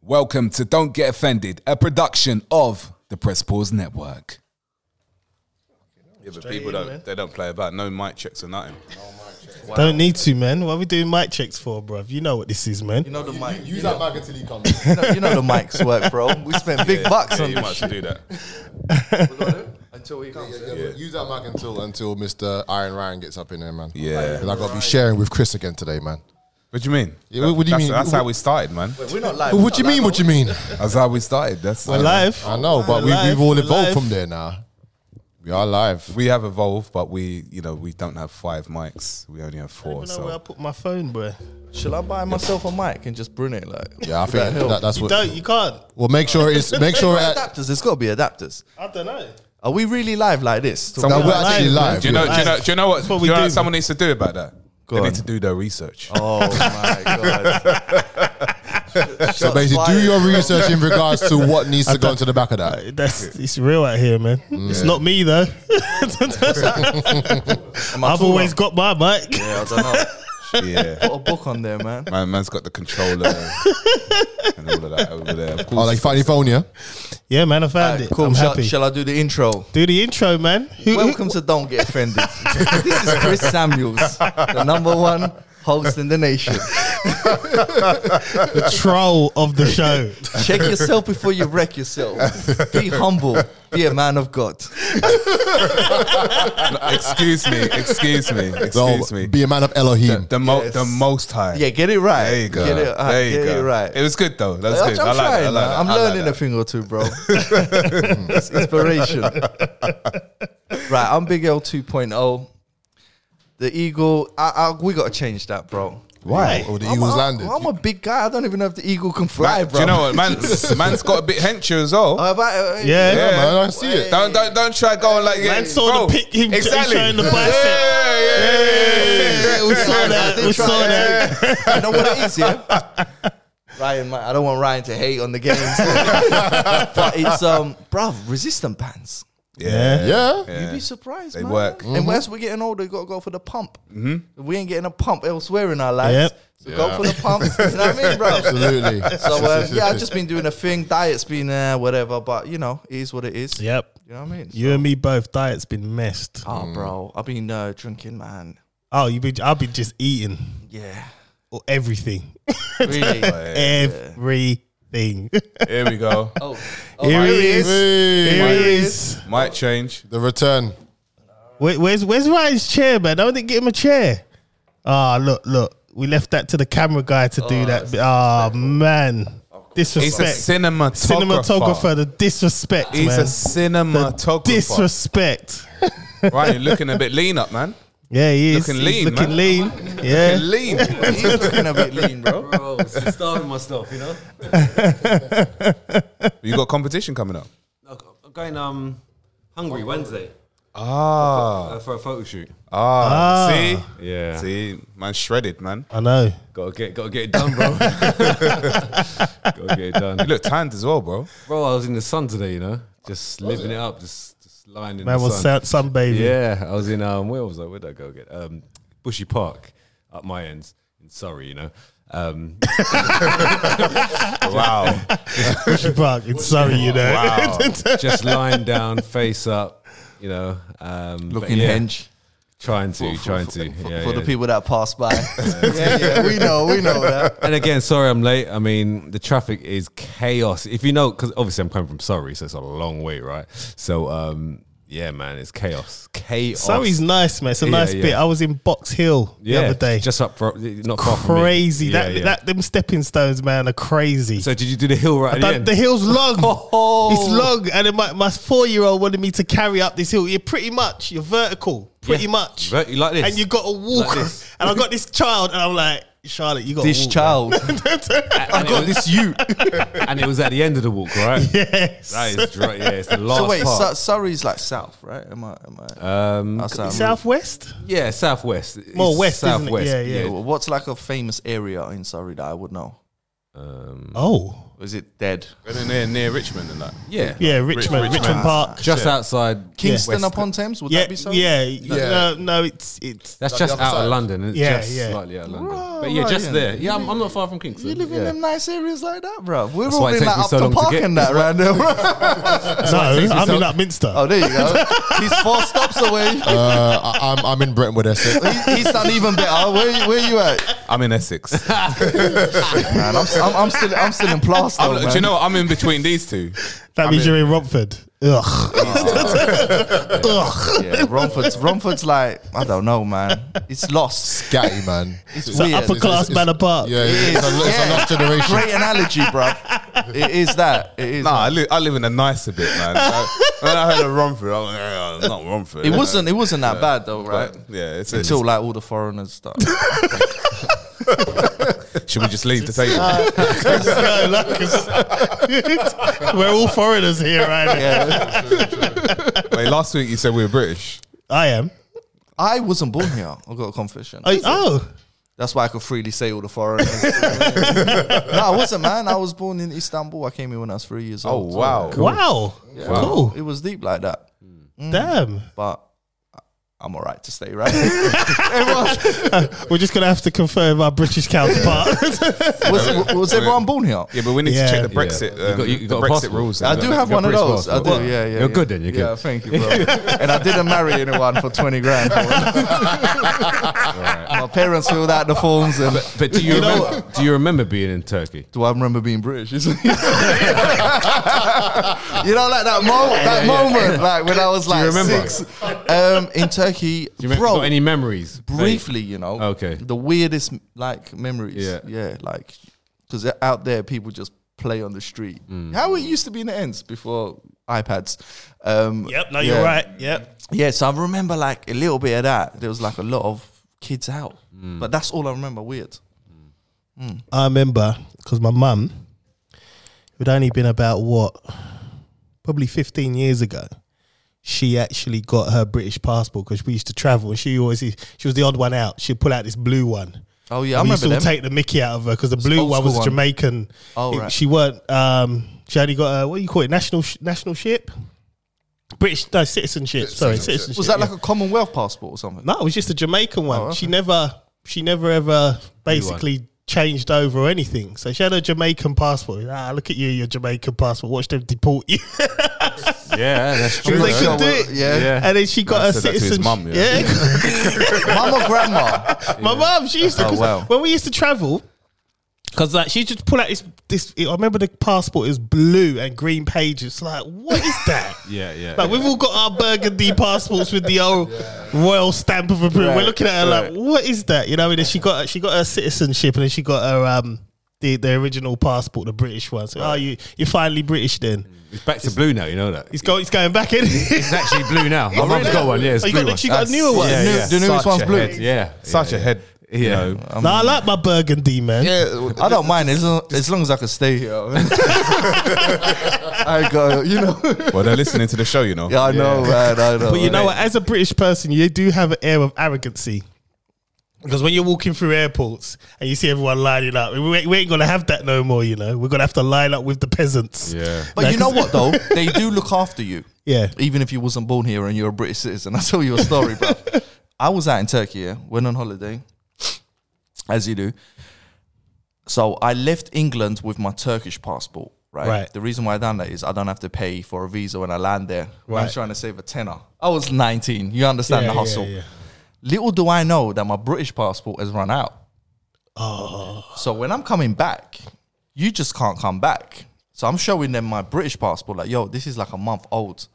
Welcome to Don't Get Offended, a production of the Press Pause Network. Yeah, but people don't they don't play about no mic checks or nothing. Don't need to, man. What are we doing mic checks for, bruv? You know what this is, man. You know the mic. You, Use that bag until he comes. know, you know the mics work, bro. We spent big bucks Yeah, on you this might shit. should do that. until he comes. Yeah, but Use that mic until until Mr. Iron Ryan gets up in there, man. Yeah. and I got to be sharing with Chris again today, man. What do you mean? Yeah, what- what do you that's, mean? That's how we started, man. We're not live. what do you mean? What do you mean? That's how we started. That's We're live. I know, but We're we, live, we've all we're evolved live. from there now. We are live. We have evolved, but we you know we don't have five mics. We only have I four. don't know where I So put my phone, bruh. Shall I buy myself a mic and just bring it? Like, Yeah, I What the think hell? that, that's You what. don't. You can't. Well, make sure it's make sure. it- adapters. There's got to be adapters. I don't know. Are we really live like this? no, we're Live, actually man. live. do you know? yeah. Do you know? Do you know what? That's what we do you know do, what someone man. needs to do about that? Go they on. need to do their research. oh my god! So basically, do your research in regards to what needs to go into the back of that. That's it's real out here, man. Mm. It's not me though. I've always got my mic. Yeah, I don't know. Yeah, Put a book on there, man. my man's got the controller and all of that over there. Of Oh, course, like find your phone, yeah. Yeah, man. I found it. Cool. I'm Shall, happy. shall I do the intro? Do the intro, man. Who, who- Welcome to Don't Get Offended. this is Chris Samuels, the number one host in the nation. the troll of the show. Check yourself before you wreck yourself. Be humble. Be a man of God. excuse me, excuse me, excuse So me. be a man of Elohim. The, mo- Yes. the most high. Yeah, get it right. There you go. Get it, uh, there you get go. it right. It was good though. That's I'm, good. I'm I like trying. that. I like man. that. I'm I like learning that. a thing or two, bro. it's inspiration. right, I'm Big L 2.0. The Eagle. I, I, we got to change that, bro. Why? Or the I'm, Eagles I'm- landed. I'm a big guy. I don't even know if the Eagle can fly, Man, bro. do you know what? Man, man's got a bit hencher as well. Uh, but, uh, Yeah. Yeah, man, I see it. Don't don't don't try going like yeah. Man saw bro, the pic, him j- exactly. showing the Yeah, bicep. yeah, yeah, yeah, Yeah, we saw that. We saw that. I know what it is, yeah. Ryan, man, I don't want Ryan to hate on the games, but it's um, bruv, resistant bands. Yeah. Yeah. You'd be surprised, They man. work. And as we're getting older, we got to go for the pump. Mm-hmm. We ain't getting a pump elsewhere in our Yep. lives. So go for the pump. you know what I mean, bro? Absolutely. So um, yeah, I've just been doing a thing. Diet's been uh, whatever, but you know, it is what it is. Yep. You know what I mean? You and me both. Diet's been messed. Oh, bro, I've been uh, drinking, man. Oh, you be. I've been just eating Yeah, or everything. really. Everything. Here we go. oh, Here he is. is. Here Mine. he is. Might change. The return. Wait, where's where's Ryan's chair, man? I didn't get him a chair. Ah, look, look. We left that to the camera guy to do that. Ah, man. He's a Disrespect. cinematographer. Cinematographer, the disrespect, He's man. a cinematographer. disrespect. right, you're looking a bit lean up, man. Yeah, he is. Looking He's lean, looking man. lean. Yeah. Lean. He's looking a bit lean, bro. Bro, starving myself, you know. you got competition coming up. Look, I'm going um hungry Wednesday Ah, uh, for a photo shoot. ah. See, Yeah, see, man, shredded, man. I know. gotta get gotta get it done, bro. gotta get it You done, look tanned as well, bro. bro. I was in the sun today, you know, just living it up, just just lying in Man the was sun. sun, sunbathing. Yeah, I was in um where was I? Where'd I go get um Bushy Park up my ends in Surrey, you know. Um, Wow, Bushy Park in Surrey, you know. wow. just lying down, face up, you know. Um, but Looking yeah, henge. trying to, trying to, for, yeah, for yeah. the people that pass by. yeah, yeah, we know, we know that. and again, sorry I'm late. I mean, the traffic is chaos. If you know, because obviously I'm coming from Surrey, so it's a long way, right? So, um, yeah, man, it's chaos. Chaos. Surrey's nice, man. It's a Yeah, nice yeah. bit. I was in Box Hill the yeah, other day. Just up for, not far from me. crazy. Yeah, that yeah. that them stepping stones, man, are crazy. So, did you do the hill right at the That- end? the hill's long. Oh. It's long. And then my, my four year old wanted me to carry up this hill. You're pretty much, you're vertical, pretty Yeah. much. Vert- you like this. And you got to walk. Like this. and I got this child, and I'm like, Charlotte, you got This walk, child. I got this you. and it was at the end of the walk, right? man. Yes. That is right. Yeah, it's the last so wait, Su- part. Surrey's like south, right? Am I? Am I? um, that's how I'm- Southwest? yeah, southwest. More It's west, isn't it? Southwest. Yeah, yeah. What's like a famous area in Surrey that I would know? Um, Oh, Was it dead? And then they're near Richmond and that. yeah, yeah, Richmond, Richmond. Richmond Park. just outside Kingston West- upon Thames? Would Yeah, that be so? yeah, Yeah. No, no, it's it's. That's Like just the other out side. of London. It's Yeah, just yeah. slightly out of London. Right, but yeah, just right, there. yeah. Yeah, I'm, I'm not far from Kingston. You live in yeah. them nice areas like that, bro. We're That's all why it in takes like me up so the long to park get- and that right now. no, takes me I'm so- in Upminster. oh, there you go. He's four stops away. Uh, I, I'm, I'm in Brentwood, Essex. He- he's done even better. Where you, where you at? I'm in Essex. Man, I'm, I'm, I'm still I'm still in plaster, I'm- man. do you know what? I'm in between these two. that means you're in Romford. Ugh. Ugh. Yeah, Romford's Romford's like I don't know, man. It's lost. Gatty, man. It's, It's- weird. upper class Manor Park. Yeah, it's, a, it's a lost generation. Great analogy, bro. It is that. It is. Nah, I, that. li- I live in a nicer bit, man. So when I heard of Romford, I was like, "Yeah, it's not Romford. it wasn't. It wasn't that bad though, right? But, yeah, it's, it's Until like all the foreigners start. Should we just leave the table? Let's go, look, it's- We're all foreigners here, right? Yeah. Wait, last week you said we were British. I am. I wasn't born here. I got a confession. Oh, oh. That's why I could freely say all the foreigners. no, I wasn't, man. I was born in Istanbul. I came here when I was three years Oh, old. so wow, cool. It was deep like that, Damn, but I- I'm all right to stay, right? everyone, we're just gonna have to confirm our British counterpart. was, was everyone born here? Yeah, but we need Yeah. to check the Brexit. Yeah. You Um, got- you the got a Brexit passport? rules. I and do that. have one of British those. I do, passport. yeah, yeah. You're yeah. good then, you're good. Yeah, thank you, bro. and I didn't marry anyone for 20 grand. My parents filled out the forms and. But do you, remember, do you remember being in Turkey? Do I remember being British? you know, like that, mo- that moment, like when I was like remember? six, um, in Turkey, Do you remember, bro. got any memories? briefly, you know. Okay. The weirdest like memories. Yeah. Yeah, like because out there people just play on the street. How it used to be in the ends before iPads. Um, yep, no, yeah. you're right. Yep. Yeah, so I remember like a little bit of that. There was like a lot of kids out, but that's all I remember. Weird. I remember because my mum, who'd only been about what, probably 15 years ago, she actually got her British passport because we used to travel and she always, she was the odd one out. She'd pull out this blue one. Oh yeah, I we used remember to them. take the mickey out of her because the blue old one was school a one. Jamaican. Oh, It- right. She weren't, um, she only got a, what do you call it, national sh- national ship? British, no, citizenship. Sorry, citizenship. was that yeah. like a Commonwealth passport or something? No, it was just a Jamaican one. Oh, okay. She never, she never ever basically changed over or anything. So she had a Jamaican passport. Ah, look at you, your Jamaican passport. Watch them deport you. Yeah, that's they Sure, could do well, it. yeah. Yeah. And then she got I her said that to his citizenship. mum, yeah, yeah. Mum or grandma? my mum. She used to. Oh, 'cause wow. When we used to travel. Cause like she just pull out this, this. I remember the passport is blue and green pages. Like, what is that? Yeah, yeah. Like we've all got our burgundy passports with the old royal stamp of approval. We're looking at her like, what is that? You know, and then she got she got her citizenship, and then she got her um the, the original passport, the British one. So, oh, you you're finally British then? it's back to blue now, you know that. He's going he's going back in. It's actually blue now. My mum's got one, yeah, it's oh, you blue got the, one. she got a newer That's- one. yeah, yeah. The newest Such one's a blue. head. Yeah. Such a head. You Yeah. know. No, I like my burgundy man. Yeah. I don't mind as long, as long as I can stay here. I go, you know. Well, they're listening to the show, you know. Yeah, I know, man. I know. But you know what? As a British person, you do have an air of arrogancy. Because when you're walking through airports and you see everyone lining up, we ain't, we ain't going to have that no more, you know? We're going to have to line up with the peasants. Yeah. But you know what though? They do look after you. Yeah. Even if you wasn't born here and you're a British citizen. I tell you a story, bro. I was out in Turkey, yeah, went on holiday. As you do. So I left England with my Turkish passport, right? Right. The reason why I done that is I don't have to pay for a visa when I land there. I Right. was trying to save a tenner. I was 19. You understand Yeah, the yeah, hustle. yeah. Little do I know that my British passport has run out. So when I'm coming back, you just can't come back. So I'm showing them my British passport, like, yo, this is like a month old.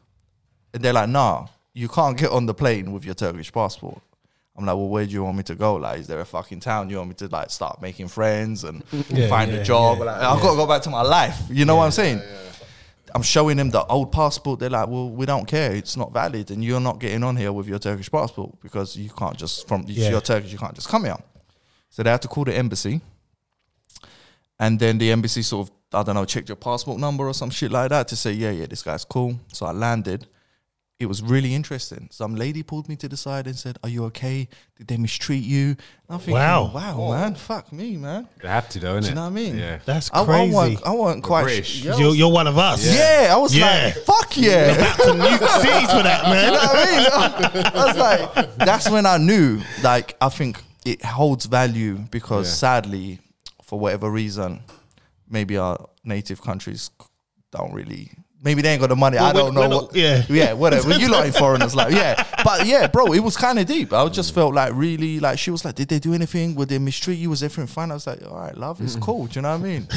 And they're like, nah, you can't get on the plane with your Turkish passport. I'm like, well, where do you want me to go? Like, is there a fucking town you want me to like start making friends and find yeah, a job? Like, I've got to go back to my life. You know what I'm saying? I'm showing them the old passport. They're like, well, we don't care. It's not valid, and you're not getting on here with your Turkish passport because you can't just from Yeah. you're Turkish. You can't just come here. So they had to call the embassy, and then the embassy sort of I don't know checked your passport number or some shit like that to say, yeah, yeah, this guy's cool. So I landed. it was really interesting. Some lady pulled me to the side and said, "Are you okay? Did they mistreat you?" And I'm thinking, Wow. "Wow, man, fuck me, man." They have to, though, innit? Do you know what I mean? Yeah. That's I, I crazy. weren't, I weren't quite. British. Yeah, I you're, was- you're one of us. yeah, I was Yeah. like, "Fuck yeah." Some new cities for that, You man. know what I mean? I was like, that's when I knew. Like, I think it holds value because Yeah. sadly, for whatever reason, maybe our native countries don't really. Maybe they ain't got the money. I we're- don't know. we're What, not- yeah. yeah, whatever. you like foreigners, like yeah, but yeah, bro, it was kind of deep. I just felt like really like she was like, did they do anything? Would they mistreat you? Was everything fine? I was like, all right, love, it's cool. Do you know what I mean?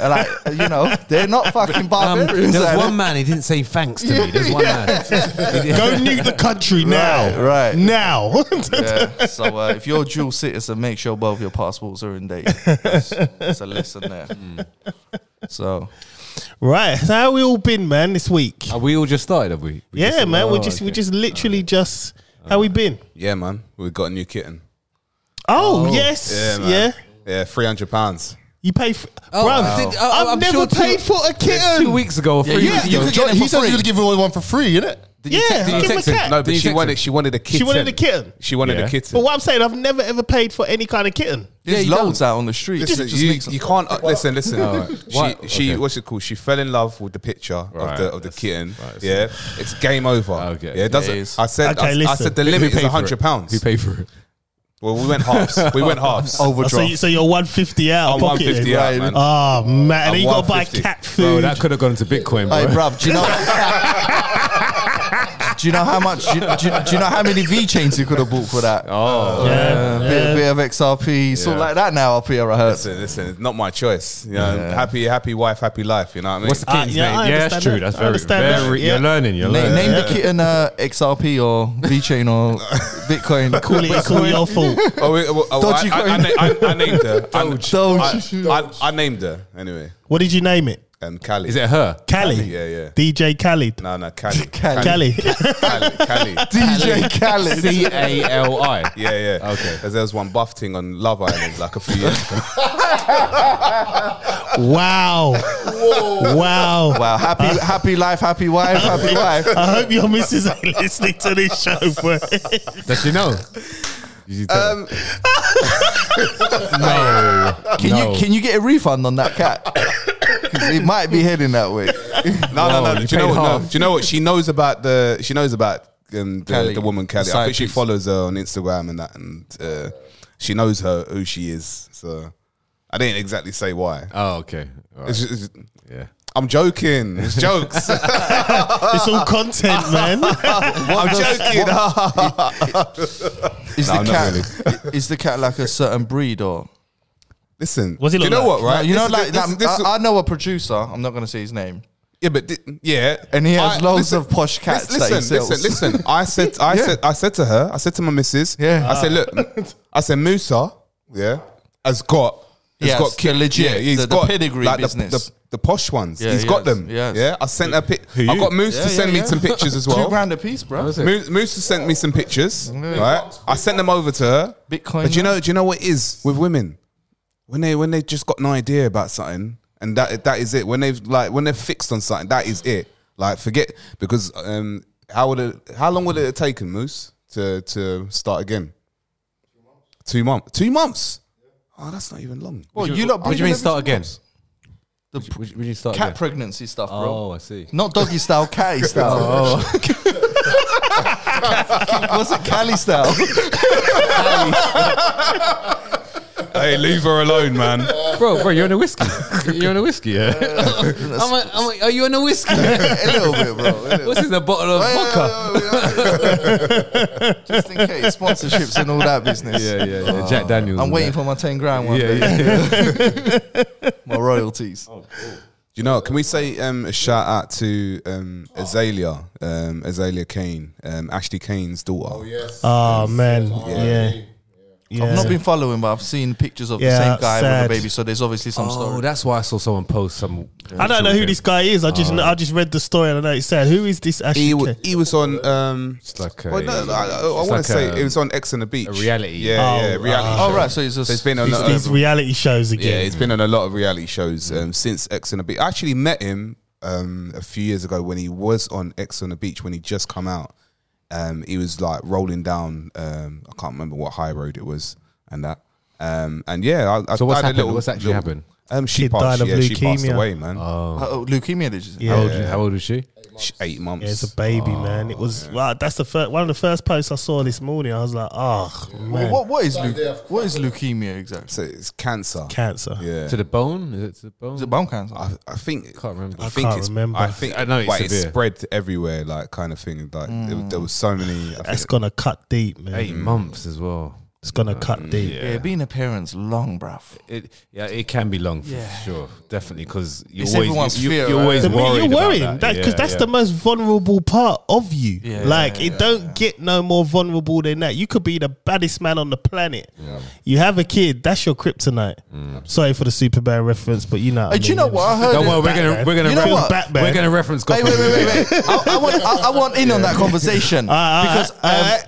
And like you know, they're not fucking Um, there barbarians. was like, one man, he didn't say thanks to me. There's one man. Go nuke the country now. right. Now. yeah. So uh, if you're a dual citizen, make sure both your passports are in date. That's, that's a lesson there. So right. So how we all been, man, this week? Are we all just started, have we? We yeah, just- man. we oh, just we okay. just literally just how we been? Yeah, man. We got a new kitten. Oh, yes. Yeah. man. Yeah, three hundred pounds. You pay for Oh, Bruv, I did- oh, I've I'm never sure two- paid for a Yeah, kitten. Two weeks ago or three you, weeks you ago. could get John- it he said you could give away one for free, innit? Did you Yeah, text- he did you gave him a text him? cat. No, but Did you she text wanted him? she wanted a kitten. She wanted a kitten. She wanted Yeah. a But kitten. what I'm saying, I've never ever paid for any kind of kitten. there's you loads out on the street. Listen, It just you, makes you can't uh, listen. Listen, Why- she she okay. what's it called? She fell in love with the picture Right, of the of the that's- kitten. right, that's- yeah, it's game over. Okay. Yeah, Yeah, it doesn't. it is. I said Okay, I, I listen. said the Who limit paid is for it? hundred pounds. Who paid for it? Well, we went halves. we went halves. Oh, so, you, so you're 150 out I'm of pocket. 150 out, man. Oh man, and I'm then you gotta buy 150. cat food. Bro, that could have gone into Bitcoin, Hey, bro. bruv, do you know? do you know how much? Do you, do you- do you know how many V chains you could have bought for that? Oh, Uh, bit, bit of XRP, sort of like that now up here. I heard. Listen, listen, it's not my choice. You know, happy, happy wife, happy life. You know what I mean? what's the Uh, kid's yeah, name? I yeah, that's understand true. that. That's I very, understand that. very. Yeah. You're learning. You're Na- learning. name the kitten uh, XRP or V chain or Bitcoin. Call it, it's all your fault. oh, wait, oh, oh, Dodgy I, I, I, na- I, I named her. I, Doge. I, I, I named her anyway. What did you name it? Um, Cali. Is it her? Cali. Yeah, yeah. DJ Khaled. No, no, Cali. Cali. Cali. Cali. Cali. DJ Khaled. C A L I. Yeah, yeah. Okay. Because there was one buff thing on Love Island like a few years ago. wow. Wow. Wow, Uh, happy, happy life, happy wife, happy wife. I hope your missus ain't listening to this show, bro. Does she know? Did you tell her? Um, no. Can you can you get a refund on that cat? 'Cause it might be heading that way. No, no, Whoa, no. you Do you know paid what? No, half. do you know what? She knows about the. She knows about um, the, Cali. the woman Cali. I Side think she piece. follows her on Instagram and that, and uh, she knows her who she is. So I didn't exactly say why. Oh, okay. All It's right. just- it's- Yeah. I'm joking. It's jokes. It's all content, man. I'm joking. Is No, the not cat is the cat like a certain breed or? Listen, What's he do you look know like? what? Right? you know, This- like this- that- this- I, I know a producer. I'm not going to say his name. yeah, but thi- yeah, Uh, And he has loads of posh cats that Listen, he listen, sells. listen, listen. I said, I Yeah. said, I said to her, I said to my missus, Yeah. I said, look, I said Musa, yeah, has got, has Yes, got the legit- he's the- the pedigree the- The, business. the, posh ones, Yeah, he's he got has, them. he has. Yeah, I sent her. Pic- I got Moose Yeah, to yeah, send yeah. me some pictures as well. Two grand a piece, bro. That's it. Moose Moose has sent me some pictures, right? I sent them over to her. Bitcoin, But do you man. know, do you know what it is with women when they when they just got no idea about something, and that that is it. When they've like when they're fixed on something, that is it. Like forget because um, how would it? How long would it have taken Moose to to start again? Two months. Two months. Oh, that's not even long. Well, you lot. What do you mean start again? The What do you- what do you start cat again? pregnancy stuff, bro. Oh, I see. Not doggy style, catty style. Was it Cali style? hey, leave her alone, man. Bro, bro, you're on a whiskey. You're on a whiskey, yeah? I'm like, I'm like, are you on a whiskey? a little bit, bro. A little What's in a bottle of vodka? Just in case sponsorships and all that business. Yeah, yeah, yeah. Jack Daniels. Uh, I'm and waiting that. for my ten grand one Yeah, day. yeah. My royalties. Do you know? Can we say um, a shout out to um, Azalea, um, Azalea Kane, um, Ashley Kane's daughter? Oh yeah. Oh man. Yeah. yeah. I've not been following, but I've seen pictures of the Yeah, same guy sad. with a baby. So there's obviously some Oh, story. that's why I saw someone post some. I don't know who this guy is. I Oh. just I just read the story and I know it's sad. Who is this Ashley? He, Kay? wa- he was on. Um, It's like a, well, no, no, I, I, want like to say a- it was on X on the Beach. a reality. Yeah, yeah, Oh, reality. oh show. right, so it's just So it's been on. It's a- these reality shows yeah, again. it's been on a lot of reality shows um, since X on the Beach. I actually met him um, a few years ago when he was on X on the Beach when he just come out. Um, he was like rolling down. Um, I can't remember what high road it was and that. Um, and yeah, I, I So what's I had a happened? What's actually happened? Um, she Kid passed. died of yeah, she passed leukemia. away, man. Oh, leukemia, did you say? Yeah. How, old, how old was she? She- Eight months. Yeah, it's a baby, Oh. man. It was wow. That's the first one of the first posts I saw this morning. I was like, oh Well, man, what, what is Like they leu- have- what is leukemia exactly? So it's cancer. cancer. yeah. To the bone? Is it to the bone? Is it bone cancer? I, I think Can't remember. I I think can't it's, remember. I think I know it's but it severe. spread everywhere, like kind of thing. Like it, there was so many. I That's think, gonna cut deep, man. Eight months as well. It's gonna cut Mm, deep. yeah. being a parent's long, bruv. It, yeah, it can be long for Yeah. sure, definitely, because you're It's always, everyone's you, fear, you're right? always The minute worried you're worrying about that because Yeah, that's yeah. the most vulnerable part of you. Yeah, like yeah, it don't get no more vulnerable than that. You could be the baddest man on the planet. You have a kid, that's your kryptonite. Sorry for the Superman reference, but you know. what I Hey, do you mean, know innit? what I heard? Don't worry, it- we're gonna we're gonna You know reference, what? Batman. we're gonna reference. Wait, wait, wait, wait, wait. I, I want I, I want in on that conversation because um, alright,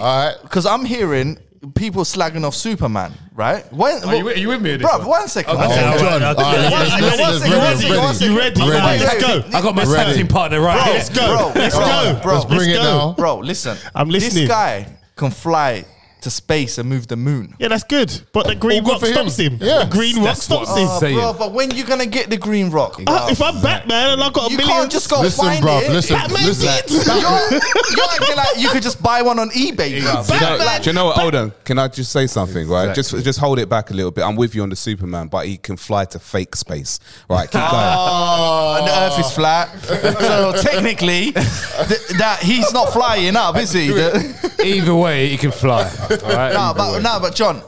alright. because I'm hearing people slagging off Superman, right? When, you with- are you with me on this Bruv, one? one second. Okay, One second. Oh, alright, John, okay. all Yeah, right, let's- one let's- second, let's- one let's- second, ready, one second. ready. You ready? Ready. Alright, Wait, Let's wait, go. wait. I got my Ready. sensing partner right Bro, here. let's go. Bro, Let's bro, go. bro. Let's bring it go. now. Bro, listen. I'm listening. This guy can fly to space and move the moon. Yeah, that's good. But the green All good rock for him. stops him. Yeah. The green rock That's what stops I'm him. saying. Bro, but when you gonna get the green rock? Uh, if I'm Batman and I've got a you million, can't just go Listen, find bruv, it. listen, Batman listen. did. You're, you're acting like you could just buy one on eBay. bruv. Do you know- Batman- do you know what? Hold on. Can I just say something, right? Exactly. Just just hold it back a little bit. I'm with you on the Superman, but he can fly to fake space. Right, keep going. Oh, and the Earth is flat. so technically, th- that he's not flying up, is he? The- Either way, he can fly. All right. no, Either but way. no, but John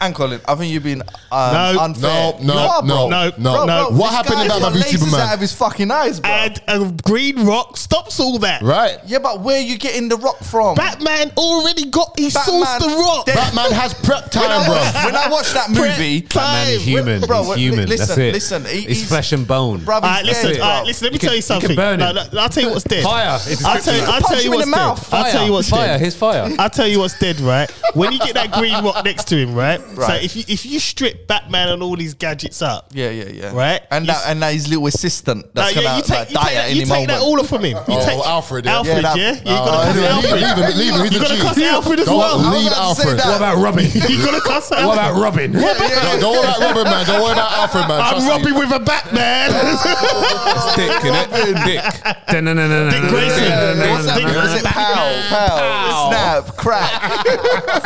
and Colin, I think you've been um, No. unfair. No, no, You are, bro. no, no, no. Bro, bro, What this happened guy's in that got Mavichi lasers Superman? out of his fucking eyes, bro. and a green rock stops all that. Right. yeah, but where you getting the rock from? Batman already got he Batman- sourced the rock. They- Batman has prep time, bro. when I watched that movie, Batman is Time. human. Bro, he's li- human. listen, That's it. listen, he- he's he's- flesh and bone. bro, he's All right, listen, dead, all right, bro. listen. Let me You can- tell you you can something. burn No, him. no, I'll tell you what's dead. Fire. It's I'll tell you. descriptive. I'll Punch tell you him in what's the dead. mouth. I'll tell you what's fire. dead. Here's fire. I'll tell you what's dead, right? When you get that green rock next to him, right? So Right. if you if you strip Batman and all these gadgets up, Yeah, yeah, yeah. Right? and that, and that his little assistant that's now, yeah, gonna you take, like, you die take, at that, any you take moment. that all off from him. You Oh, take Alfred, yeah. Alfred, Yeah, that- yeah, you gotta Uh, cuss leave, Alfred. leave him, leave him, he's You a gotta cuss cheat. Alfred as Don't well. about to leave say Alfred. that. what about Robin? You gotta cuss what Alfred. about Robin? No, don't worry about Robin, man. Don't worry about Alfred, man. I'm Trust Robbie me. with a Batman. It's Dick, innit? Dick. Da-na-na-na-na-na. Dick Grayson. Yeah, what's that? Is it pow, pow, snap, crack?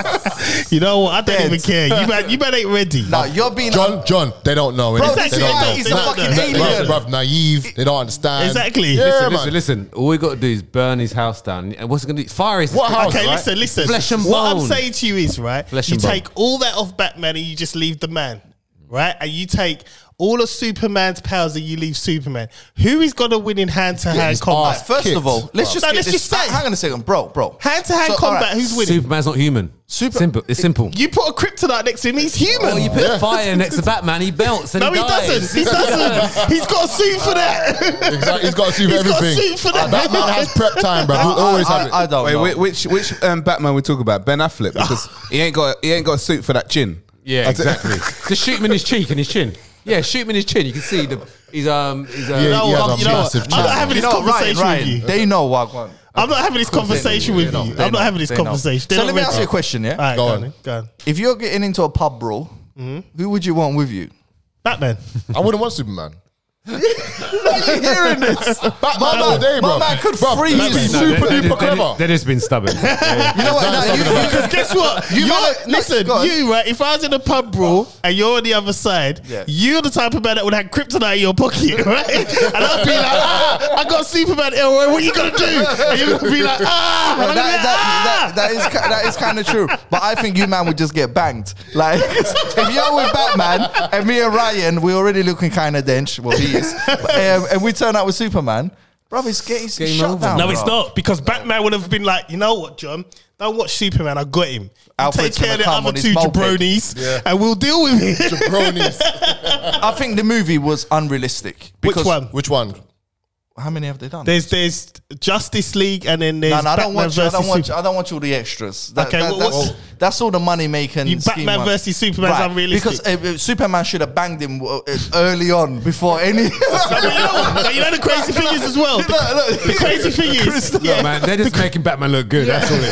you know what? I don't Dead. even care. You man, you man ain't ready. No, you're being John, John, they don't know. innit? this they guy don't know. is a Nah, fucking nah, bruv, alien. bruv, naive. They don't understand. Exactly. Yeah, man. Listen, listen, listen. All we got to do is burn his house down. And what's it going to do? Fire his What house? Okay, right? listen, listen. Flesh and What bone. I'm saying to you is, right? Flesh you and bone. take all that off Batman and you just leave the man, right? And you take all of Superman's powers and you leave Superman. Who is going to win in hand to hand his combat? ass First kicked. of all, let's just No, get let's this. Ah, just say- Hang on a second, bro, bro. Hand to hand So, combat, alright. who's winning? Superman's not human. Super- simple. It's simple. You put a kryptonite next to him, he's human. Oh, you put fire next to Batman, he belts and no, he dies. doesn't. He doesn't. he's got a suit for that. Exactly. He's got a suit for He's got a everything. suit for that. Batman has prep time, bro. I, He'll always I, have it. I, I don't Wait, know. whi- which which um, Batman we talk about? Ben Affleck because he ain't got he ain't got a suit for that chin. Yeah, That's it. exactly. Just shoot him in his cheek and his chin. Yeah, shoot him in his chin. You can see the he's um he's um, Yeah, No, he has I'm- a you know what? massive I'm chin. not having You this know what, Ryan, conversation with Ryan, you. they know what I want. I'm not having this conversation with They you. know, they I'm know, not having this they know. conversation. They So don't let me ask ready. you a question, All yeah? right, go, Go on. on. then, Go on. If you're getting into a pub brawl, Mm-hmm. who would you want with you? Batman. I wouldn't want Superman. Are you hearing this? Batman all day, my bro. man could Bruv, freeze he's you. super They- they- duper they- clever. They, have just been stubborn. You know what? No, you, you could- Because guess what? You You are better- no, listen, go on. you right. If I was in a pub brawl and you're on the other side, Yeah. you're the type of man that would have kryptonite in your pocket, right? and I'd be like, ah, I got Superman Elroy. What you gonna do? And you're gonna be like, ah, and Well, I'm that, gonna be like, that, ah. that, that is ki- that is kind of true, but I think you man would just get banged. Like if you're with Batman and me and Ryan, we're already looking kind of dench. Well, he is, But, um, and we turn out with Superman, bro. It's getting it's Game shut over. down. no, it's bro. not because Batman would have been like, you know what, John? Don't watch Superman. I got him. You Alfred's take care of gonna the come other on his two moped." jabronis, and we'll deal with it. Bronies. I think the movie was unrealistic. Which because- one? Which one? How many have they done? There's there's Justice League, and then there's no, no, I don't Batman watch. I versus don't watch. Superman. I don't watch all the extras. That, Okay, that- well, that's, what's- That's all the money making. You Batman versus Superman's unrealistic. because uh, uh, Superman should have banged him uh, uh, early on before any. But you, know what? But you know the crazy thing is as well. The, the crazy thing is, yeah, Yeah, man, they're just making Batman look good. That's all it is.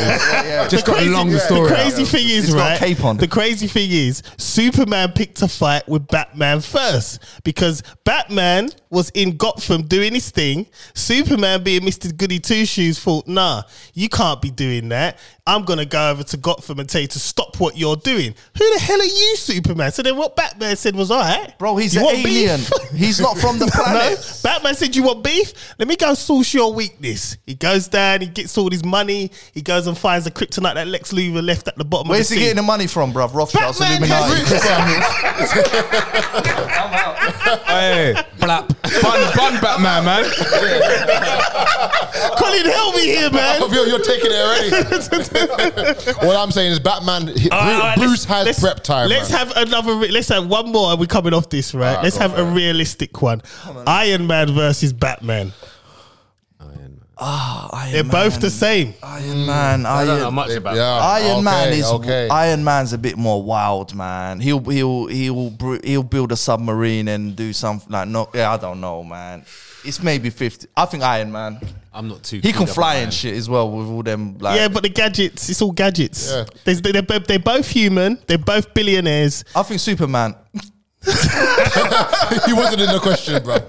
Just The got to crazy- long the yeah, story. The out. crazy thing is, It's got a right? cape on. The crazy thing is, Superman picked a fight with Batman first because Batman was in Gotham doing his thing. Superman, being Mister Goody Two Shoes, thought, "Nah, you can't be doing that. I'm gonna go over to Gotham and tell you to stop what you're doing. Who the hell are you, Superman?" So then, what Batman said was, "All right, Bro, he's you an want beef?" alien. He's not from the No, planet. Batman said, You want beef? Let me go source your weakness. He goes down, he gets all his money, he goes and finds the kryptonite that Lex Luthor left at the bottom Where's of the he sea. getting the money from, bruv? Rothschild's Batman Illuminati. Hey, bun, bun Batman, man. Colin, help me here, man. All You're, you're taking it already. what I'm saying is Batman, he- right, all right, Bruce let's- has let's- prep time. Let's man. have another. Re- let's have one more, and we're coming off this, right? right, let's go have for a it. realistic one. Iron Man versus Batman. Oh, Ah, Iron They're both Man. the same. Iron Man. I don't Iron know much about. yeah, Iron okay, Man is okay. Iron Man's a bit more wild, man. He'll he'll he'll br- he'll build a submarine and do something like no. Yeah, I don't know, man. It's maybe fifty. I think Iron Man. I'm not too. He can clued up fly on and that. shit as well with all them like. yeah, but the gadgets, it's all gadgets. Yeah. There's- They're, they're, they're both human. They're both billionaires. I think Superman. he wasn't in the question, bro.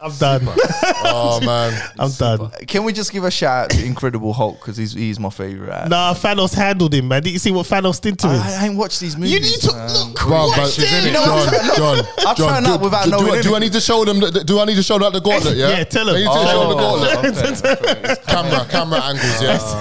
I'm done. Oh man, I'm done. Can we just give a shout out to Incredible Hulk because he's he's my favorite. Nah, Thanos handled him, man. Did you see what Thanos did to him? I, I ain't watched these movies. you need to man. look. bro, watch bro, this. John, You know what I'm John, John, I'm trying do- out without do, do, knowing I- do I anything. need to show them? The, do I need to show them the gauntlet? Yeah, Yeah, tell Do I him. need to show them the Oh. gauntlet. Okay. Camera, camera angles. Yeah,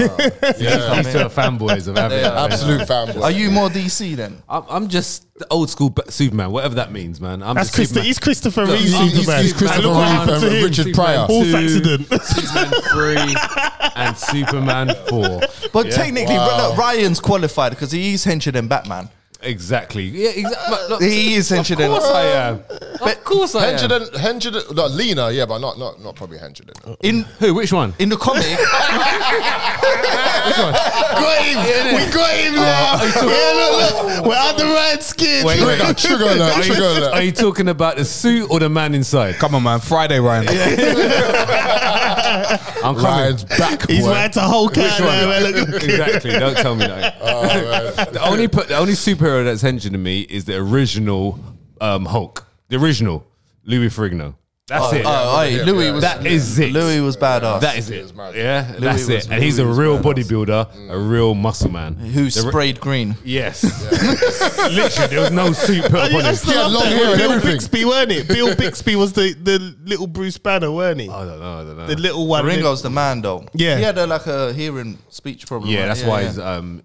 yeah. These two are fanboys of Batman. absolute fanboy. Are you more DC then? I'm, I'm just the old school Ba- Superman, whatever that means, man. I'm That's just Christo- Superman. he's Christopher Reeve he's- he's Superman. Christopher And look what Reeve happened to and him. Richard Pryor. Horse two, accident. Superman three, and Superman four. But technically, Wow. look, Ryan's qualified because he is hencher than Batman. Exactly. Yeah, exactly. He is hencher Of than. course I am. Of course I am. Henchard, Henchard, no, Lena, yeah, but not not not probably Henchard. In Who? Which one? in the comic, uh, We got Uh, him now. We're under Redskins. Wait, wait. Sugar alert, Are you, sugar alert. are you talking about the suit or the man inside? Come on, man. Friday, Ryan. I'm coming. Ryan's back. He's boy. right to Hulk out there, man. Look, look. exactly. Don't tell me that. Oh, man. the only per- the only superhero that's henching to me is the original um, Hulk. The original Louis Frigno. That's it. oh, hey, Louis was That is it. Louis was badass. That is it. mad. Yeah, that's was- it. And he's a Louis Mm. real bodybuilder, a real muscle man. who The re- sprayed green. Yes. Literally, there was no suit put I, upon I him. still Yeah, love long that. hair with and Bill everything. Bixby, weren't it? Bill Bixby was the, the little Bruce Banner, weren't he? I don't know. I don't know. The little one. Ringo's the man though. Yeah. he had a, like a hearing speech problem. yeah, right? that's why yeah. he's um,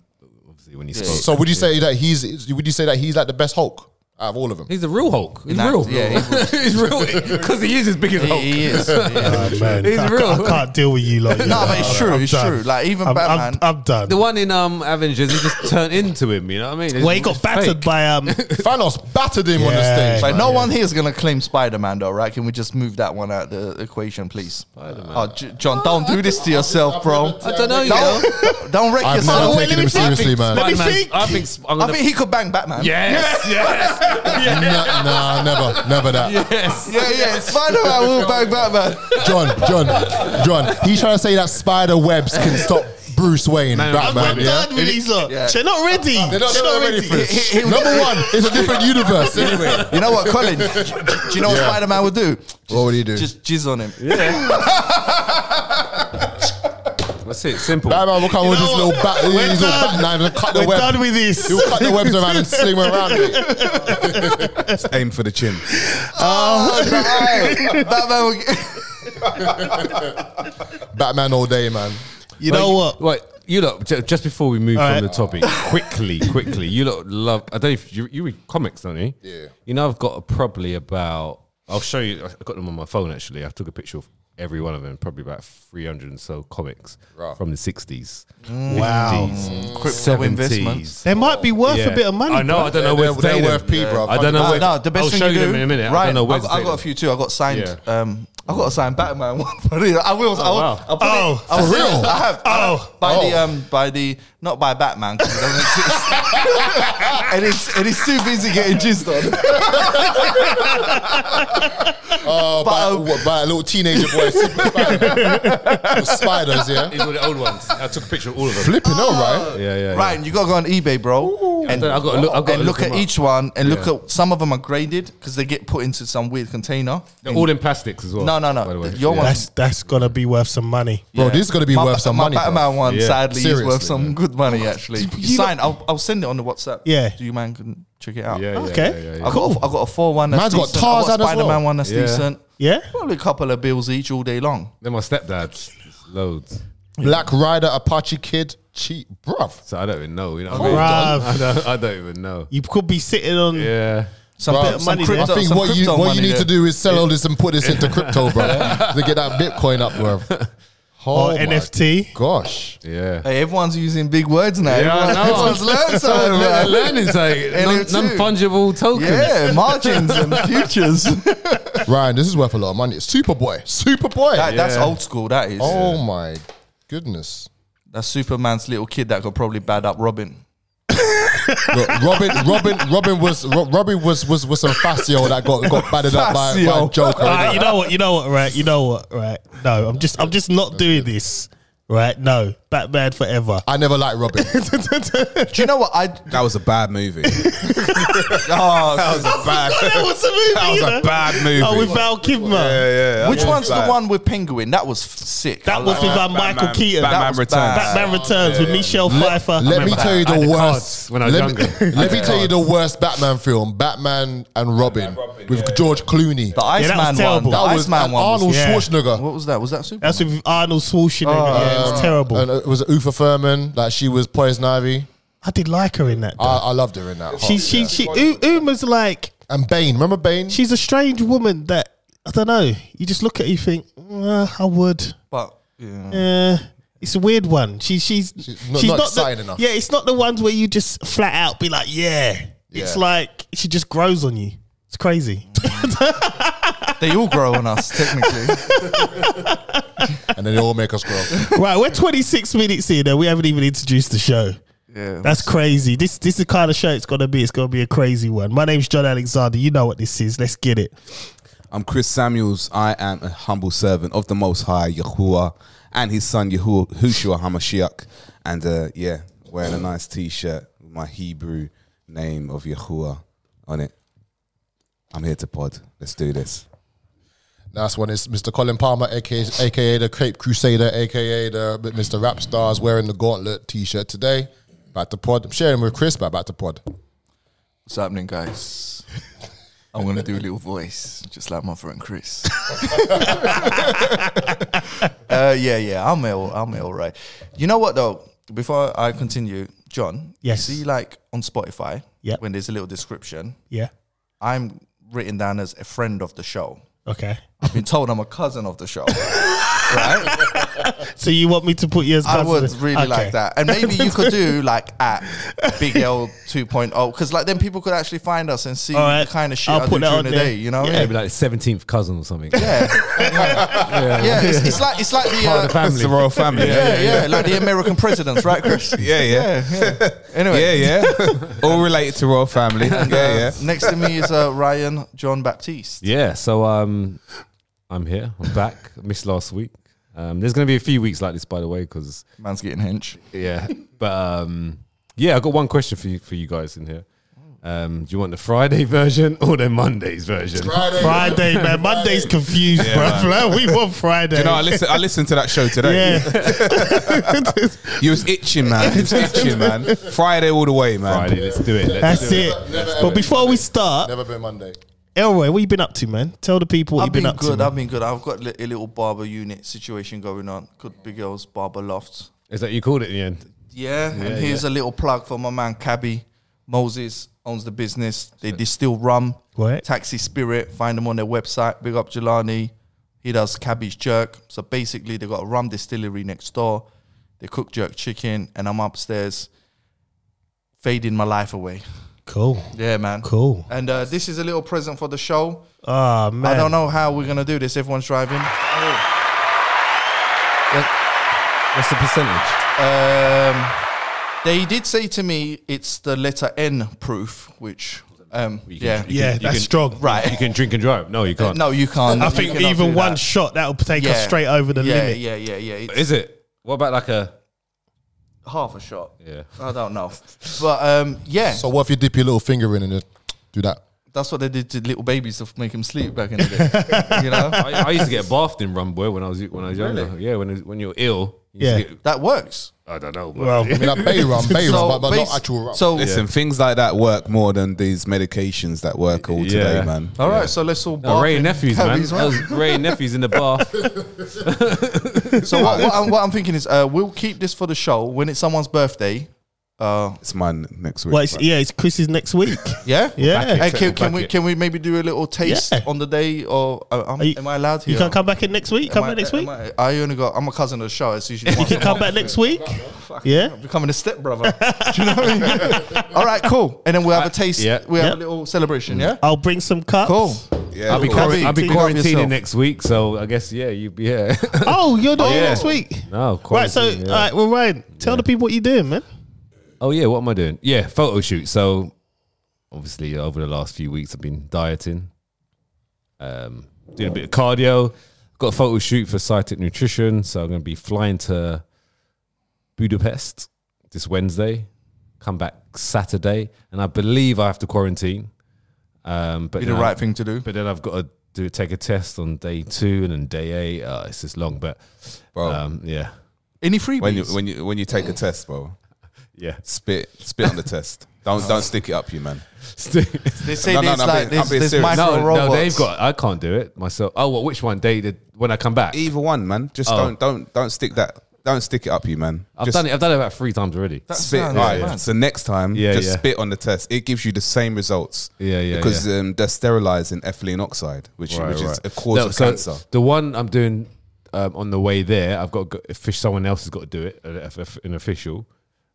obviously when he spoke. So would you say that he's? Would you say that he's like the best Hulk out of all of them? He's a real Hulk. He's Nah, real. yeah, he's real because he is as big as Hulk. He, he is. He is. Oh, man. He's I, ca- real. I can't deal with you like No, but it's true, it's true. Like, even Batman- I'm, I'm done. The one in um, Avengers, he just turned into him. You know what I mean? Well, he got battered by um, Thanos battered him on the Yeah. stage. But no one here is gonna claim Spider-Man though, right? Can we just move that one out of the equation, please? Oh, J- John, don't do this to yourself, bro. I don't know. You know? Don't, don't wreck I've yourself. never wait, taken let him me think. seriously, man. Let me Batman- think. I think. sp- I'm I gonna, think he could bang Batman. yes, yes, Nah, nah, never, never that. yes. yeah, yeah. Spider-Man will bang Batman. John, John, John. He's trying to say that spider webs can stop Bruce Wayne, Man, I'm Batman. done Yeah? with these lot. They're not ready. They're not, they're not ready for this. He- he- Number one, it's a different universe. Anyway, You know what, Colin? Do, do you know what Spider-Man would do? what would he do? Just jizz on him. That's it. Simple. Batman will come with You his know little what? bat, his We're little done. bat knife and cut the We're web. done with this. He'll cut the webs around and sling them around. mate. Just aim for the chin. Batman will get- Batman all day, man. You know what? Wait, you look just before we move All from right. the topic quickly, quickly. You look love. I don't. know if you, you read comics, don't you? Yeah. You know, I've got a, probably about. I'll show you. I got them on my phone actually. I took a picture of every one of them. Probably about three hundred and so comics Right. from the sixties, Wow. Crypto investments. They might be worth Yeah. a bit of money. I know. I don't They're, know where to they're take them. worth P, bro. I don't know Ah, No, where. no, the best I'll thing show you you do them in a minute. Right, I don't know where I've, to I've take got a them. few too. I got signed. Um, I got a signed Batman one. For real. I will. I will. wow. I'll put Oh, I'll for say real? it. I have. I have. Oh. by the Oh. um, by the not by Batman because it doesn't exist. and it's and it's too busy getting jizzed on. Oh, by, um, what, by a little teenager boy. Spider- Spiders, yeah. These were the old ones. I took a picture of all of them. Flipping, all right. Yeah, yeah. Ryan, you gotta go on eBay, bro, and, I've gotta look- I've gotta and look, look them at up. each one and look at some of them are graded because they get put into some weird container. They're all in plastics as well. No, no, no. by the way. The- your Yeah. one- That's that's gonna be worth some money. Bro, this is gonna be My worth Ba- some my money, bro. Batman one, Yeah. sadly, is Seriously, worth some man. good money. Actually, you sign. I'll, I'll send it on the WhatsApp. Yeah. do you mind can check it out? Yeah, yeah, Okay. yeah, yeah, I got a, I got a four one. Man's That's got decent. I Tarzan got as Spider Man well. one. That's Yeah. decent. Yeah? probably a couple of bills each all day long. They're my stepdad's. Loads. Black Rider, Apache Kid, cheat, bruv. So I don't even know. You know what Bruv. I mean? I don't, I don't even know. You could be sitting on Yeah. Some, Bruh, bit of some money. crypto- there. I think Some what you crypto what money you need there. to do is sell all this and put this into crypto, bro, to get that Bitcoin up, bro. or Oh, my NFT. Gosh, Yeah. Hey, everyone's using big words now. Yeah, I Everyone- know. Everyone's learned So something. le- man. learning something. LM2. Non fungible tokens. Yeah, margins and futures. That- Ryan, this is worth a lot of money. It's Superboy, Superboy. That's old school. That is. Oh my goodness. That's Superman's little kid that could probably bad up Robin. Look, Robin, Robin, Robin was Ro- Robin was was was some Facio that got got batted up by, by Facio. Joker. Alright, you know what? You know what? Right? You know what? Right? No, I'm just I'm just not doing this. Right? No, Batman forever. I never liked Robin. Do you know what I? uh, That was a bad movie. Oh, was a bad. that was a movie. That was you a know? bad movie. Oh, with Val Kimmer. which was one's the bad. one with Penguin? That was f- sick. I That was like with uh, Batman- Michael Keaton. Batman That was Returns. bad. Batman Returns with Michelle Pfeiffer. Let me Remember tell you that? the the worst. cards when I was let me, younger. I let had me the tell you the worst Batman film: Batman and Robin with George Clooney. The That Iceman one. terrible. The That was Iceman and one. Arnold Was, Yeah. Schwarzenegger. what was that? Was that Superman? That's with Arnold Schwarzenegger. yeah, it was terrible. Oh, um, And uh, it was Ufa Thurman. Like she was Poison Ivy. I did like her in that. I, I loved her in that. she, She's she, she, U- Uma's like, and Bane. Remember Bane? she's a strange woman that, I don't know, you just look at her, you think, uh, I would. but yeah. Uh, it's a weird one. She, she's, she's not- not the- exciting enough. Yeah, it's not the ones where you just flat out be like, yeah. It's Yeah. like she just grows on you. It's crazy. they all grow on us technically. and then they all make us grow. right, we're 26 minutes in and we haven't even introduced the show. Yeah, That's crazy. This this is the kind of show it's gonna be. It's gonna be a crazy one. My name's John Alexander. You know what this is. Let's get it. I'm Chris Samuels. I am a humble servant of the Most High Yahuwah and His Son Yahuwah, Hushua Hamashiach. And uh, yeah, wearing a nice T-shirt with my Hebrew name of Yahuwah on it. I'm here to pod. Let's do this. That's when it's Mr. Colin Palmer, aka, aka the Cape Crusader, aka the Mr. Rap Stars, wearing the gauntlet T-shirt today. Back to pod. I'm sharing with Chris, but back to pod. What's happening, guys? I'm gonna do a little voice, just like my friend Chris. uh, yeah, yeah, I'm ill. I'm ill, right? You know what though? Before I continue, John, Yes. you see, like on Spotify, Yep. when there's a little description, Yeah. I'm written down as a friend of the show. Okay. I've been told I'm a cousin of the show. right? So you want me to put you as I cousin? would really Okay. like that. And maybe you could do like at Big L 2.0 because like then people could actually find us and see All right. the kind of shit I'll I put do that on during the there. day. You know, Yeah, it'd be like seventeenth cousin or something. yeah, yeah. yeah. It's, it's like it's like the, Part of the uh, family. It's the royal family. yeah, yeah, like the American presidents, right, Chris? yeah, yeah, yeah. Anyway, yeah, yeah. All related to royal family. Yeah, yeah. Uh, next to me is uh, Ryan John Baptiste. Yeah, so um, I'm here. I'm back. I missed last week. Um, there's going to be a few weeks like this, by the way, because Man's getting hench. yeah. But um, yeah, I got one question for you for you guys in here. Um, do you want the Friday version or the Monday's version? Friday, man. Monday's confused, bro. we want Friday. You know, I listened. I listened to that show today. yeah. You was itching, man. You was itching, man. Friday all the way, man. Friday, let's do it. Let's That's do it. Never ever But before we start, Never been Monday. Elroy, what you been up to, man? Tell the people what I've you've been, been, up good. to. I've been good. I've got li- a little barber unit situation going on. Good big girls barber loft. Is that you called it in the end? Yeah, and here's a little plug for my man Cabby Moses owns the business. They distill rum, Right. Taxi Spirit. Find them on their website. Big up Jelani. He does cabbage jerk. So basically, they got a rum distillery next door. They cook jerk chicken, and I'm upstairs fading my life away. Cool. Yeah, man. Cool. And uh, this is a little present for the show. Ah man. I don't know how we're gonna do this. Everyone's driving. What's the percentage? Um, they did say to me it's the letter N proof, which um, yeah, You Yeah, can- you that's can- strong. right. You can drink and drive. No, you can't. no, you can't. I you think cannot even do one that. shot that would take us straight over the yeah, limit. Yeah, yeah, yeah. It's Is it? What about like a? half a shot. Yeah. I don't know, but um, yeah, So what if you dip your little finger in and just do that? that's what they did to little babies to f- make them sleep back in the day. you know, I, I used to get bathed in rum, boy, when I was when I was younger. Yeah, when when you're ill. you used to Yeah. get- that works. I don't know. But Well, I mean, like bay rum, bay rum, but, but bas- not actual rum. So Listen, things like that work more than these medications that work all Yeah. today, man. all right, so let's all No, bark Ray in and nephews, man. Kelly's That room. was Ray and nephews in the bath. So what, what, I'm, what I'm thinking is, uh, we'll keep this for the show when it's someone's birthday. Uh, It's mine next week. Well, it's, but- yeah, it's Chris's next week. yeah, Yeah. Hey, can, can We'll back we it. can we maybe do a little taste Yeah. on the day? Or uh, um, Are you- am I allowed here? You can come back in next week. Come Am I- back next am week. I, I only got. I'm a cousin of the show. It's usually You can come back next week. Yeah. becoming a stepbrother. Do you know what I mean? All right, cool. And then we'll have a taste. Yeah. We have Yeah. a little Mm. celebration. Yeah. I'll bring some cups. Cool. e- Yeah, I'll be, cool. Cool. quarant- I'll be Quarantine yourself. quarantining next week, so I guess yeah, you yeah. Oh, you're doing yeah. next week. no, Right, so quarantine, yeah. all right, well, Ryan, tell the people what you're doing, man. Oh yeah, what am I doing? Yeah, photo shoot. So obviously uh, over the last few weeks I've been dieting. Um doing a bit of cardio. Got a photo shoot for Cytic Nutrition, so I'm gonna be flying to Budapest this Wednesday, come back Saturday, and I believe I have to quarantine. Um but Be the then I- right thing to do. But then I've got to do take a test on day two and then day eight. Uh, it's just long, but Bro. um, yeah, Any freebies? when you when you when you take a test, bro, yeah. spit spit on the test. Don't don't stick it up, you man. they say No, no, there's no, I'm being- like I'm there's, being there's serious. micro No, robots. no, they've got. I can't do it myself. Oh, well, which one? Day did- when I come back. Either one, man. Just Oh. don't don't don't stick that. Don't stick it up, you man. I've Just done it. I've done it about three times already. That Spit. sounds Right. mad. So next time, Yeah, just yeah. spit on the test. It gives you the same results. Yeah, yeah, Because yeah. Um, they're sterilizing ethylene oxide, which Right, which is right. a cause No, of so cancer. The one I'm doing um, on the way there, I've got to go, if someone else has got to do it, an- if- if an official,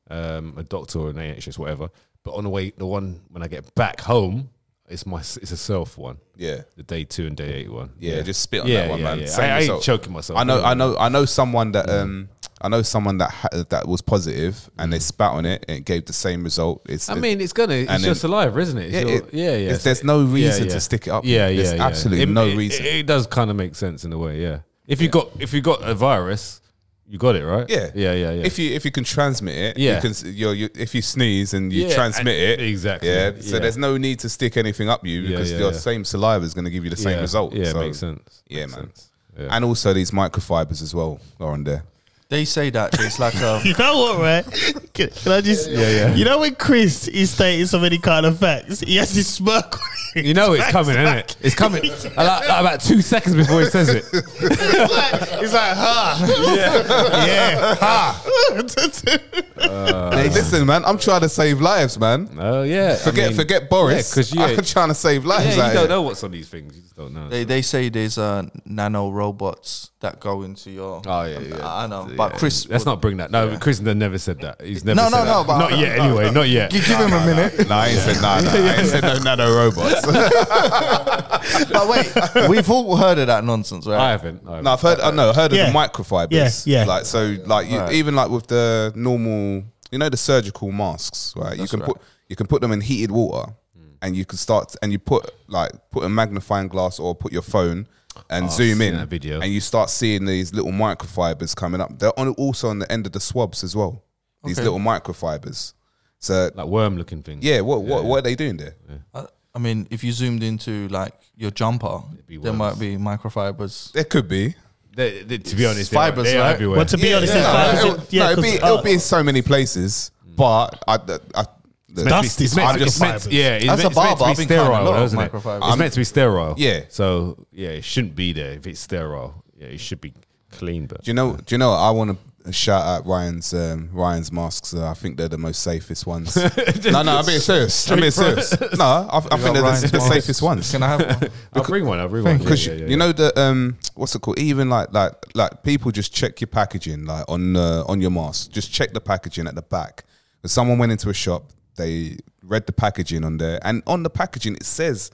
um, a doctor or an NHS, whatever. But on the way, the one when I get back home, it's my it's a self one. Yeah. The day two and day eight one. Yeah, just spit on Yeah, that one, yeah, man. yeah. Same I- I ain't result. choking myself. I know, Yeah. I know, I know someone that um, I know someone that ha- that was positive and they spat on it and it gave the same result. It's, I mean, it's gonna. It's And just then- alive, isn't it? It's Yeah, your- it- yeah, yeah. it's- there's no reason to stick it up. Yeah, yeah. There's yeah. absolutely no reason. It, it does kind of make sense in a way. Yeah. If you got if you got a virus, you got it right. yeah, yeah, yeah, yeah. If you if you can transmit it, Yeah. You can, s- you're, you, if you sneeze and you Yeah, transmit and- it, exactly, Yeah. So yeah. there's no need to stick anything up you Yeah, because yeah, your yeah. same saliva is going to give you the same yeah. result. Yeah, so, makes sense. Yeah, Makes man. sense. Yeah. And also these microfibers as well are on there. They say that it's like um, a. You know what, right? Can, can I just? Yeah, yeah. You know when Chris is stating so many kind of facts, he has this smirk. on you know his it's face. coming, isn't it? It's coming. like, like about two seconds before he says it. It's like, it's like, ha, yeah, ha. Hey, listen, man, I'm trying to save lives, man. Oh yeah. I Forget mean, forget Boris. yeah, 'cause you- I'm trying to save Yeah, lives. out you here. don't know what's on these things. You just don't know. They, they say there's uh, nano robots that go into your. Oh, yeah, yeah. I know, but Chris, Let's would- not bring that. No, Chris never said that. He's never. No, said no, no, that. but- not yet. Anyway, not yet. Gi- Give him a minute. No, I ain't said no, no. I ain't said no nano robots. Oh, But wait, we've all heard of that nonsense, right? I haven't. I haven't. no, I've heard. I know, heard Yeah. of the microfibers. Yeah, yeah. Like so, like you, even like with the normal, you know, the surgical masks, right? you can put you can put them in heated water, Hmm. and you can start and you put like put a magnifying glass or put your phone and zoom Oh, seen in that video. and you start seeing these little microfibers coming up. They're on also on the end of the swabs as well. These little microfibers. So like worm looking things. yeah, what what what are they doing there? I, I mean, if you zoomed into like your jumper, be there worms. might be microfibers. There could be. They- they- to be fibres, honest, fibers they are right? everywhere. Well, to be honest, it's no, fine. it'll, yeah, no, it'll, 'cause- be, oh, it'll be in so many places, but I, I, I the- dust is I'm meant to just get meant- fibres. yeah, it's, As a meant- it's meant barber, I've to be been cutting a lot sterile, of though, isn't it? microfibers. It's meant to be sterile. Yeah. So yeah, it shouldn't be there if it's sterile. Yeah, it should be clean. But Do you know? Do you know? I want to shout out Ryan's um, Ryan's masks. Uh, I think they're the most safest ones. no, no, I'm being serious. I'm being serious. No, I, I think they're the, the safest ones. Can I have one? I'll bring one. I'll bring one. because Yeah, yeah, you, yeah, you know the um what's it called even like like like people just check your packaging like on uh, on your mask just check the packaging at the back if someone went into a shop they read the packaging on there, and on the packaging it says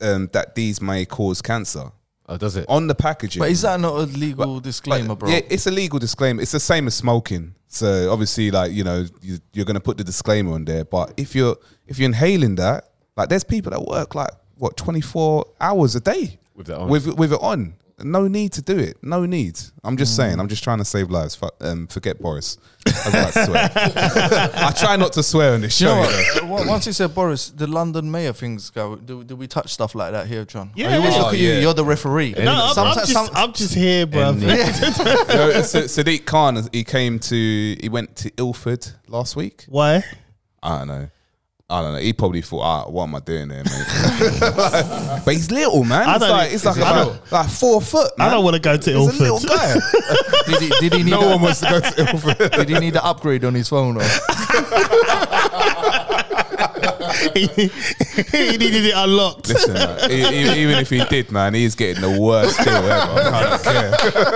um, that these may cause cancer. Oh, does it? On the packaging, But is that not a legal disclaimer, bro? Yeah, it's a legal disclaimer. It's the same as smoking. So obviously, like you know, you, you're going to put the disclaimer on there. But if you're if you're inhaling that, like there's people that work like what 24 hours a day With that on. with with it on. No need to do it. No need. I'm just Mm. saying. I'm just trying to save lives. Fuck, um, forget Boris. I, was about to swear. I try not to swear on this Do you show. know you know. what? Wa- Once you said Boris, the London mayor things go. Do, do we touch stuff like that here, John? Yeah. I always look at you. Oh, yeah. You're the referee. No, I'm, I'm Sometimes- just, some- I'm just here, bro. No, Sa- Sadiq Khan. He came to. He went to Ilford last week. Why? I don't know. I don't know. He probably thought, ah, what am I doing there, mate? but he's little, man. I It's don't- like, it's like, I about- don't- like four foot, man. I don't want to go to He's a little Ilford. guy. did, he, did he need? no a, one wants to go to Ilford. did he need an upgrade on his phone? Or? he needed it unlocked. Listen, man, e- e- even if he did, man, he's getting the worst deal ever. I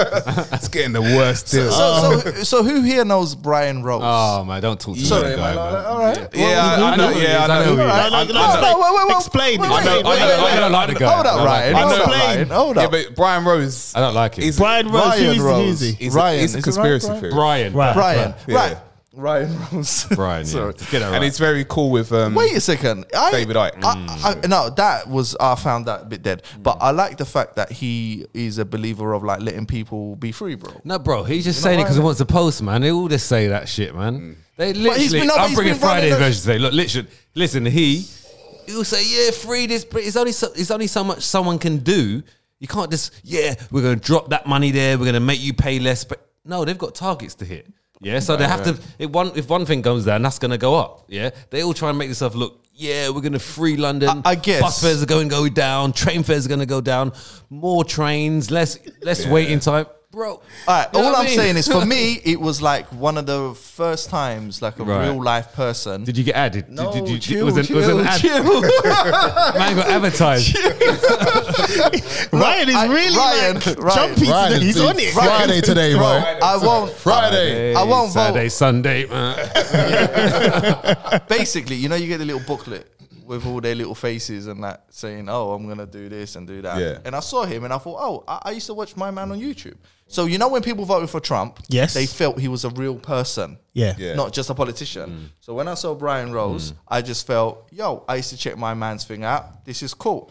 don't care. it's getting the worst deal. So, so, so who here knows Brian Rose? Oh man, don't talk to Sorry, that guy, man, man. all right. Oh, yeah, I, I know. Yeah, I know. No, no, no, I know. no, Wait, wait, wait, Explain. wait, explain. wait, I don't, I don't like the guy. Hold I up, don't Ryan. Like, Hold up, Explain. Ryan. Hold Yeah, up. but Brian Rose, I don't like him. He's- Brian Rose, who Ryan is who Rose. is he? he's Ryan, a, he's is a it conspiracy Ryan? theorist. Brian. Right. Brian, Yeah. right. Ryan Rose. Brian. Yeah. Sorry. Get that right. And he's very cool with. Mm. Um, Wait a second. I, David Icke. I, I, no, that was I found that a bit dead. But Mm. I like the fact that he is a believer of like letting people be free, bro. No, bro, he's just saying it right. because he wants a post, man. They all just say that shit, man. They literally. he's been- no, Mm. but I'm he's bringing been running Friday's the- version today. Look, listen, listen. He, he'll say, yeah, free this. But it's only so, it's only so much someone can do. You can't just, yeah, we're going to drop that money there. We're going to make you pay less. But no, they've got targets to hit. Yeah, so they have to. If one if one thing goes down, that's going to go up. Yeah, they all try and make themselves look. Yeah, we're going to free London. I- I guess. bus fares are going to go down. Train fares are going to go down. More trains, less less waiting time, bro. All right. You know all what I'm I mean? saying is, for me, it was like one of the first times, like a Right. real life person. Did you get added? no, did, did, did, chill, was an, chill, was an ad, chill. Man got advertised. Ryan is I- really Ryan, like Ryan. jumpy Friday, today. He's dude. on it. Friday today, bro. I won't. Friday. I won't Saturday, vote. Sunday, uh, man. Basically, you know, you get a little booklet with all their little faces and that saying, "Oh, I'm gonna do this and do that." Yeah. And I saw him, and I thought, "Oh, I, I used to watch my man on YouTube." So you know, when people voted for Trump, Yes. they felt he was a real person. Yeah. Yeah. Mm. Not just a politician. So when I saw Brian Rose, I just felt, yo, I used to check my man's thing out. This is cool.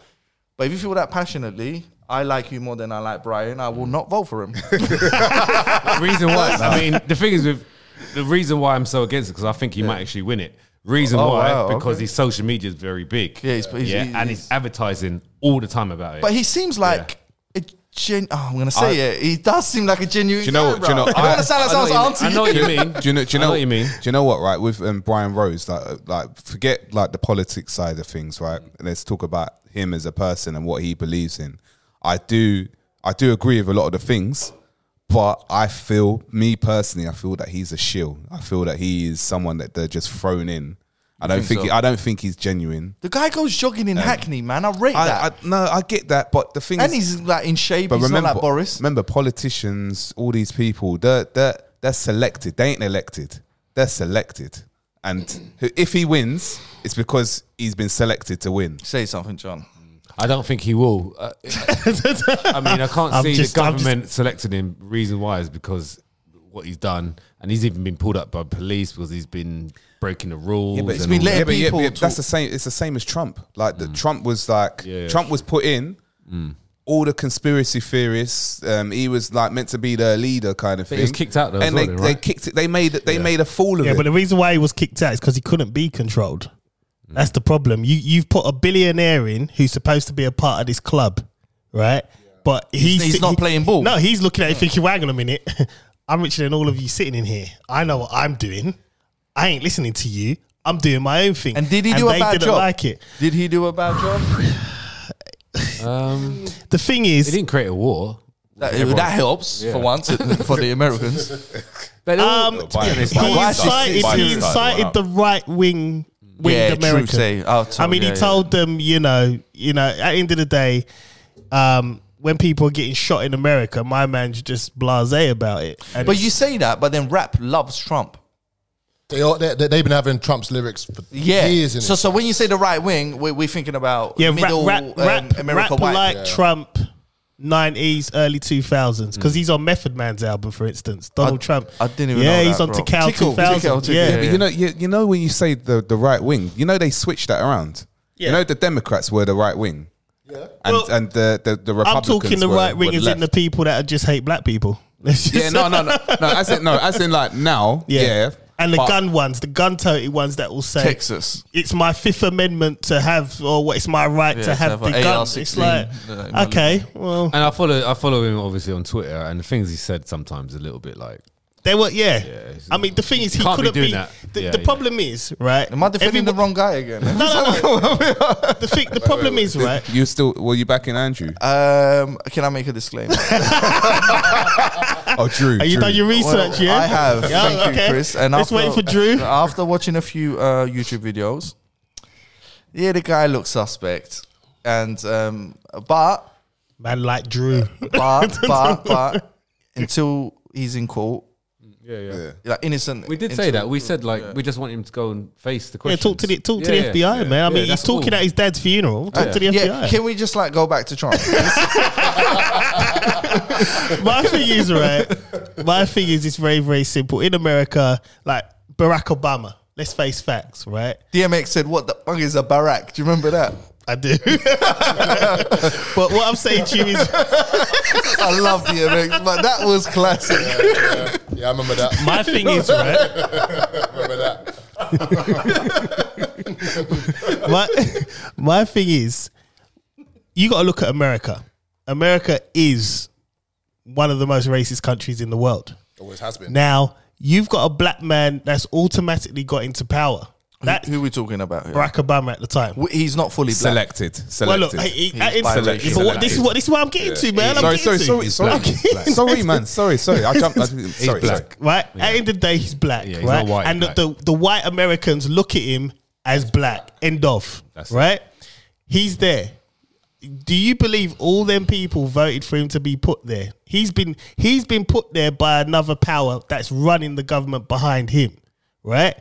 But if you feel that passionately, I like you more than I like Brian, I will not vote for him. The reason why, I mean, the thing is with the reason why I'm so against it because I think he might actually win it. Reason Oh, why wow, because okay. his social media is very big. Yeah, he's- he's- yeah, and he's- he's advertising all the time about it. but he seems like a gen. Oh, I'm gonna say it. He does seem like a genuine. Do you know guy, what- do you bro. know- I don't I- wanna sound like I know someone's auntie. what you mean. I know what you mean. Do you know? Do you I know, know what you mean. Do you know what? Right with um, Brian Rose, like uh, like forget like the politics side of things, right? Let's talk about him as a person and what he believes in. I do, I do agree with a lot of the things, but I feel, me personally, I feel that he's a shill. I feel that he is someone that they're just thrown in. I don't think, he, I don't think he's genuine. The guy goes jogging in Hackney, man. I rate I, I that. no, I get that, but the thing and is, he's like in shape. but he's remember, not like Boris. remember politicians, all these people, they're, they're, they're selected. They ain't elected. They're selected. And who- if he wins, it's because he's been selected to win. Say something, John. I don't think he will. Uh, I mean, I can't I'm see just- the I'm just- government selecting him. Reason why is because what he's done, and he's even been pulled up by police because he's been breaking the rules. Yeah, but and been all let- that. letting people that's talk. the same. It's the same as Trump. Like the Trump was like Mm. Yeah, Mm. yeah, Trump was put in. All the conspiracy theorists. Um, he was like meant to be the leader, kind of But thing. he was kicked out though as and well they, then, they right? kicked it. They made they made a fool of Yeah, it. but the reason why he was kicked out is because he couldn't be controlled. That's the problem. You you've put a billionaire in who's supposed to be a part of this club, right? But he's, he's not playing ball. No, he's looking at it thinking, "Hang on a minute, I'm richer than all of you sitting in here. I know what I'm doing. I ain't listening to you. I'm doing my own thing." And did he do a they bad didn't job? Like it. Did he do a bad job? Um, The thing they is, didn't create a war. that, that helps for once for the Americans. But um, to be honest, he Why is he incited, sitting he inside? incited the right wing winged Yeah, true, American. say. I'll tell- I mean, yeah, he told them, you know, you know, at the end of the day, um, when people are getting shot in America, my man's just blasé about it. And But it's- you say that, but then rap loves Trump. They are, they, they've been having Trump's lyrics for Yeah. years. Innit? so, so when you say the right wing, we're, we're thinking about Yeah, middle rap, um, rap, rap, America rap white. like Trump, nineties, early two thousands, because he's on Method Man's album, for instance. Donald Trump. Mm. I didn't even Yeah, know he's that, on bro. Tikal Tickle, two thousand. Tickle, Yeah, Tickle, But yeah. you know, you, you know when you say the, the right wing, you know they switched that around. Yeah. You know the Democrats were the right wing. Yeah. And Well, and the, the, the I'm Republicans talking the were- right wing were is in the left. people that just hate black people. Let's just- Yeah, no, no, no. No, as in no, as in like now. Yeah. And the but- gun ones, the gun toting ones that will say Texas. It's my Fifth Amendment to have, or what? It's my right Yeah, to to have have the a gun. AR-16. It's like, Yeah, okay, well, And I follow I follow him obviously on Twitter, and the things he said sometimes a little bit like they were, yeah. it's- I mean, the thing is, he Can't be couldn't doing be. that. The, Yeah, the yeah. problem is, right? Am I defending the everyone- wrong guy again? No, no, no. the thing, the problem is, right? You still were you back in Andrew? Um, can I make a disclaimer? oh Drew. Are you Drew. done your research? Well, yeah, I have. Yeah, Thank okay. you, Chris. And Let's wait for Drew. After watching a few uh, YouTube videos, yeah, the guy looks suspect, and um, but Man, like Drew. but but but until he's in court, yeah yeah. like innocent. We did say that. We said like we just want him to go and face the Yeah, question. talk to the talk to the FBI, man. I mean, he's talking at his dad's funeral. Talk to the FBI. Yeah, can we just like go back to Trump? my thing is right. My thing is it's very very simple. In America, like Barack Obama. Let's face facts, right? DMX said, "What the fuck is a barack?" Do you remember that? I do. but what I'm saying to you is I love DMX, but that was classic. yeah, yeah, I remember that. my thing is right. I remember that. My my thing is you got to look at America. America is one of the most racist countries in the world. Always has been. Now, you've got a black man that's automatically got into power. That Who are we talking about here? Barack Obama at the time. W- He's not fully black. selected. Well, Selected. look, hey, he, that He's is- biracial. yeah, but what, this is what this is what I'm getting to, man. sorry, I'm sorry, getting sorry, to. sorry, I'm getting to. sorry, man. Sorry, sorry. I jumped. I, sorry, sorry. black. Right at the end of the day, he's black, Yeah, he's right? not white, and the, black. the the white Americans look at him as black. End of. That's it. right. He's there. Do you believe all them people voted for him to be put there? He's been he's been put there by another power that's running the government behind him, right?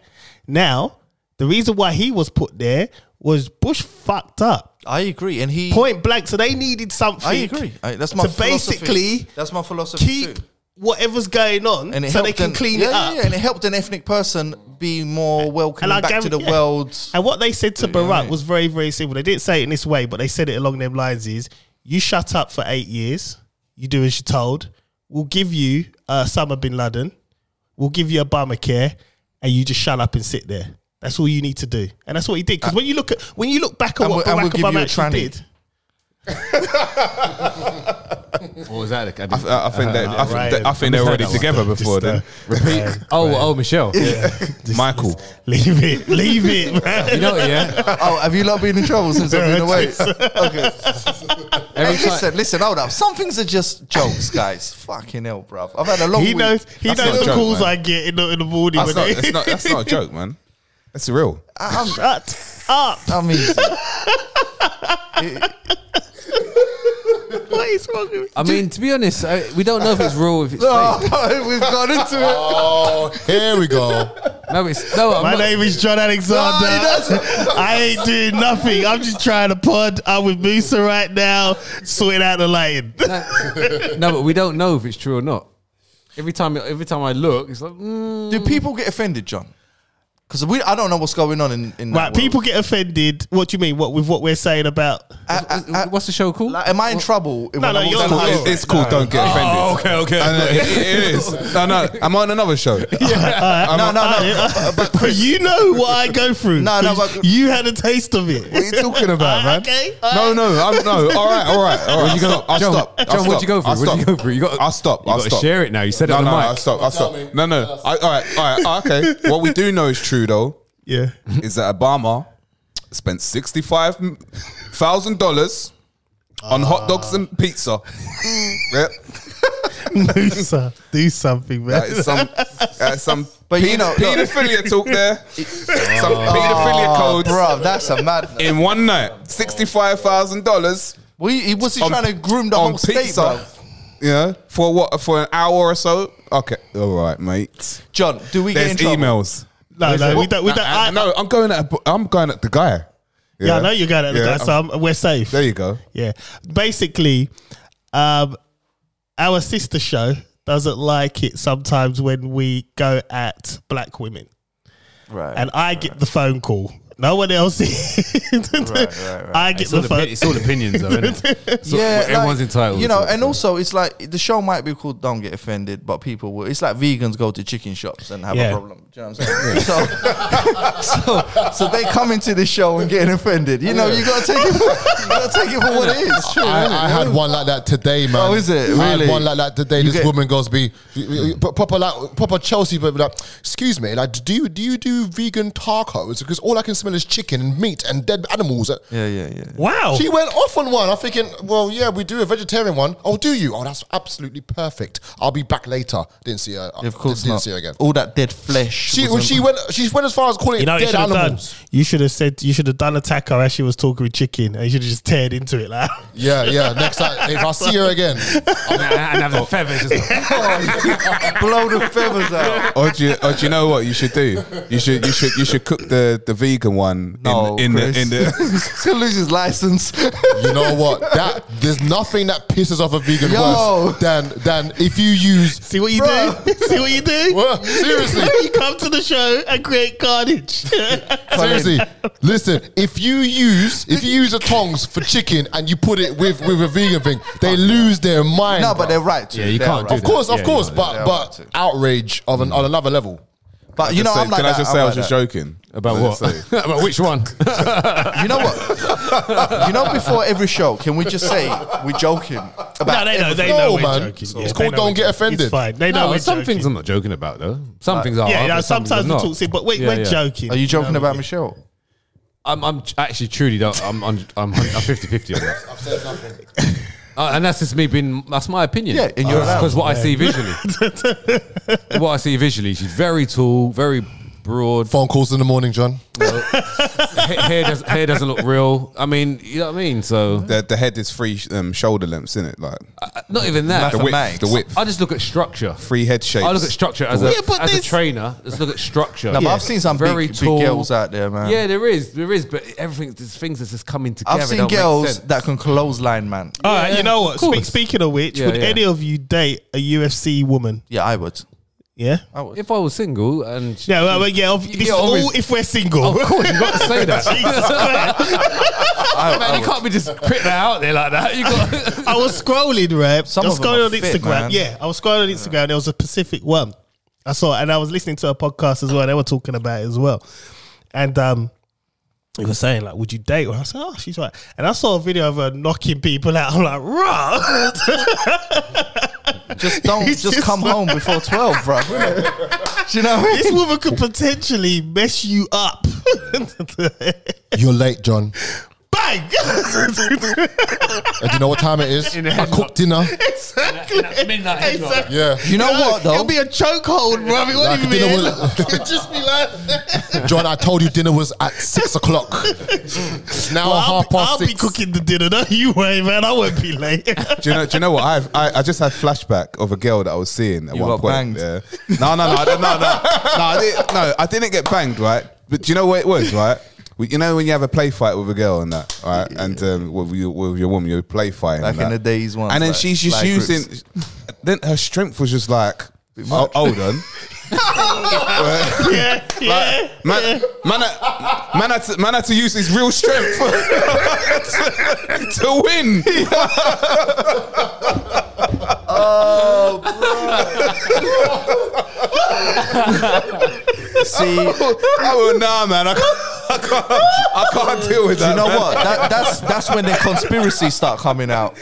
Now, the reason why he was put there was Bush fucked up. I agree, and he point blank. So they needed something. I agree. I- that's my to philosophy. basically that's my philosophy keep too. whatever's going on, And it so helped they can an- clean yeah, it up. Yeah, yeah, and it helped an ethnic person be more welcoming I back guarantee- to the yeah. world. And what they said to know what I Barack mean? was very, very simple. They didn't say it in this way, but they said it along them lines: "Is you shut up for eight years, you do as you're told. We'll give you uh, Osama bin Laden, we'll give you Obamacare, and you just shut up and sit there. That's all you need to do. And that's what he did. Because when you look at when you look back at Uh, And what we'll- and Barack we'll give you Obama a actually tranny. did, What was that? I I, didn't- I think that I think, Ryan. that, I think they're already Just, uh, together before then. Repeat, oh, oh, Michelle. Michael. leave it, leave it, man. You know, yeah. oh, have you not been in trouble since I've been away? okay. Every Hey, time, listen, listen, hold up. Some things are just jokes, guys. Fucking hell, bruv. I've had a long He week. knows. He That's knows not the a joke, calls man. I get in the, in the morning. That's not, when that's not that's not a joke, man. That's real. I- I'm, Shut up! I'm easy. What is wrong with I mean, to be honest, I, we don't know if it's real. If it's No, fake. no, Oh, we've gone into it. Oh, here we go. No, it's no. I'm My not- name is John Alexander. I ain't doing nothing. I'm just trying to pod. I'm with Musa right now, sorting out the lighting. no, but we don't know if it's true or not. Every time, every time I look, it's like mm, Do people get offended, John? Because we, I don't know what's going on in. in that Right, world. people get offended. What do you mean? What with what we're saying about? Uh, I- I- I- what's the show called? like, am I in trouble? when no, I'm you're on not. high It's, street? it's cool. Don't get offended. Oh, Oh, okay, okay. No, no, it- it is. No, no. I'm on another show. Alright. No, no, no. but you know what I go through. No, no, 'cause but- you had a taste of it. Ah, What are you talking about, man? Okay, No, alright. Oh, no, I'm, no. All right, all right, all right. You go, I'll John, stop. John, I'll what'd you go stop. for? I'll What'd stop. you go for? You got. I'll stop. You I'll got to stop. share it now. You said it No, on no, the mic. I'll stop. I'll stop. No, no. I, all right, all right. ah, Okay. what we do know is true though Yeah, is that Obama spent sixty-five thousand dollars on hot dogs and pizza. yeah, Musa, do something, man. that is some, that is some. But But you know- pedophilia talk there. some pedophilia Oh, codes bruv, that's a madness. in one night. Sixty-five thousand dollars. We, he was he On- trying to groom the on whole state, pizza. bruv. Yeah, for what? For an hour or so. Okay, all right, mate. John, do we get There's in trouble? emails. No, no, we don't. We I- don't. I, I, no, I'm going at a- I'm going at the guy. yeah, I know you got it, Yeah, guy, so I'm, we're safe. There you go. Yeah. Basically, um, our sister show doesn't like it sometimes when we go at black women. Right. And I get the phone call. No one else. I get It's all, the phone. opi- it's all opinions, though, isn't it? So yeah, everyone's like, entitled. You know, to it, and so. also it's like the show might be called "Don't Get Offended," but people will. It's like vegans go to chicken shops and have Yeah. a problem. Do you know what I'm saying? So, so, so they come into the show and getting offended. You know, you gotta take it. For, you gotta take it for what it is. True, I, innit? I had one like that today, man. Oh, is it? I had Really? one like that today. You this get- woman goes be but proper like proper Chelsea, but like, excuse me, like do you do you do vegan tacos? Because all I can smell is chicken and meat and dead animals. Uh, Yeah, yeah, yeah. Wow. She went off on one. I'm thinking, well, yeah, we do a vegetarian one. Oh, do you? Oh, that's absolutely perfect. I'll be back later. Didn't see her. Yeah, Of course didn't, not. Oh, see her again. All that dead flesh. She wasn't- she went she went as far as calling You know, what it you dead should have done. animals. You should have said. You should have done a taco as she was talking with chicken, and you should have just teared into it. Like, Yeah, yeah. Next time, if I see her again, and, and have the feathers. Just blow the feathers out. Or Oh, do you, or do you know what you should do? You should you should you should cook the, the vegan one No, in, in Chris. the in the He's gonna lose his license. you know what? That there's nothing that pisses off a vegan Yo. worse than than if you use. see what you do. See what you do. Well, seriously, you come to the show and create carnage. seriously. Listen, if you use if you use the tongs for chicken and you put it with with a vegan thing, they lose their mind. no, but bro. they're right. too. Yeah, you They're can't right. do of course, of Yeah, course, yeah, but yeah. but outrage of Mm. an, on another level. But you know, I'm like Can that. I just I'm say I like was just that. joking? About Can I just say- what? About which one? You know what? you know, before every show, can we just say we're joking no, about they know. They know. No, man. We're joking. It's Yeah, called they know Don't we're Get joking. Offended. It's fine. They know. No, we're some joking. things I'm not joking about though. Some things are. Yeah, but yeah. some things Sometimes we are talk, not. see, but we, Yeah, we're yeah. joking. Are you joking know, about we- Michelle? I'm, I'm ch- actually truly don't. I'm, I'm, I'm, hun- I'm 50 50 on that. Uh, and that's just me being, that's my opinion. Yeah, and you're Because what I see visually. what I see visually, she's very tall, very broad. Phone calls in the morning, John. Ha- hair, does, hair doesn't look real. I mean, you know what I mean? So, The, the head is three um, shoulder lengths, isn't it? Like uh, not even that. the width, the width, I just look at structure. three head shapes. I look at structure as a, Yeah, but as a this- trainer. Let's look at structure. No, but I've seen some Very big, tall. big girls out there, man. Yeah, there is, there is, but everything, there's things that's just coming together. I've seen don't make sense. girls that can clothesline, man. All right, you know what? of Speak, course. speaking of which, Yeah, would yeah. any of you date a UFC woman? Yeah, I would. Yeah. I would. If I was single and Yeah, well, well, yeah. ob- This is always- all if we're single. Of course, you got to say that. Jesus Christ. I, Man, I you would. can't be just putting that out there like that. You got. I was scrolling, right? Some I was of them scrolling are on fit, Instagram. man. Yeah, I was scrolling on Instagram. There was a Pacific one. I saw, it, and I was listening to a podcast as well. They were talking about it as well, and um, they were saying like, "Would you date?" her? I said, "Oh, she's right." And I saw a video of her knocking people out. I'm like, "Rah!" Just don't. He's Just, just come like- home before twelve, bro. Do you know what I mean? this woman could potentially mess you up. You're late, John. Bang! And do you know what time it is? I cooked dinner. exactly. midnight headlock. Exactly. Yeah. You know what though? It'll be a chokehold, bro. It Like, won't even be you know a- what- It'll just be like. John, I told you dinner was at six o'clock. It's now Well, I'll, half be, past I'll six. be cooking the dinner. Don't you worry, man. I won't be late. do you know? Do you know what? I've, I I just had flashback of a girl that I was seeing at You one got point. banged. Yeah. No, no, no, I don't- no, no, no. I didn't, no, I didn't get banged, right? But do you know what it was, right? We- You know when you have a play fight with a girl and that, right? And um, with, you, with your woman, you're play fighting. Back and in that. the days, once, and then like, she's just like using. Then her strength was just like, oh, hold on. yeah, yeah. Man, man, had- man, had to, man had to use his real strength to, to win. See, Oh nah, man, I can't, I can't, I can't deal with Do that. you know man. what? That, that's that's when the conspiracies start coming out.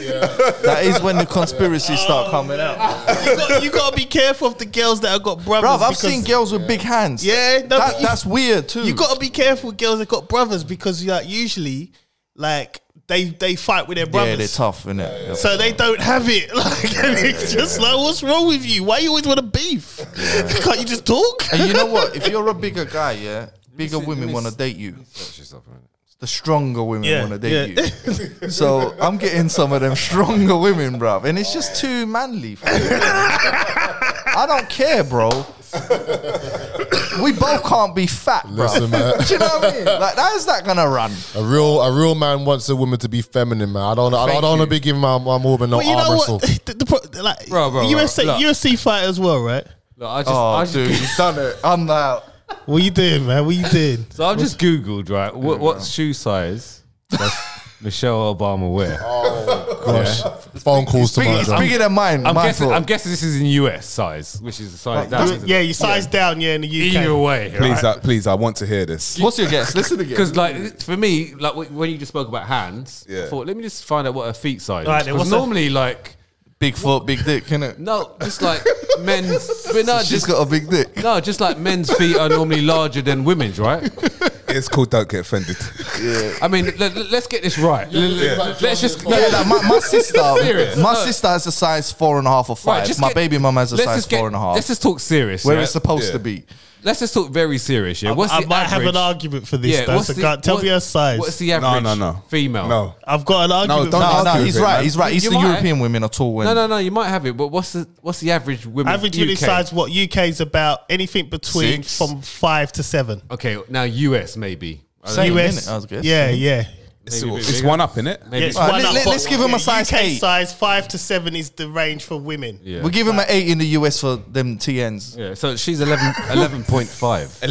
That is when the conspiracies Oh. start coming out. you, got, you gotta be careful of the girls that have got brothers. Bro, I've because- seen girls with big hands. Yeah, no, That- but you- that's weird too. You gotta be careful, with girls that got brothers, because like usually, like they they fight with their yeah, brothers. they're tough, innit? Yeah. So they don't have it. Like and it's just like, what's wrong with you? Why you always want to beef? Can't you just talk? And you know what? If you're a bigger guy, yeah, bigger women want to date you. The stronger women Yeah, want to date you. So I'm getting some of them stronger women, bruv. And it's just too manly. For me. I don't care, bro. we both can't be fat, bro. Listen, man. Do you know what I mean? Like, how's that gonna run? A real, a real man wants a woman to be feminine, man. I don't, I don't, I Thank don't want you. to be giving my, my woman no But you arm know wrestle. what? The, the pro- like, Bro, bro, bro, UFC, look. UFC fight as well, right? Look, I just, I Oh, just, dude, you've done it. I'm uh, out. What you doing, man? What you doing? So I've just googled right. What, what shoe size does Michelle Obama wear? Oh, Gosh, phone calls to Big, my it's bigger than mine. I'm my guessing. fraud. I'm guessing this is in US size, which is the size. that is- yeah, you size down, yeah, in the UK. Either way, Please, I, please, I want to hear this. What's your guess? Listen again. Because like for me, like wh- when you just spoke about hands, Yeah. I thought let me just find out what her feet size. Alright, is. then, 'Cause what's the- normally like big foot, big dick, innit? no, just like men's, but no, She's just got a big dick. no, just like men's feet are normally larger than women's, right? It's called Don't Get Offended. I mean, let, us get this right. Let- let- Let's just no, Yeah, like my, my sister, Serious. my No. sister has a size four and a half or five. Right, just my get- baby mum has a let's size just get- four and a half. Let's just talk serious. where yeah? it's supposed Yeah. to be. Let's just talk very serious. Yeah, what's I the might have average- an argument for this. though, what's so the- can't- tell what- me her size. What's the No, average? no, no. Female. No. I've got an argument. don't for No, argue this. no, with he's it, right. man. He's right. You Eastern might. European women are tall. No, Women. no, no. You might have it, but what's the what's the average women? Average women UK? size what UK is about anything between Six. from five to seven. Okay, now US maybe. I don't Same, know, US, innit? I was guessing. yeah, yeah. It's, Maybe a bit it's bigger. one up, innit? maybe. Yeah, it's Alright, one let- up, let- but let's give him a size UK eight. size five to seven is the range for women. Yeah. We give him an eight in the US for them TNs. Yeah, so she's 11, 11.5.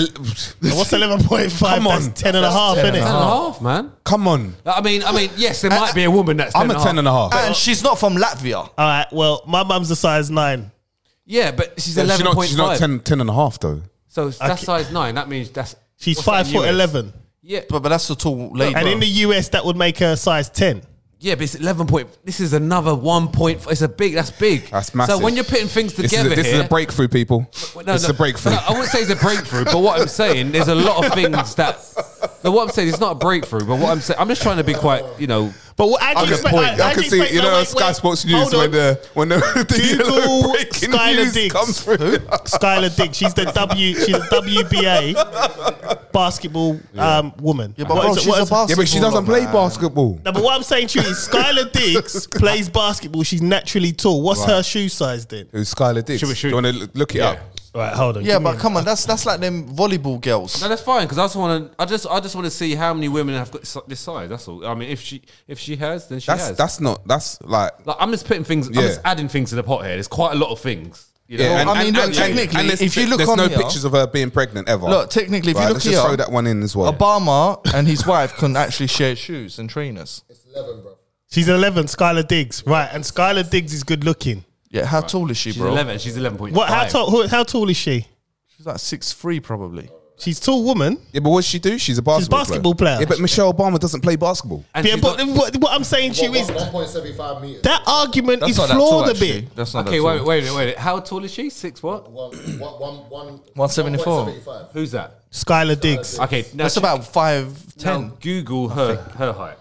And What's eleven point five? Come on. That's ten and a half, Ten and a innit? half, man. Come on. I mean, I mean, yes, there might be a woman that's. Uh, I'm a 10 and a half. And she's not from Latvia. All right. Well, my mum's a size nine. Yeah, but she's She's not- eleven point She's not five. 10, 10 and a half, though. So that's Okay. size nine. That means that's She's what's five that in foot US? eleven, Yeah, But, but that's a tall lady. and bro. in the US that would make her size ten. yeah, but it's eleven point. This is another one point. It's a big. That's big. That's massive. So when you're putting things This is a, together, this is here, a breakthrough, people. Well, no, it's no, a breakthrough. no, I wouldn't say it's a breakthrough, but what I'm saying, there's a lot of things that. No, what I'm saying, it's not a breakthrough, but what I'm saying, I'm just trying to be quite, you know, But what, how do I you can expect- point. how- I how do can you see, expect- you no, know, wait, Sky wait. Sports Hold News when on. the when the, the Google yellow breaking Skylar news Diggs. comes through. Skylar Dick. She's the W. She's a WBA basketball um, woman. yeah, but What bro, is it- she's what a is it? basketball. Yeah, but she doesn't play man. basketball. No, but what I'm saying to you is Skylar Diggs plays basketball. She's naturally tall. What's her shoe size then? Who's Skylar Diggs? Should we shoot? Do you want to look it Yeah. up? Right, hold on. Yeah, Give me but come on, that's that's like them volleyball girls. No, that's fine because I just want to. I just, I just want to see how many women have got si- this size. That's all. I mean, if she, if she has, then she That's has. that's not that's like like, I'm just putting things. I'm Yeah. just adding things to the pot here. There's quite a lot of things. You know? yeah. I mean, look, technically, there's- if you look there's on no here- pictures of her being pregnant ever. Look, technically, if you Right, look let's here- just throw that one in as well. Obama and his wife couldn't actually share shoes and trainers. She's 11, Skylar Diggs. Right, and Skylar Diggs is good looking. Yeah, how tall is she, she's bro? eleven. She's eleven point five. What? How tall? Who, how tall is she? She's like six three, probably. She's tall woman. Yeah, but what does she do? She's a basketball, basketball player. Yeah, but Michelle Obama doesn't play basketball. And Yeah, she's but not- what, what I'm saying to you is One point seventy five meters. that argument is that tall, flawed a actually. bit. That's not okay, that wait, tall. wait, wait, a minute, wait. a minute. How tall is she? Six what? One, one, one, one, 174. 1.75. Who's that? Uh, Skylar Diggs. Okay, now That's she- about five now ten. Google her her height.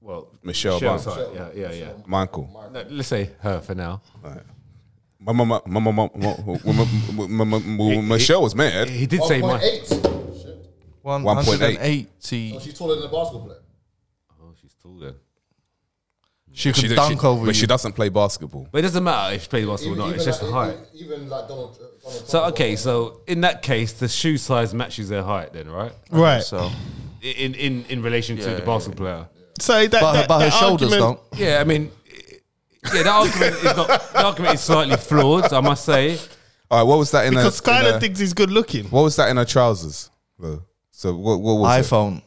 Well, Michelle Michelle's Obama. height. Yeah, yeah, yeah. Michael. No, let's say her for now. My mama, my mama, my- my- my- my- my- my- Michelle was mad. He did say my. 1.8. Shit. One 1.8. hundred and eighty. Oh, She's taller than a basketball player. Oh, she's tall then. She could She- dunk she- over you. but she doesn't play basketball. But it doesn't matter if she plays basketball or not. It's just the height. Even, even like Donald, Donald Trump. So okay, so in that case, the shoe size matches their height, then, right? Right. So, so, In in in relation to the basketball player. that, but her, that, but her that shoulders argument, don't. Yeah, I mean, yeah, the argument is not. The argument is slightly flawed, I must say. All right, what was that in her? Because in Skylar her- Diggs is good looking. What was that in her trousers? though? So what? What was it? iPhone.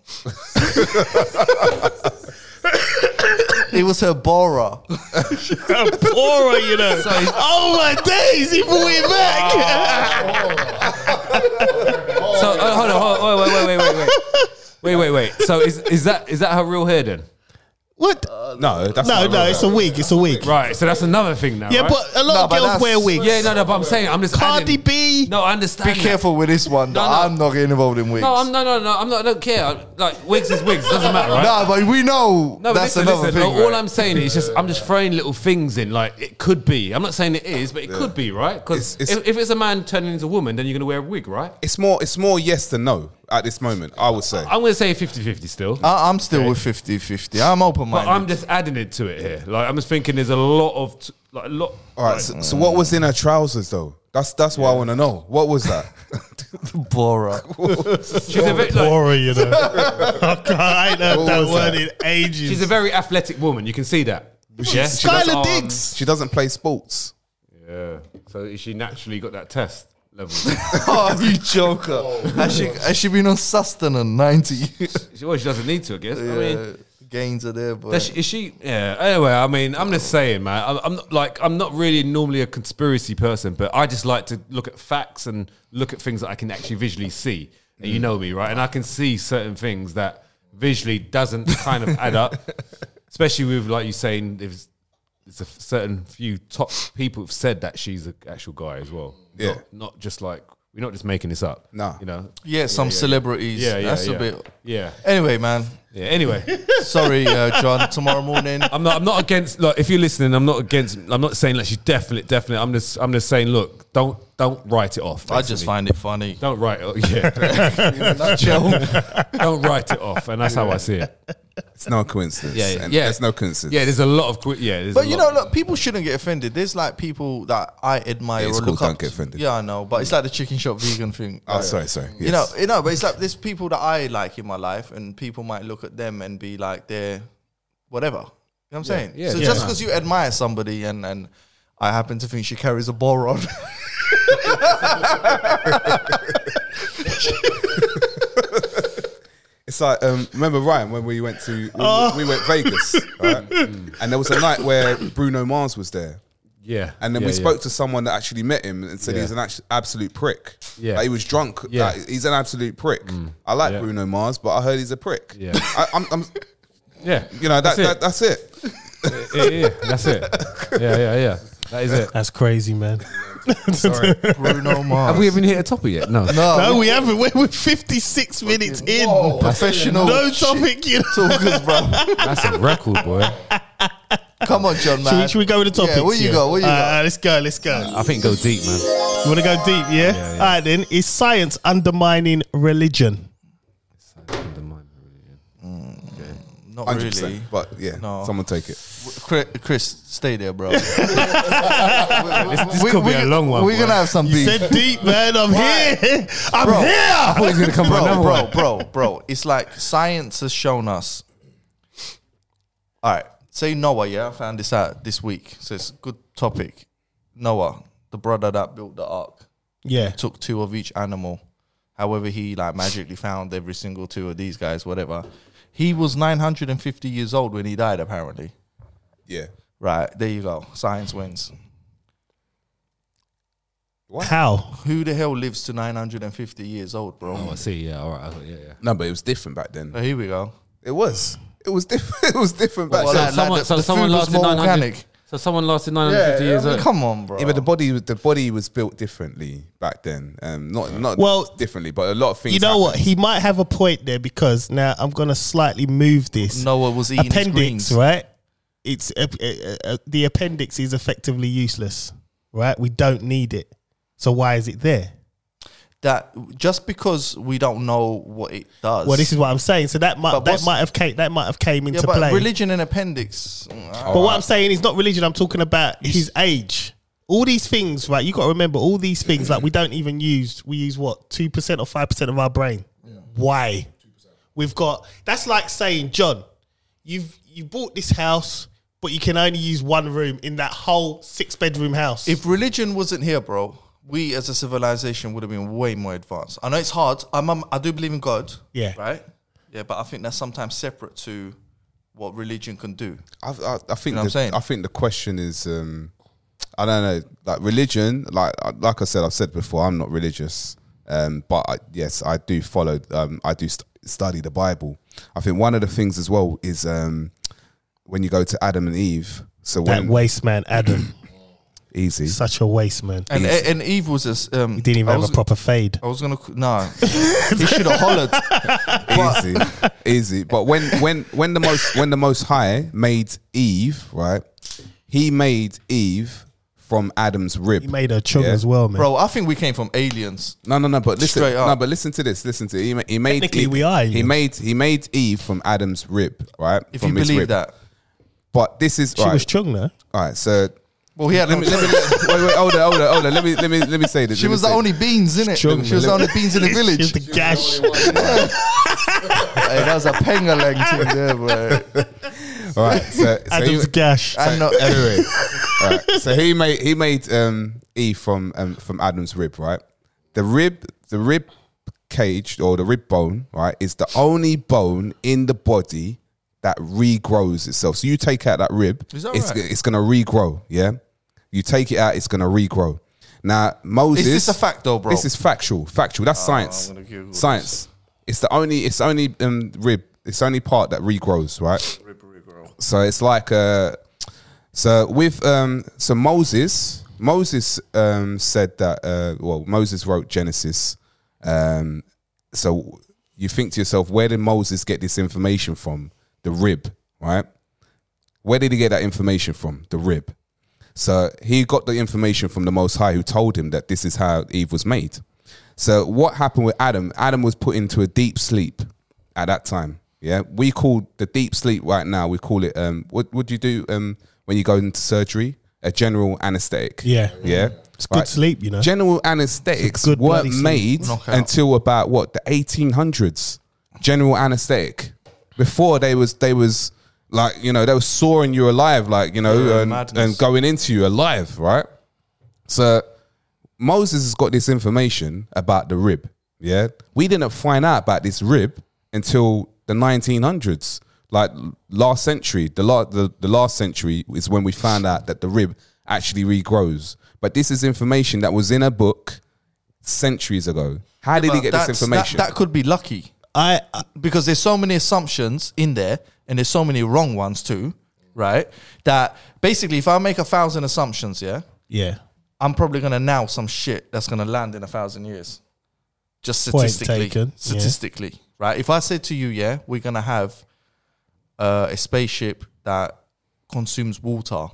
it was her Bora. Aura, you know. oh my days, he brought it back. So uh, hold on, hold on, wait, wait, wait, wait, wait, wait, wait, wait. So is is that is that her real hair then? what? No, that's no, not no, real. it's a wig. It's a wig. Right. So that's another thing now. Yeah, right? but a lot No, of but girls that's- wear wigs. yeah, no, no. But I'm saying I'm just Cardi adding- B. No, I understand. Be that. careful with this one. No, no. I'm not getting involved in wigs. No, I'm no, no, no. I'm not. I don't care. I- Like wigs is wigs. Doesn't matter, right? Nah, but we know No, but that's listen, another listen, thing. All right? I'm saying is just I'm just throwing little things in. Like it could be. I'm not saying it is, but it could be, right? Because It's- it's- if, if it's a man turning into a woman, then you're gonna wear a wig, right? It's more. It's more yes than no at this moment. I would say. I'm gonna say 50-50 still. I, I'm still with 50 50. I'm open but I'm minded. just adding it to it here. Like I'm just thinking, there's a lot of t- like a lot. All right. So, so what was in her trousers though? That's that's what I want to know. What was that? Bora. She's a, very, like, Bora, you know. I can't- I ain't heard that word in ages. she's a very athletic woman. You can see that. Yeah? She does Skylar arms. Diggs. She doesn't play sports. Yeah. So is she naturally got that test level? oh, you joker. Has she, has she been on sustenance 90? she, well, she doesn't need to, I guess. I mean, yeah, gains are there, but. Does she, is she? Yeah. Anyway, I mean, I'm just saying, man. I'm, I'm not like I'm not really normally a conspiracy person, but I just like to look at facts and look at things that I can actually visually see. And Mm. you know me, right? And I can see certain things that visually doesn't kind of add up, especially with like you saying there's, there's a certain few top people have said that she's an actual guy as well. Yeah. Not, not just like we're not just making this up. Nah. You know. yeah, some celebrities. Yeah. Yeah. That's yeah. a bit. Yeah. Anyway, man. Yeah. Anyway. Sorry, uh, John. Tomorrow morning. I'm not. I'm not against. Look, if you're listening, I'm not against. I'm not saying like she's definitely, definitely. I'm just. I'm just saying. Look, don't, don't write it off. I just basically. find it funny. Don't write it. Yeah. don't write it off, and that's how I see it. It's no coincidence. Yeah, yeah, And yeah. It's no coincidence. Yeah. There's a lot of. qu- Yeah. there's But a you know, lot. look, people shouldn't get offended. There's like people that I admire Yeah, it's or look called up. Don't Get Offended. Yeah, I know, but it's like the chicken shop vegan thing. Oh, sorry, sorry. You know, you know, but it's like there's people that I like in my life, and people might look at them and be like they're whatever. You know what I'm saying? yeah, so yeah. just because you admire somebody and and I happen to think she carries a boron. It's like um, remember Ryan when we went to when Oh. we went Vegas, right? and there was a night where Bruno Mars was there, Yeah. and then yeah, we yeah. spoke to someone that actually met him and said Yeah. he's an actu- absolute prick. Yeah. like, he was drunk. Yeah. Mm. like, he's an absolute prick. I like Yeah. Bruno Mars, but I heard he's a prick. Yeah. I, I'm, I'm, Yeah. you know that, That's it. that that's it. yeah, yeah, yeah, that's it. Yeah. Yeah. Yeah. That is it. That's crazy, man. Bruno Mars. Have we even hit a topic yet? No. No, we haven't. We're, we're 56 minutes in. professional? No topic, you know. talkers, bro. That's a record, boy. Come on, John, Should man. we, should we go with the topics? Yeah, where you go? Where you Alright, go? alright, let's go. Let's go. I think go deep, man. You want to go deep, yeah? yeah. All right, then. Is science undermining religion? Not 100%, really. But yeah, No. someone take it. Chris, Chris, stay there, bro. this could be a long one, We're boy. gonna have some You beef. said deep, man. I'm here. I'm Bro. here. He's gonna come bro, another bro, one. bro, bro. It's like science has shown us. All right, say Noah. Yeah, I found this out this week, so it's a good topic. Noah, the brother that built the ark, Yeah. took two of each animal. However, he like magically found every single two of these guys. Whatever. He was 950 years old when he died. Apparently, Yeah, right there you go. Science wins. How? Who the hell lives to 950 years old, bro? Oh, I see. Yeah. All right. I- Yeah. Yeah. no, but it was different back then. Oh, here we go. It was. It was different. It was different back Well, then. like- someone, the- so the someone food was lasted more 900 organic. So someone lasted 950 years old. Come on, bro. Yeah, but the body was- the body was built differently back then. Um, not not Well, differently, but a lot of things. You know happened. what? He might have a point there because now I'm going to slightly move this. Noah was eating his appendix, greens. right? It's uh, uh, uh, the appendix is effectively useless, right? We don't need it. So why is it there? that just because we don't know what it does. Well, this is what I'm saying. So that might But that what's- might have came that might have came yeah, into but play. religion and appendix. uh, But what I'm saying is not religion. I'm talking about his age. All these things, right? You got to remember all these things. Like we don't even use. We use what two percent or five percent of our brain. Why? We've got. That's like saying, John, you've you bought this house, but you can only use one room in that whole six bedroom house. If religion wasn't here, bro, we as a civilization would have been way more advanced. I know it's hard. I'm, I'm- I do believe in God. Yeah. Right. Yeah, but I think that's sometimes separate to what religion can do. I, I, I think know what I'm the, saying? I think the question is, um, I don't know, like religion. Like uh, like I said, I've said before, I'm not religious, um, but I, yes, I do follow. Um, I do st- study the Bible. I think one of the things as well is um, when you go to Adam and Eve. So that when waste man, Adam, easy, such a waste man. And and Eve was this. Um, He didn't even I Oh. have was, a proper fade. I was gonna no. he should have hollered. easy, easy. But when when when the most when the Most High made Eve, right? He made Eve from Adam's rib. He made a chug Yeah. as well, man. Bro, I think we came from aliens. No, no, no. But listen, Straight up. no, but listen to this. Listen to it. He, ma- he made Technically, Eve- we are He aliens. made he made Eve from Adam's rib, right? If from you his believe rib. that. But this is she right. was chung though. all right. So Well, he had. Let me, let me, let, wait, wait, hold on, hold on, hold on. Let me, let me, let me say this. she let me was the say- only beans in it. She Strong, was the man. only beans in the It's village. the gash. Hey, that was a pengalang thing there, bro. All right, so, so he, Adam's gash. I know. anyway, all right, so he made he made um, E from um, from Adam's rib, right? The rib, the rib cage or the rib bone, right, is the only bone in the body that regrows itself. So you take out that rib, Is that it's right? it's gonna regrow. Yeah, you take it out, it's gonna regrow. Now Moses, Is this a fact though, bro? This is factual, factual. That's science. Ah, I'm gonna Google this. Science. It's the only. It's only um, rib. It's the only part that regrows, right? So it's like uh so with um so Moses Moses um said that uh well Moses wrote Genesis um so you think to yourself where did Moses get this information from the rib right where did he get that information from the rib so he got the information from the Most High who told him that this is how Eve was made so what happened with Adam? Adam was put into a deep sleep at that time. Yeah, we call the deep sleep right now. We call it um. What would you do um when you go into surgery? A general anesthetic. Yeah. yeah. It's good sleep, you know. General anesthetics good weren't bloody sleep. made Knockout. until about what the 1800s. General anesthetic. Before they was they was like you know they was sawing you alive like you know Yeah, and, madness. and going into you alive right. So Moses has got this information about the rib. Yeah, we didn't find out about this rib until the 1900s, like l- last century. The, la- the the last century is when we found out that the rib actually regrows. But this is information that was in a book centuries ago. How did he get this That's- that- information? That, could be lucky I, I because there's so many assumptions in there, and there's so many wrong ones too, right? That basically, if I make a thousand assumptions, yeah, yeah. I'm probably gonna now some shit that's gonna land in a thousand years. Just Point statistically, taken, yeah. statistically, right? If I said to you, yeah, we're gonna have uh, a spaceship that consumes water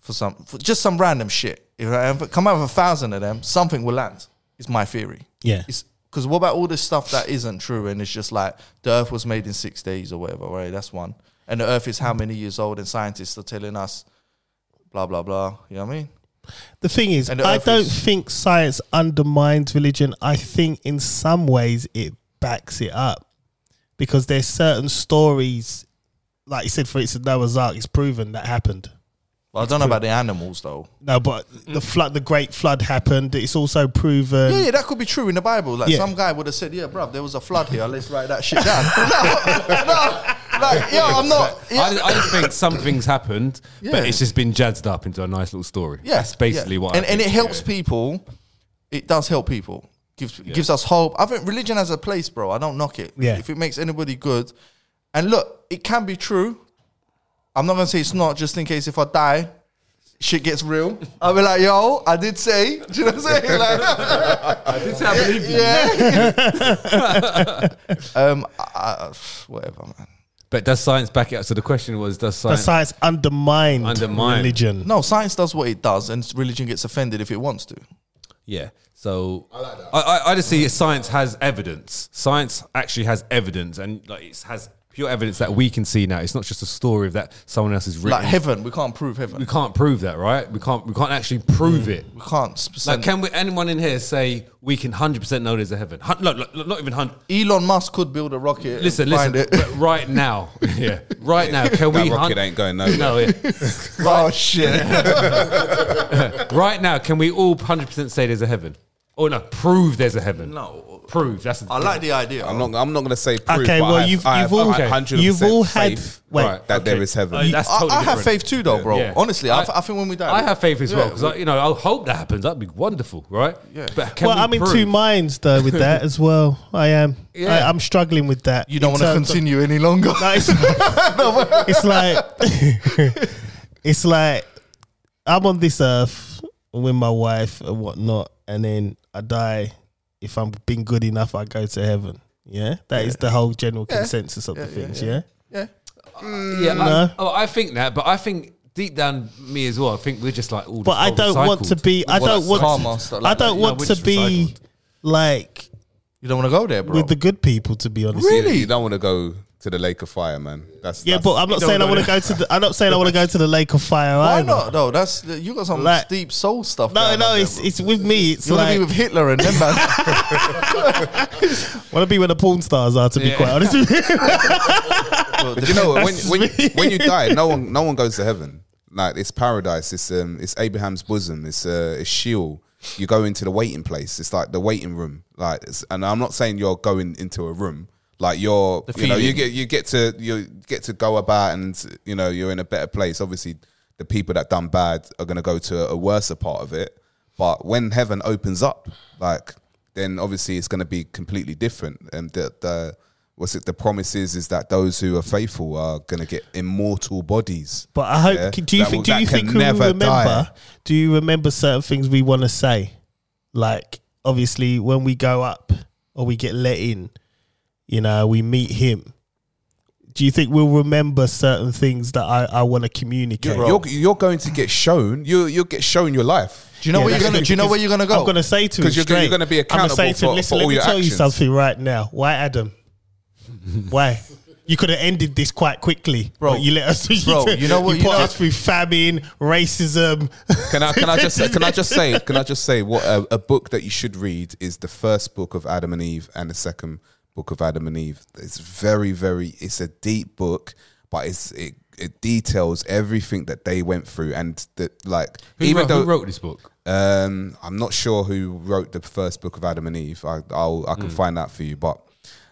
for some, for just some random shit. If I ever come out with a thousand of them, something will land. It's my theory. Yeah. It's because what about all this stuff that isn't true and it's just like the Earth was made in six days or whatever, right? That's one. And the Earth is how many years old? And scientists are telling us, blah blah blah. You know what I mean? The thing is, And the I earth don't is- think science undermines religion. I think in some ways it backs it up because there's certain stories, like you said, for instance, Noah's Ark is proven that happened. Well, I don't know about the animals though. No, but the flood, the Great Flood happened. It's also proven. Mm. Yeah, yeah, that could be true in the Bible. Like Yeah. some guy would have said, "Yeah, bruv, there was a flood here. Let's write that shit down." no, no, like, yo, I'm not. Yeah, I, I just think something's happened, Yeah. but it's just been jazzed up into a nice little story. yeah, That's basically yeah. what. I And, and it think, helps yeah. people. It does help people. gives gives us hope. I think religion has a place, bro. I don't knock it. Yeah. if it makes anybody good, and look, it can be true. I'm not gonna say it's not, just in case if I die. Shit gets real. I'll be like, yo, I did say. Do you know what I'm saying? Like, yeah. um, I, I, whatever, man. But does science back it up? So the question was, does But science? science undermined, Undermined. religion. No, science does what it does, and religion gets offended if it wants to. yeah. So I, I, I just see science has evidence. Science actually has evidence, and like it has pure evidence that we can see now. It's not just a story of that someone else has written. Like heaven, we can't prove we heaven. can't prove that, right? We can't. We can't actually prove it. We can't. sp- Like, Send. can we, anyone in here say we can hundred percent know there's a heaven? Hun- no, look, look, not even hundred. Elon Musk could build a rocket. Listen, and listen. find It. but Right now, yeah, right now, can that we? rocket hun- ain't going nowhere. no, yeah. oh shit! Right now, can we all hundred percent say there's a heaven? Or no, prove there's a heaven. No. prove. That's. I like the idea. I'm not. I'm not going to say. Proof, Okay, but well, I have, you've- I you've have all- 100% you've all had- faith wait. Oh, that there is heaven. that's I, totally I have different. faith too, though, bro. Yeah. Honestly, I, I think when we die, I have faith as well Yeah, because you know I hope that happens. That'd be wonderful, right? Yeah. But can Well, we I'm in prove? two minds though with that as well. I am. I, I'm struggling with that. you don't in want to terms of- continue any longer. No, it's, it's like it's like I'm on this earth with my wife and whatnot, and then I die. If I'm being good enough, I go to heaven. Yeah, that is the whole general consensus of the things. Yeah, yeah, Yeah, No. I, oh, I think that, but I think deep down me as well. I think we're just like all. but just I all don't want to recycled. be. I Well, don't that's karma, want. stuff To, like I don't that. Yeah, want we're to just be like you don't want to go there, bro. with the good people. To be honest, You don't want to go to the Lake of Fire, man. That's Yeah, that's- but I'm not saying I want to go to the. I'm not saying I want to go to the Lake of Fire. Why either. not? No, that's you got some Like- deep soul stuff. No, going on no, there, it's bro. it's with me. It's you want to like be with Hitler and them man. want to be where the porn stars are. To be quite honest, with you. But you know what? When, when, you- when you die, no one no one goes to heaven. Like it's paradise. It's um it's Abraham's bosom. It's uh it's Sheol. You go into the waiting place. It's like the waiting room. Like it's, and I'm not saying you're going into a room. Like you're you know you feeling. get you get to you get to go about and you know you're in a better place. Obviously, the people that done bad are gonna go to a worse part of it. But when heaven opens up, like then obviously it's gonna be completely different. And the the what's it? The promises is that those who are faithful are gonna get immortal bodies. but I hope. Yeah, do you that think? will- Do you that can think we never remember? die. Do you remember certain things we want to say? Like obviously, when we go up or we get let in, you know, we meet him. Do you think we'll remember certain things that I, I want to communicate? You're, you're going to get shown. You you'll get shown your life. Do you know Yeah, where that's you're gonna? true, Do you know because where you're gonna go? I'm gonna say to him 'Cause you're- you're straight, gonna be I'm gonna say accountable to him, for- Listen, for let all me your tell you actions." something right now. Why, Adam? Why? You could have ended this quite quickly, Bro. but You let us. Bro, you know what- You you put know- us through famine, racism. Can I can I just can I just say can I just say what a, a book that you should read is the first book of Adam and Eve and the second book of Adam and Eve. It's very very it's a deep book, but it's it, it details everything that they went through and that like Who, wrote, who wrote this book? um, I'm not sure who wrote the first book of Adam and Eve. I I'll, I can Hmm. find that for you, but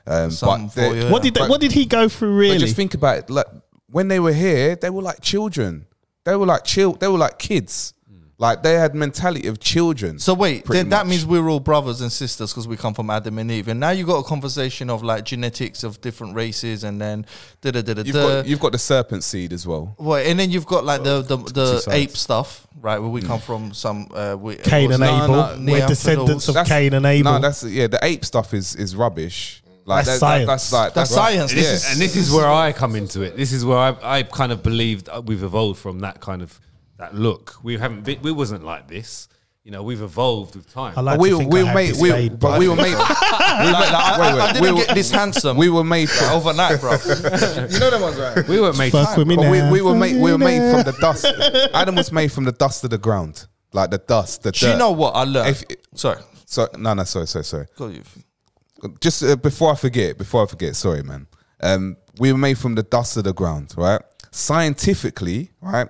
um, Some but the- for you. what did But- what did he go through? but Really? just think about it. Like when they were here, they were like children. They were like chill. They were like kids. Hmm. Like they had mentality of children. So wait, pretty then that much. means we're all brothers and sisters because we come from Adam and Eve, and now you got a conversation of like genetics of different races, and then da da da da you've da. got you've got the serpent seed as well. Well, and then you've got like the the, the sides. ape stuff, right? Where we come from, some uh, we, Cain and No, Abel. no, We're Neanderthals. descendants of That's- Cain and Abel. No, that's yeah. The ape stuff is is rubbish. Like that- that- That's science. that's like That's science. This Yeah. is- and this is where I come into it. This is where I, I kind of believed uh, we've evolved from that kind of that look. We haven't been, we wasn't like this. You know, we've evolved with time. I like we to were- think we I were have made. this We, fade, but but we were made. we were made- wait, wait, I we didn't were- get this handsome We were made from overnight, bro. You know them ones, right? we weren't made. fuck time. with me But we, now. we were made. We were made from the dust. Adam was made from the dust of the ground, like the dust. The Do you dirt. know what I learned? If- Sorry, So no, no, sorry, sorry, sorry. go you. Just uh, before I forget, before I forget, sorry, man. Um, we were made from the dust of the ground, right? Scientifically, right?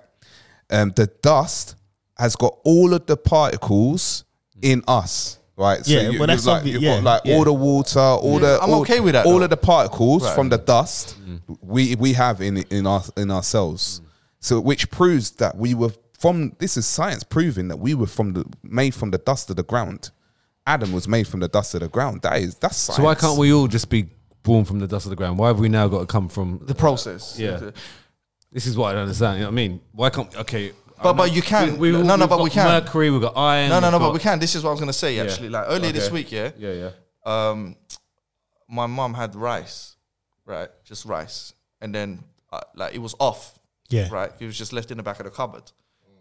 Um, the dust has got all of the particles in us, right? Yeah, well, that's you've like, obvi- you've yeah, got like yeah. all the water, all Yeah, the I'm all, okay with that, All though. of the particles Right. from the dust we we have in in our in ourselves. So which proves that we were from this is science proving that we were from the made from the dust of the ground. Adam was made from the dust of the ground. That is that's science. So why can't we all just be born from the dust of the ground? Why have we now got to come from? The process. Yeah. This is what I don't understand. You know what I mean? Why can't? Okay, But- I'm but not- you can. We, we, No, no, we've but got we can. Mercury. We've got iron. No, no, we've no, but got- we can. This is what I was gonna say actually. Like earlier this Okay. week, yeah. Yeah, yeah. um, my mom had rice, right? Just rice, and then uh, like it was off, Yeah. right? It was just left in the back of the cupboard,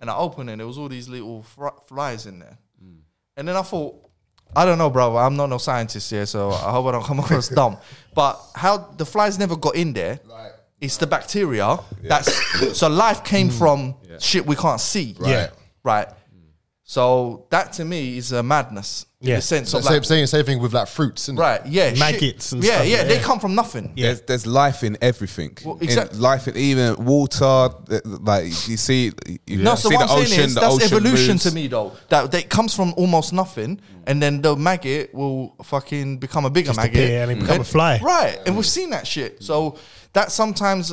and I opened it. and There was all these little fr- flies in there, Mm. and then I thought, I don't know, bro. I'm not no scientist here, so I hope I don't come across dumb. But how the flies never got in there? It's the bacteria that's so life came Mm. from shit we can't see, Yeah. right? So that to me is a madness in Mm. Yeah. the sense So of like same, same, same thing with like fruits, innit? Right, yeah. shit. Maggots and yeah, stuff, Yeah, they yeah. come from nothing. Yeah. There's, there's life in everything. Well, In exact- life in even water. th- Like you see, you No, so see what I'm the ocean. saying is the that's ocean evolution moves. to me though. That that it comes from almost nothing, and then the maggot will fucking become a bigger Just maggot appear and it become a fly. Right, and we've seen that shit. So that sometimes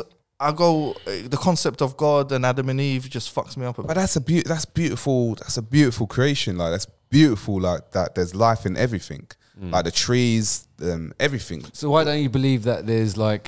I go uh, the concept of God and Adam and Eve just fucks me up a But bit. that's a beau- that's beautiful. That's a beautiful creation. Like that's beautiful. Like that. There's life in everything. Mm. Like the trees, um, everything. So why don't you believe that there's like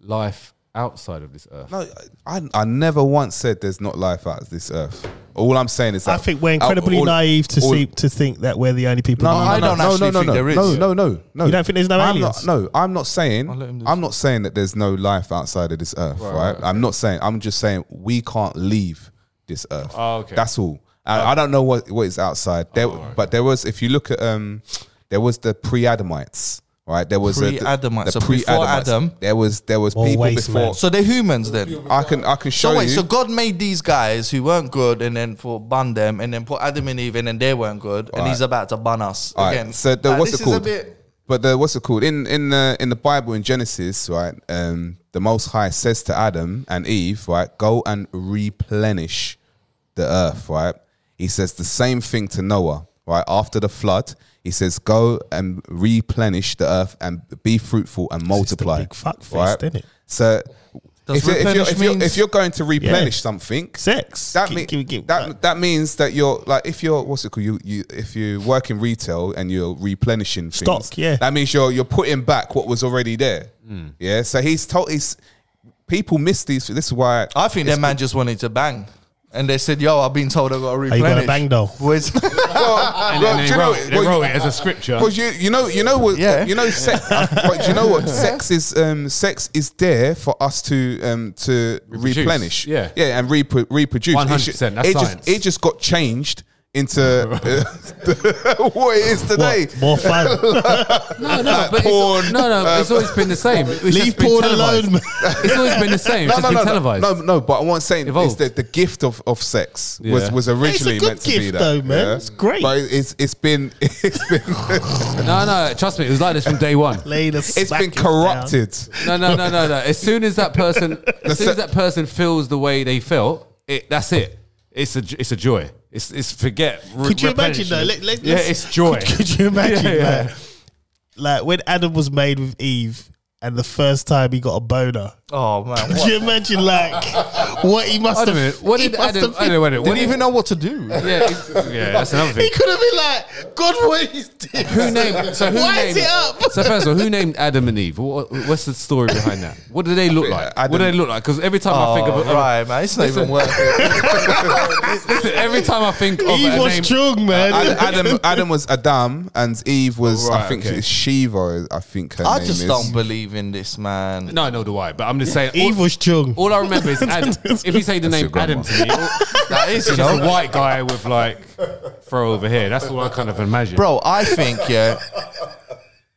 life outside of this earth? No, I, I never once said there's not life out of this earth. All I'm saying is that I think we're incredibly all- all- naive to all- see, to think that we're the only people. No, that- I no, don't no, no, actually no, think no, there is. No, no, no, no. You don't think there's no I'm aliens? Not, no, I'm not saying. I'll let him do I'm not saying that there's no life outside of this earth, right? I'm not saying. I'm just saying we can't leave this earth. Oh, okay. That's all. I, I don't know what what is outside there, but there was. If you look at um, there was the pre-Adamites, right? There was a Pre-Adamite. So before Adam- There was there was Or people waste before. man. So they're humans then. I can I can show So wait, you. so God made these guys who weren't good, and then for bun them, and then put Adam and Eve, and then they weren't good, and he's about to bun us All right, again. So the, Like, what's this it is a called? bit- But the what's it called in in the in the Bible in Genesis, right? Um, the Most High says to Adam and Eve, right, go and replenish the earth, right? He says the same thing to Noah, right? After the flood, he says, go and replenish the earth and be fruitful and multiply. big fuck face, isn't it? So. Does If you're, if, you're, replenish if, you're, means- if you're going to replenish Yeah. something, Sex. that, Keep- mean, keep- keep- that, that means that you're like if you're what's it called you, you if you work in retail and you're replenishing things, Stock, yeah. that means you're you're putting back what was already there Hmm. yeah so he's told he's people miss these this is why I think that man just wanted to bang. And they said, "Yo, I've been told I got to Are you replenish." gonna bang though? Where's- well, And, well, do and they, you wrote, know- they well, wrote it as a scripture. Because you, you know, you know what, Yeah. you know, sex. but you know what, sex is, um, sex is there for us to, um, to Reproduce. replenish, Yeah. yeah, and repro- reproduce. It should- 100%, that's it science. just, it just got changed into uh, what it is today. What? More fun. No, no, but porn, it's, no, no. it's always been the same. It's Um, Leave just been porn televised. alone. man. It's always been the same. It's No, just no, been no, no, televised. no, no, But what I'm saying Evolved. is that the gift of, of sex was, Yeah. was originally good meant to be gift that. though, man. It's great. But it's it's been it's been No, no, trust me, it was like this from day one. Lay the it's been smackers down. corrupted. No, no, no, no, no. As soon as that person, as soon as that person feels the way they felt, it that's it. It's a it's a joy. It's it's forget. re- Could you imagine replenishment. though? Let, let, yeah, let's- it's joy. Could, could you imagine Yeah, yeah. man? Like when Adam was made with Eve, and the first time he got a boner. oh man, Could what? you imagine like what he must Wait a have? minute. What he did must Adam? have I been- don't know. What didn't did even know what to do. Yeah, it's- yeah, that's another He thing. could have been like, God, what is this? Who named? So who Why named, is it up? So first of all, who named Adam and Eve? What, what's the story behind that? What do they look like? what do they look like? Because every time I think Oh, of right, man, it's not even worth it. listen, every time I think of Eve a was name, strong, man. Adam, Adam, Adam was Adam, and Eve was I think okay. it's Shiva. I think her I name just is. don't believe in this, man. No, I know the why, but I'm just saying. Eve was strong. All I remember is Adam. If you say the name Adam to me, that is just a white guy with like throw over here. That's all I kind of imagine. bro. I think yeah.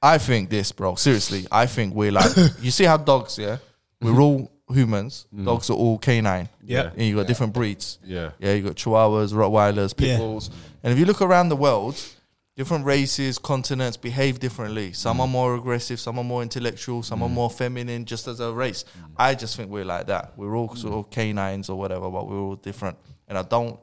I think this, bro. Seriously, I think we're like you see how dogs, yeah, Mm-hmm. we're all humans. Dogs are all canine. Yeah. and you got different breeds. Mm. Yeah. yeah, you got Chihuahuas, Rottweilers, Pit Yeah. Bulls, and if you look around the world. Different races, continents behave differently. Some Mm. are more aggressive, some are more intellectual, some are more feminine, just as a race. Mm. I just think we're like that. We're all sort of canines or whatever, but we're all different. And I don't,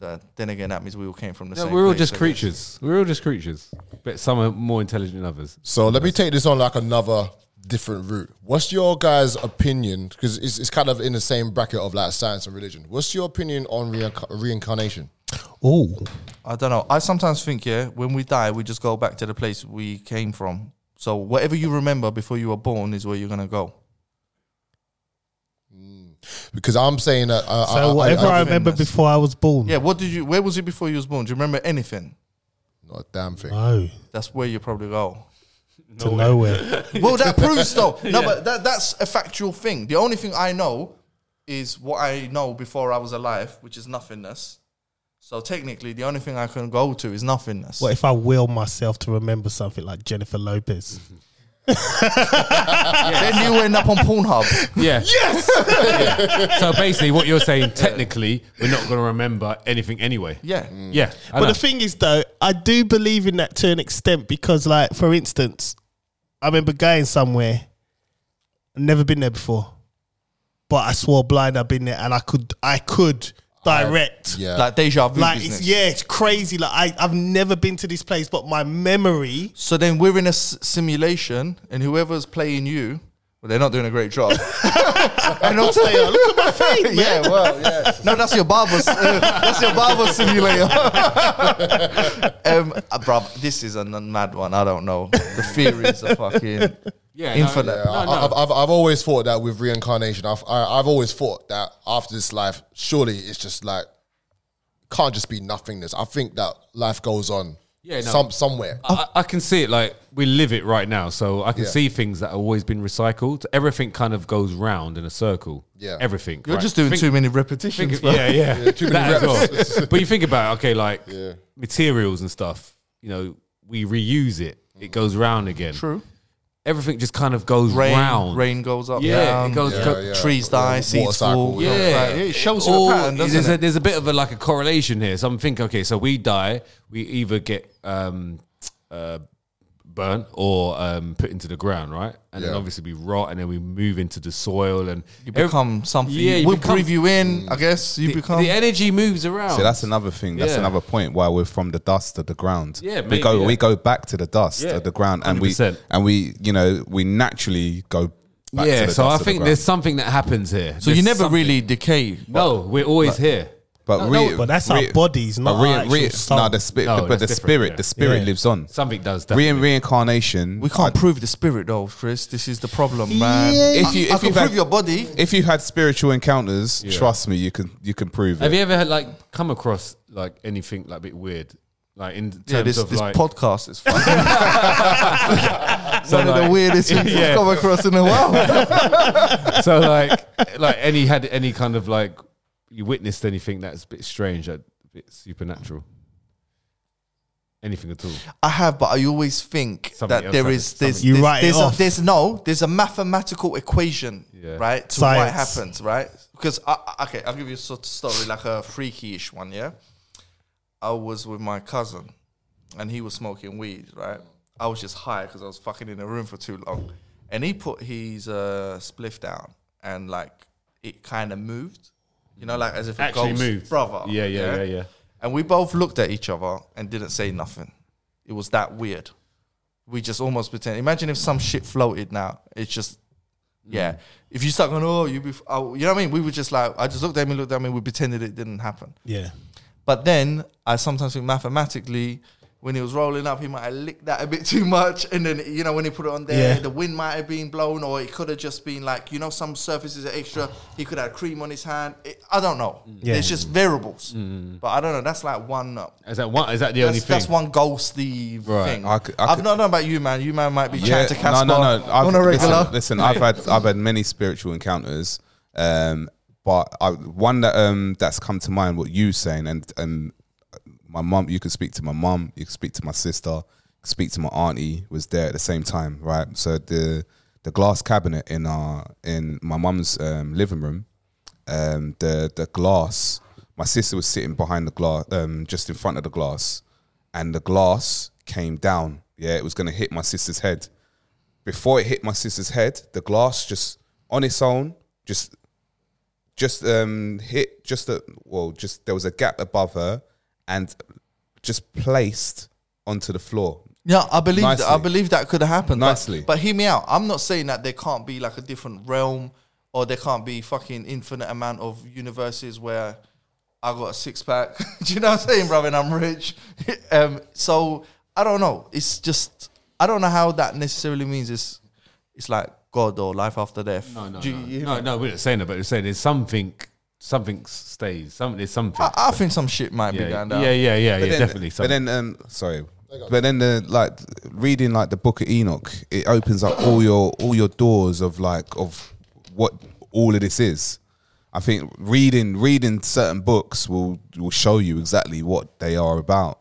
uh, then again, that means we all came from the No, same we're all place, just I guess. creatures. We're all just creatures, but some are more intelligent than others. So let me take this on like another different route. What's your guys' opinion? Because it's, it's kind of in the same bracket of like science and religion. What's your opinion on reinc- reincarnation? Oh, I don't know. I sometimes think, yeah, when we die, we just go back to the place we came from. So whatever you remember before you were born is where you're gonna go. Because I'm saying that uh, I, so I- whatever I, I, I, remember that's- before I was born. Yeah. What did you? Where was you before you was born? Do you remember anything? not a damn thing. No, That's where you probably go. to nowhere. Well, that proves though. No, but that, that's a factual thing. The only thing I know is what I know before I was alive, which is nothingness. So technically, the only thing I can go to is nothingness. what if I will myself to remember something like Jennifer Lopez? Then you end up on Pornhub. Yeah. Yes. So basically, what you're saying, technically, we're not going to remember anything anyway. Yeah. Yeah. I But know. the thing is, though, I do believe in that to an extent because, like, for instance, I remember going somewhere, I'd never been there before, but I swore blind I'd been there, and I could, I could direct. Yeah. Like deja vu. Like business. it's yeah, it's crazy. Like I, I've never been to this place, but my memory. So then we're in a s- simulation, and whoever's playing you, well, they're not doing a great job. and also, look at my face, man. Yeah, well, yeah. No, that's your barber's. uh, that's your barber simulator. um, uh, bruv, this is a n- mad one. I don't know. The theories are fucking yeah, no, infinite. yeah. No, no. I, I've, I've, I've always thought that with reincarnation, I've, I, I've always thought that after this life, surely it's just like, can't just be nothingness. I think that life goes on Yeah, no. some, somewhere. I, I can see it like we live it right now, so I can Yeah. see things that have always been recycled. Everything kind of goes round in a circle. Yeah. everything. You're right? just doing Think- too many repetitions. think- bro. yeah, yeah, too many that as reps. well. But you think about it, okay, like materials and stuff. You know, we reuse it. Mm. it goes round again. True. Everything just kind of goes Rain, round. rain goes up. Yeah, it down, goes- yeah, go- yeah. trees Yeah, die, water seeds cycle, fall. yeah. goes back. it shows you All- a pattern, doesn't there's it? A, there's a bit of a, like a correlation here. So I'm thinking, okay, so we die, we either get um, uh, burnt or um, put into the ground, right? And then Yeah. obviously we rot, and then we move into the soil, and you become something. Yeah, you we'll become- breathe you in. I guess you the, become. the energy moves around. So that's another thing. That's Yeah. another point why we're from the dust to the ground. Yeah, we maybe, go yeah. we go back to the dust Yeah, to the ground, and we 100%. and we you know we naturally go. Back yeah. to the So dust I to the think ground. there's something that happens here. so you never really decay. No, we're always here. but re- But that's our re- bodies, not But re- our actual re- soul. no, the spirit, No, but that's the different, spirit, yeah. the spirit Yeah. lives on. Something does. Re- Definitely. reincarnation. We can't prove the spirit though, Chris. This is the problem, man. If you- I, I if you've can prove had- your body, If you had spiritual encounters, trust me, you can you can prove Have it. you ever had, like come across like anything like a bit weird, like in terms yeah, this, of this like podcast is fucking one of like- the weirdest things Yeah. I've come across in a while. so like like any had any kind of like you witnessed anything that's a bit strange that a bit supernatural anything at all I have, but I always think Something that else there happened. is there's, You there's, write it there's, off. A, there's no there's a mathematical equation, Yeah. right, to what Science. happens, right? Because I, I- okay, I'll give you a sort of story like a freaky-ish one. Yeah, I was with my cousin, and he was smoking weed, right? I was just high because I was fucking in the room for too long, and he put his uh, spliff down, and like it kind of moved, you know, like as if it Actually goes, moved. brother. Yeah, yeah, yeah, yeah. And we both looked at each other and didn't say nothing. It was that weird. We just almost pretend. Imagine if some shit floated now. It's just, yeah. If you start going, oh, you, be, oh, you know what I mean? We were just like, I just looked at him, he looked at me, we pretended it didn't happen. Yeah. But then I sometimes think mathematically, when he was rolling up, he might have licked that a bit too much. And then, you know, when he put it on there, Yeah. the wind might have been blown, or it could have just been like, you know, some surfaces are extra. He could have cream on his hand. It, I don't know. Mm. Yeah. There's just variables. But I don't know. That's like one. Uh, is that one is that Mm, the only that's, thing that's one ghosty Right. thing. I I could- I have could- not known about you, man. You man might be chatting to Casper No, no, no. on a regular. Listen, listen, I've had I've had many spiritual encounters, um, but I, one that um, that's come to mind. What you saying and and my mum. You can speak to my mum. You can speak to my sister. you can Speak to my auntie. Was there at the same time, right? So the the glass cabinet in our in my mum's um, living room, um, the the glass. My sister was sitting behind the glass, um, just in front of the glass, and the glass came down. Yeah, it was going to hit my sister's head before it hit my sister's head, the glass just on its own, just just um hit just the well, just there was a gap above her and just placed onto the floor. Yeah, I believe that. I Nicely. believe that could have happened. but- Nicely. But, hear me out. I'm not saying that there can't be like a different realm or there can't be fucking infinite amount of universes where I got a six pack. Do you know what I'm saying, brother? And I'm rich. um, so I don't know. It's just I don't know how that necessarily means it's it's like God or life after death. no no Do you- no. you- no no we're not saying that but we're saying there's something something stays some there's something I, I think some shit might be yeah going yeah down. yeah yeah, yeah, But then- definitely something. But then um sorry. But then the like reading like the book of Enoch, it opens up all your all your doors of like of what all of this is. I think reading reading certain books will will show you exactly what they are about.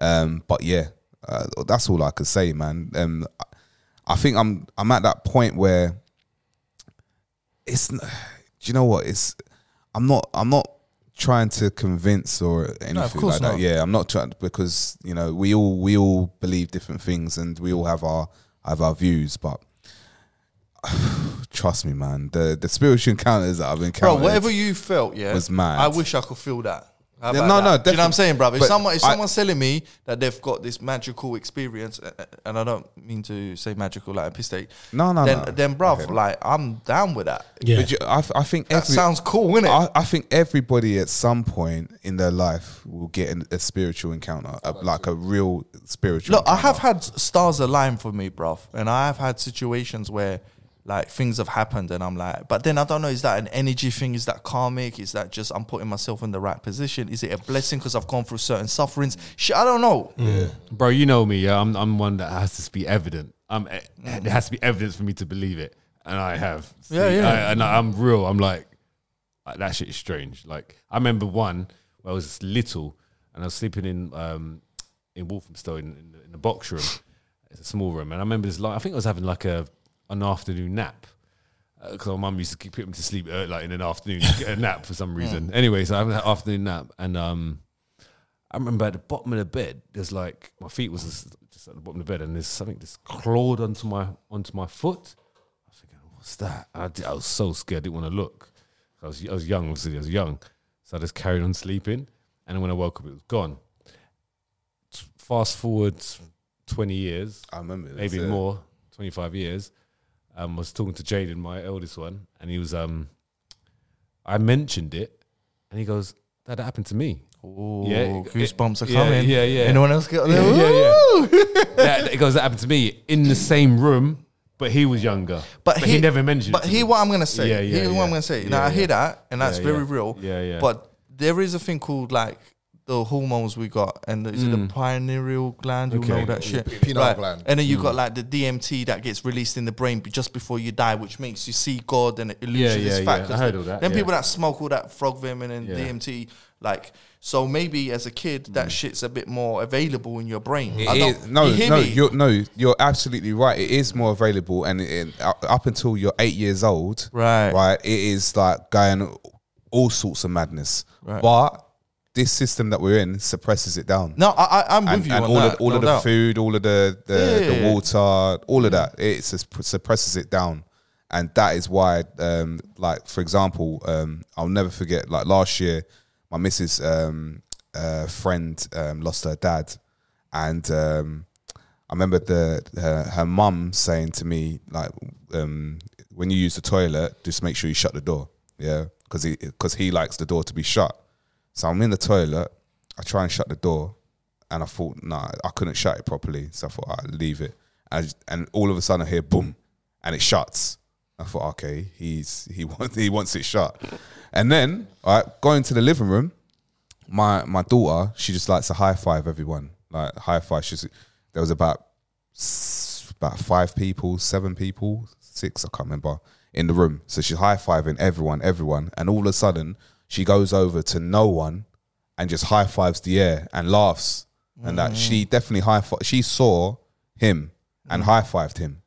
Um, but yeah, uh, that's all I could say, man. Um, I think I'm I'm at that point where it's. n- Do you know what? It's I'm not I'm not trying to convince or anything course like not. that. Yeah, I'm not trying because you know we all we all believe different things and we all have our have our views, but. Trust me, man. The the spiritual encounters that I've Bro, encountered. whatever you felt, yeah, was mad. I wish I could feel that. How Yeah, about no, no, that? Do you know what I'm definitely. saying, brother? If But someone, if I- someone's telling me that they've got this magical experience, uh, uh, and I don't mean to say magical like a piss take, No, no, then, no. then, bruv, Okay. like I'm down with that. Yeah. But you, I, I think That every, sounds cool, innit? I, I think everybody at some point in their life will get an, a spiritual encounter, a, like a real spiritual. Look, I encounter. have had stars align for me, bruv. And I have had situations where like things have happened and I'm like, but then I don't know, is that an energy thing? Is that karmic? Is that just I'm putting myself in the right position? Is it a blessing because I've gone through certain sufferings? Shit, I don't know. bro you know me yeah I'm, I'm one that has to be evident I'm eh, there has to be evidence for me to believe it and I have Mm. Yeah, yeah. I- and I'm real I'm like like, that shit is strange. Like I remember one where I was little and I was sleeping in um in Walthamstow in, in, the, in the box room, It's a small room, and I remember this. Like, I think I was having like a an afternoon nap because Uh, my mum used to keep, put me to sleep uh, like in an afternoon to get a nap for some reason. Anyway, so I had an afternoon nap, and um, I remember at the bottom of the bed, there's like my feet was just, just at the bottom of the bed, and there's something just clawed onto my onto my foot. I was thinking, what's that? I, d- I was so scared, I didn't want to look. I was I was young, obviously, I was young, so I just carried on sleeping, and then when I woke up, it was gone. T- Fast forward twenty years, I remember. this, maybe yeah. more, 25 years. Um, I was talking to Jaden, my eldest one, and he was, um, I mentioned it, and he goes, That happened to me. Ooh, Yeah. goosebumps are Yeah, coming. yeah, yeah. Anyone else get Yeah, there? yeah, yeah. that, that- he goes, That happened to me in the same room, but he was younger. But, he, never mentioned But it. to hear me. what I'm gonna say. Yeah, yeah, hear yeah. what I'm gonna say. Yeah, now I yeah. hear that, and that's Yeah, very yeah. real. Yeah, yeah. But there is a thing called like the hormones we got, and is it the pineal gland? You Mm. Okay. Mm. know that shit. pineal Right. gland. And then you got like the DMT that gets released in the brain be- just before you die, which makes you see God and it illusions Yeah, is yeah, fact. yeah. I 'Cause heard the- all that, Then yeah. people that smoke all that frog venom and Yeah. Mm. DMT, like so maybe as a kid that shit's a bit more available in your brain. I It don't- is- no, you hear no, me? you're no, you're absolutely right. It is more available, and it, it- up until you're eight years old, Right. right, it is like going all sorts of madness. Right. But this system that we're in suppresses it down. No, I, I, I'm with and, you and on all that. of all no of the doubt. food, all of the the, Yeah, yeah, Mm. the yeah. water, all of that, it sus- suppresses it down, and that is why, um, like for example, um, I'll never forget. Like last year, my missus' um, uh, friend um, lost her dad, and um, I remember the her, her mum saying to me like, um, when you use the toilet, just make sure you shut the door, yeah, because he because he likes the door to be shut. So I'm in the toilet. I try and shut the door, and I thought, nah, I couldn't shut it properly. So I thought I'd leave it. And, I just- and all of a sudden, I hear boom, and it shuts. I thought, okay, he's he wants he wants it shut. And then, all right, going to the living room, my my daughter, she just likes to high five everyone. Like high five. She's there was about s- about five people, seven people, six, I can't remember, in the room. So she's high fiving everyone, everyone, and all of a sudden she goes over to no one and just high fives the air and laughs. And that she definitely high five. She saw him and high fived him,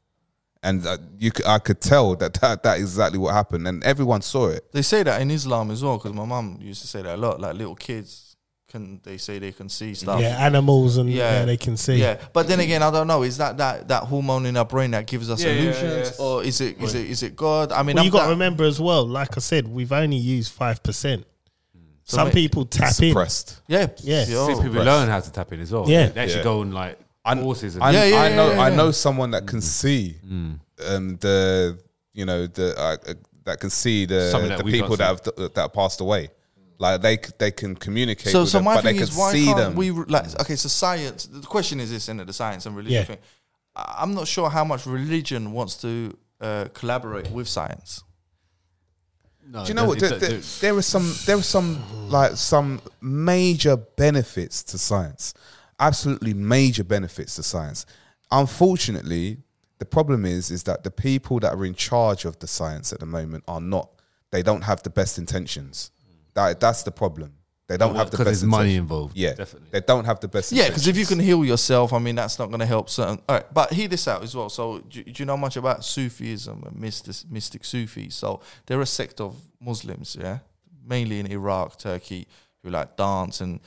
and uh, you, c- I could tell that, that that is exactly what happened, and everyone saw it. They say that in Islam as well, because my mum used to say that a lot. Like little kids can they say they can see stuff. Yeah, animals and Oh. Yeah. yeah. they can see. Yeah, but then again, I don't know. Is that that, that hormone in our brain that gives us Yeah, yeah, illusions, yes. or is it is it is it God? I mean, Well, you I'm got to that- remember as well. Like I said, we've only used five percent. Some mate, people tap in. Suppressed. yeah, Yeah. yo. See, people learn how to tap in as well. Yeah. They actually Yeah. go on like I, courses and I, Yeah, yeah, I yeah, know. yeah, I yeah. know someone that can Mm-hmm. see Mm. um, the you know the uh, uh, that can see the Something that the we can't people that have that have passed away. Like they c- they can communicate. So, with so them, my but thing they can is, why see can't them. we re- like? Okay, so science. The question is this: into the science and religion Yeah. thing. I- I'm not sure how much religion wants to uh, collaborate with science. Do you know what? There, there, there are some there are some like some major benefits to science. Absolutely major benefits to science. Unfortunately, the problem is is that the people that are in charge of the science at the moment are not. They don't have the best intentions. That that's the problem. They don't have the best Because there's money intention- involved. Yeah, Definitely. They don't have the best. Yeah, because if you intentions. can heal yourself, I mean, that's not going to help certain. All right, but hear this out as well. So, do, do you know much about Sufism and mystic, mystic Sufis? So, they're a sect of Muslims, yeah, mainly in Iraq, Turkey, who like dance and.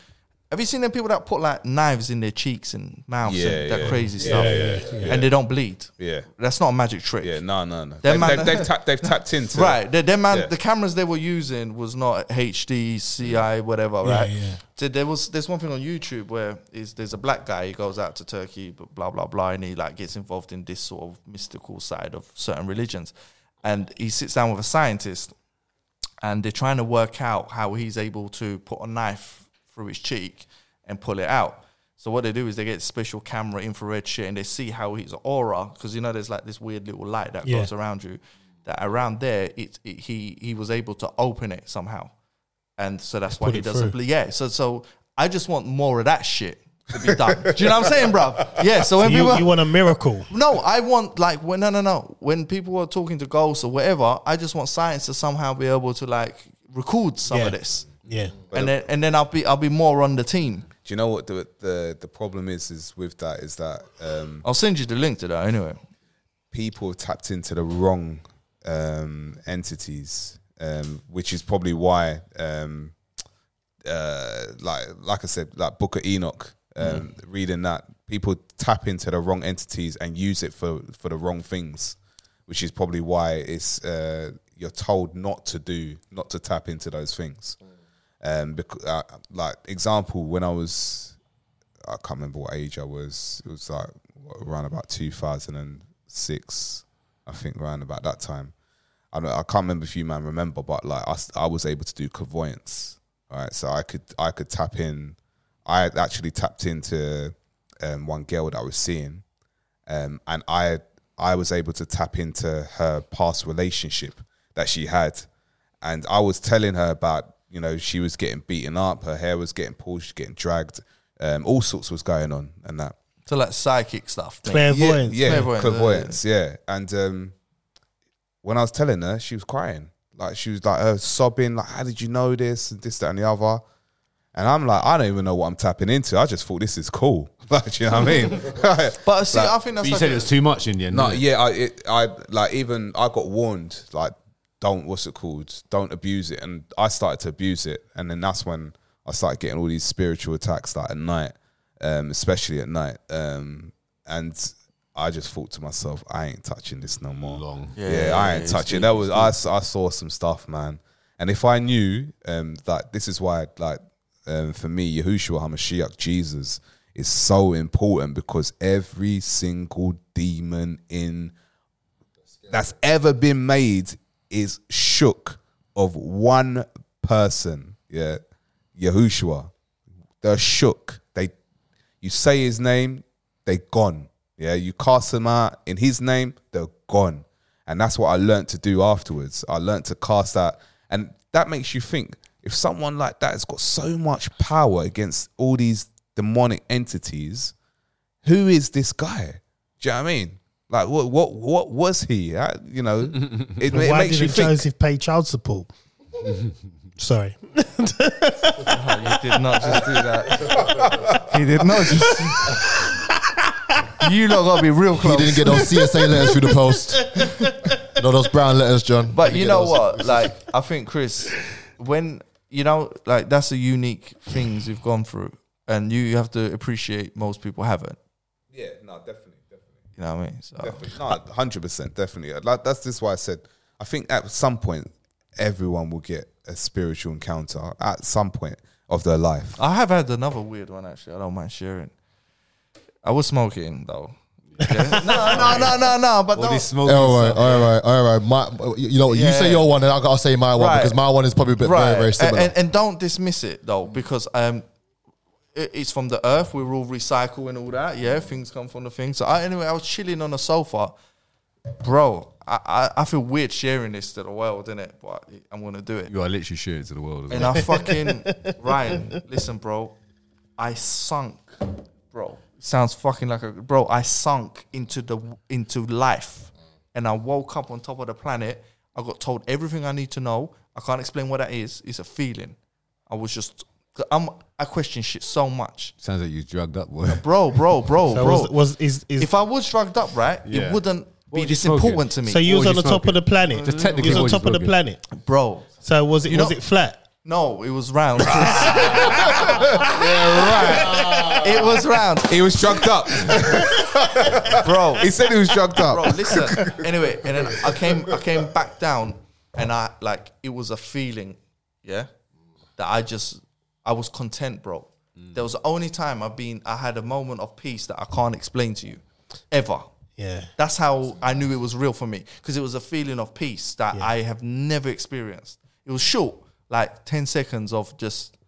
Have you seen them people that put like knives in their cheeks and mouths Yeah, and that yeah. crazy stuff, and they don't bleed? Yeah. that's not a magic trick. yeah, no, no, no. They're They've, mad- they've, they've, tapped, they've tapped into Right, the, their man, Yeah. the cameras they were using was not HD, CI, whatever. Right. yeah. So there was there's one thing on YouTube where is there's a black guy he goes out to Turkey, but blah blah blah, and he like gets involved in this sort of mystical side of certain religions, and he sits down with a scientist, and they're trying to work out how he's able to put a knife through his cheek and pull it out. So what they do is they get special camera infrared shit and they see how his aura, because you know there's like this weird little light that Yeah. goes around you, that around there it, it he he was able to open it somehow, and so that's why put he it doesn't. through. Ble- yeah. So so I just want more of that shit to be done. do you know what I'm saying, bruv? Yeah. So when You, people you want a miracle. no, I want like when no no no when people are talking to ghosts or whatever, I just want science to somehow be able to like record some of Yeah. this, Yeah. and then and then I'll be I'll be more on the team. Do you know what the the, the problem is? Is with that is that um, I'll send you the link to that anyway. people have tapped into the wrong um, entities, um, which is probably why, um, uh, like like I said, like Book of Enoch, um, reading that people tap into the wrong entities and use it for for the wrong things, which is probably why it's uh, you're told not to do, not to tap into those things. Um, because, uh, like example, when I was I can't remember what age I was. It was like around about 2006, I think, around about that time. I don't, I can't remember if you man remember, but like I, s- I was able to do clairvoyance. All right, so I could I could tap in. I had actually tapped into um, one girl that I was seeing, um, and I I was able to tap into her past relationship that she had, and I was telling her about you know she was getting beaten up, her hair was getting pulled, she was getting dragged, um, all sorts was going on, and that So like psychic stuff. mate. Clairvoyance. yeah, Clairvoyance, clairvoyance, yeah. And um, when I was telling her, she was crying, like she was like her sobbing, like how did you know this and this that and the other. And I'm like, I don't even know what I'm tapping into. I just thought this is cool. Like, do you know what I mean? But see, Like, I think that's But you like said a- it was too much in the end. No, didn't it? yeah, I, it, I like even I got warned like don't what's it called? Don't abuse it, and I started to abuse it, and then that's when I started getting all these spiritual attacks like at night, um, especially at night, um, and I just thought to myself, I ain't touching this no more. Long, yeah, I ain't touching. That was I, s- I saw some stuff, man, and if I knew um, that this is why like um, for me, Yahushua HaMashiach, Jesus, is so important because every single demon in that's ever been made is shook of one person. Yeah. Yahushua. They're shook. They you say his name, they gone. Yeah, you cast them out in his name, they're gone. And that's what I learned to do afterwards. I learned to cast out. And that makes you think if someone like that has got so much power against all these demonic entities, who is this guy? Do you know what I mean? Like what what what was he? I- you know, it, it Why makes you didn't think. Joseph pay child support? Sorry. He did not just do that. he did not just. you lot gotta be real He close. didn't get those CSA letters through the post. no, those brown letters, John. but Didn't you get know those. what? Like, I think Chris, when you know, like, that's the unique things you've gone through, and you have to appreciate most people haven't. Yeah, no, definitely, definitely. You know what I mean? So Definitely. No, hundred percent, definitely. Like that's just why I said I think at some point everyone will get a spiritual encounter at some point of their life. I have had another weird one actually. I don't mind sharing. I was smoking though. Yeah. no, no, no, no, no. But All don't- this smoking. All right, stuff. all right, all right. My, you know, you Yeah. say your one, and I gotta say my one Right. because my one is probably a bit very, very similar. And, and don't dismiss it though, because um, it- it's from the earth. We're all recycling all that. Yeah, things come from the thing. So I, anyway, I was chilling on a sofa, bro. I, I, I feel weird sharing this to the world, innit? But I'm gonna do it. You are literally shit to the world. As And well. I fucking Ryan, listen, bro. I sunk, bro. Sounds fucking like a bro. I sunk into the into life, and I woke up on top of the planet. I got told everything I need to know. I can't explain what that is. It's a feeling. I was just, I'm. I question shit so much, Sounds like you drugged up, boy. bro, bro, bro, So bro. was, was is, is if I was drugged up, right, Yeah. it wouldn't What be was you this smoking? important to me, so you What was was on you the top of smoking? the planet. Just technically you what was on you top of the smoking. planet. bro. So was it You was know- it flat? No, it was round. yeah, right. It was round, He was drugged up. bro. he said he was drugged up. bro, listen. Anyway, and then I came, I came back down, and I like it was a feeling, yeah, that I just, I was content, bro. There was the only time I've been, I had a moment of peace that I can't explain to you, ever. Yeah. That's how I knew it was real for me because it was a feeling of peace that I have never experienced. It was short, like 10 seconds of just,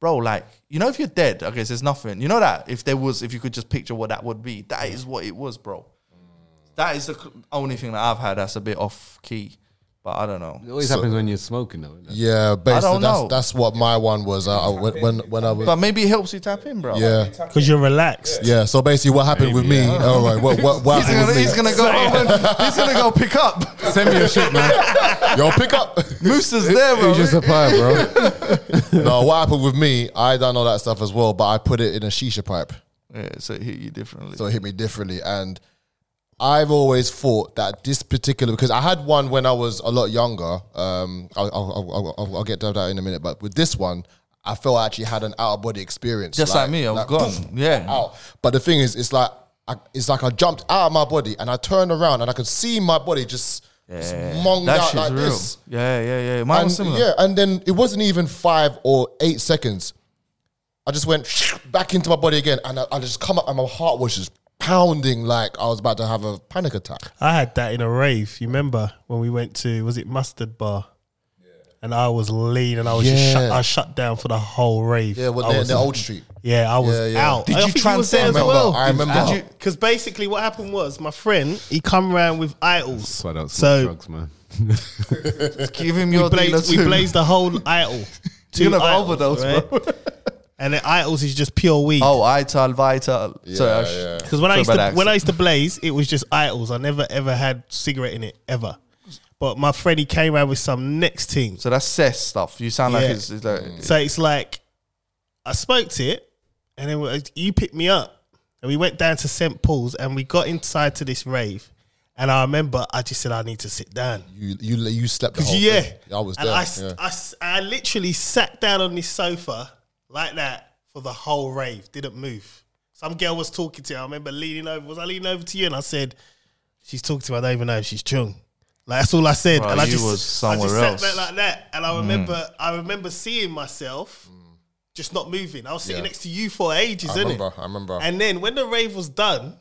bro, like, you know, if you're dead, I guess there's nothing. You know that? If there was, if you could just picture what that would be, that is what it was, bro. That is the cl- only thing that I've had that's a bit off key. But I don't know. It always happens when you're smoking, though. Isn't it? Yeah, basically, don't that's, know. that's what my one was. Uh, I- when, when when I was But maybe it helps you tap in, bro. yeah because you're relaxed. yeah. So basically, what happened with me? All right, what what, He's what happened gonna, with me? he's gonna go. he's gonna go pick up. Send me a shit, man. Yo, pick up. Mooster's there, bro. Who's your supplier, bro? no, what happened with me? I done all that stuff as well, but I put it in a shisha pipe. yeah, so it hit you differently. So it hit me differently. And I've always thought that this particular, because I had one when I was a lot younger. Um, I'll, I'll, I'll, I'll, I'll get to that in a minute. But with this one, I felt I actually had an out of body experience. Just like me, I was gone. Yeah. Out. But the thing is, it's like, I, it's like I jumped out of my body and I turned around and I could see my body just, just monged that out shit's like real. this. Yeah, yeah, yeah. Mine And, was similar. Yeah, and then it wasn't even five or eight seconds. I just went back into my body again, and I, I just come up, and my heart was just pounding like I was about to have a panic attack. I had that in a rave. You remember when we went to was it Mustard Bar? And I was lean, and I was just shut, Yeah. I shut down for the whole rave. Yeah, well, I they're was, in the old street. yeah, I was Yeah, yeah. out. Did I you think he was there transcend as that? well? I remember. Did you- because basically what happened was my friend he come round with idols. That's why I don't smoke So drugs, man. Give him we your dealer blazed, we too. blazed the whole idol. You're gonna have overdose, bro. And the idols is just pure weed. Oh, Ital, Vital. Yeah, Sorry, I sh- yeah. Because when I Sorry used about to the when I used accent. to blaze, it was just idols. I never ever had cigarette in it ever. But my friend he came around with some next team. so that's cess stuff. You sound like Yeah. it's, it's like So it's like I smoked it, and then we- you picked me up, and we went down to St Paul's, and we got inside to this rave, and I remember I just said I need to sit down. You you you slept. The Cause whole yeah, thing. I was and there. I, s- yeah. I s- I literally sat down on this sofa like that for the whole rave, didn't move. Some girl was talking to you. I remember leaning over. Was I leaning over to you? And I said, "She's talking to me. I don't even know if she's chung." Like that's all I said. Right, and I you just, was I just somewhere sat else. Mm. back like that. And I remember, I remember seeing myself just not moving. I was sitting Yeah. next to you for ages, I innit? remember. I remember. And then when the rave was done,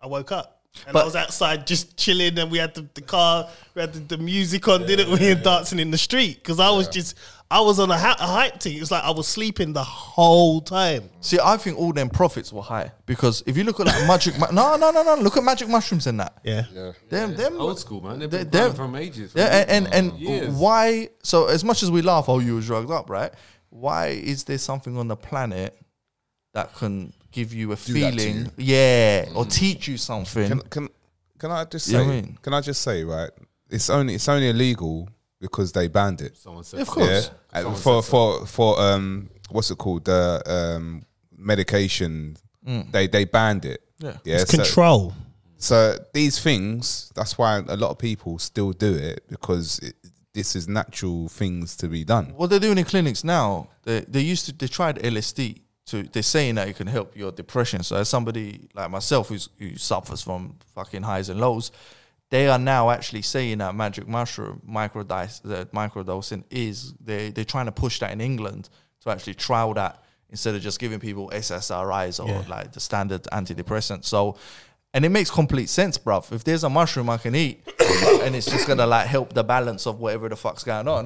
I woke up. And I But- was outside just chilling, and we had the, the car, we had the, the music on, didn't we? And dancing in the street because I was just, I was on a, hy- a hype thing. It was like I was sleeping the whole time. See, I think all them profits were high because if you look at like magic, mu- no, no, no, no. Look at magic mushrooms and that. Yeah. Them, them Oh, Old school, man. They've They- been they're- playing from ages. Yeah, eh, and and, and Years. why? So as much as we laugh, oh, you were drugged up, right? Why is there something on the planet that can give you a that to feeling, yeah, or teach you something? Can can can I just You know say? what I mean? Can I just say? Right, it's only it's only illegal because they banned it. Someone said of course, Uh, for for for um, what's it called? The um, medication. They they banned it. Mm. Yeah. so- Control. So these things, that's why a lot of people still do it because it, this is natural things to be done. what they're doing in clinics now, they they used to they tried LSD. To, they're saying that it can help your depression. So as somebody like myself who's, who suffers from fucking highs and lows, they are now actually saying that magic mushroom microdose that microdosing is they they're trying to push that in England to actually trial that instead of just giving people SSRIs or like the standard antidepressant. So and it makes complete sense, bruv. If there's a mushroom I can eat and it's just gonna like help the balance of whatever the fuck's going on.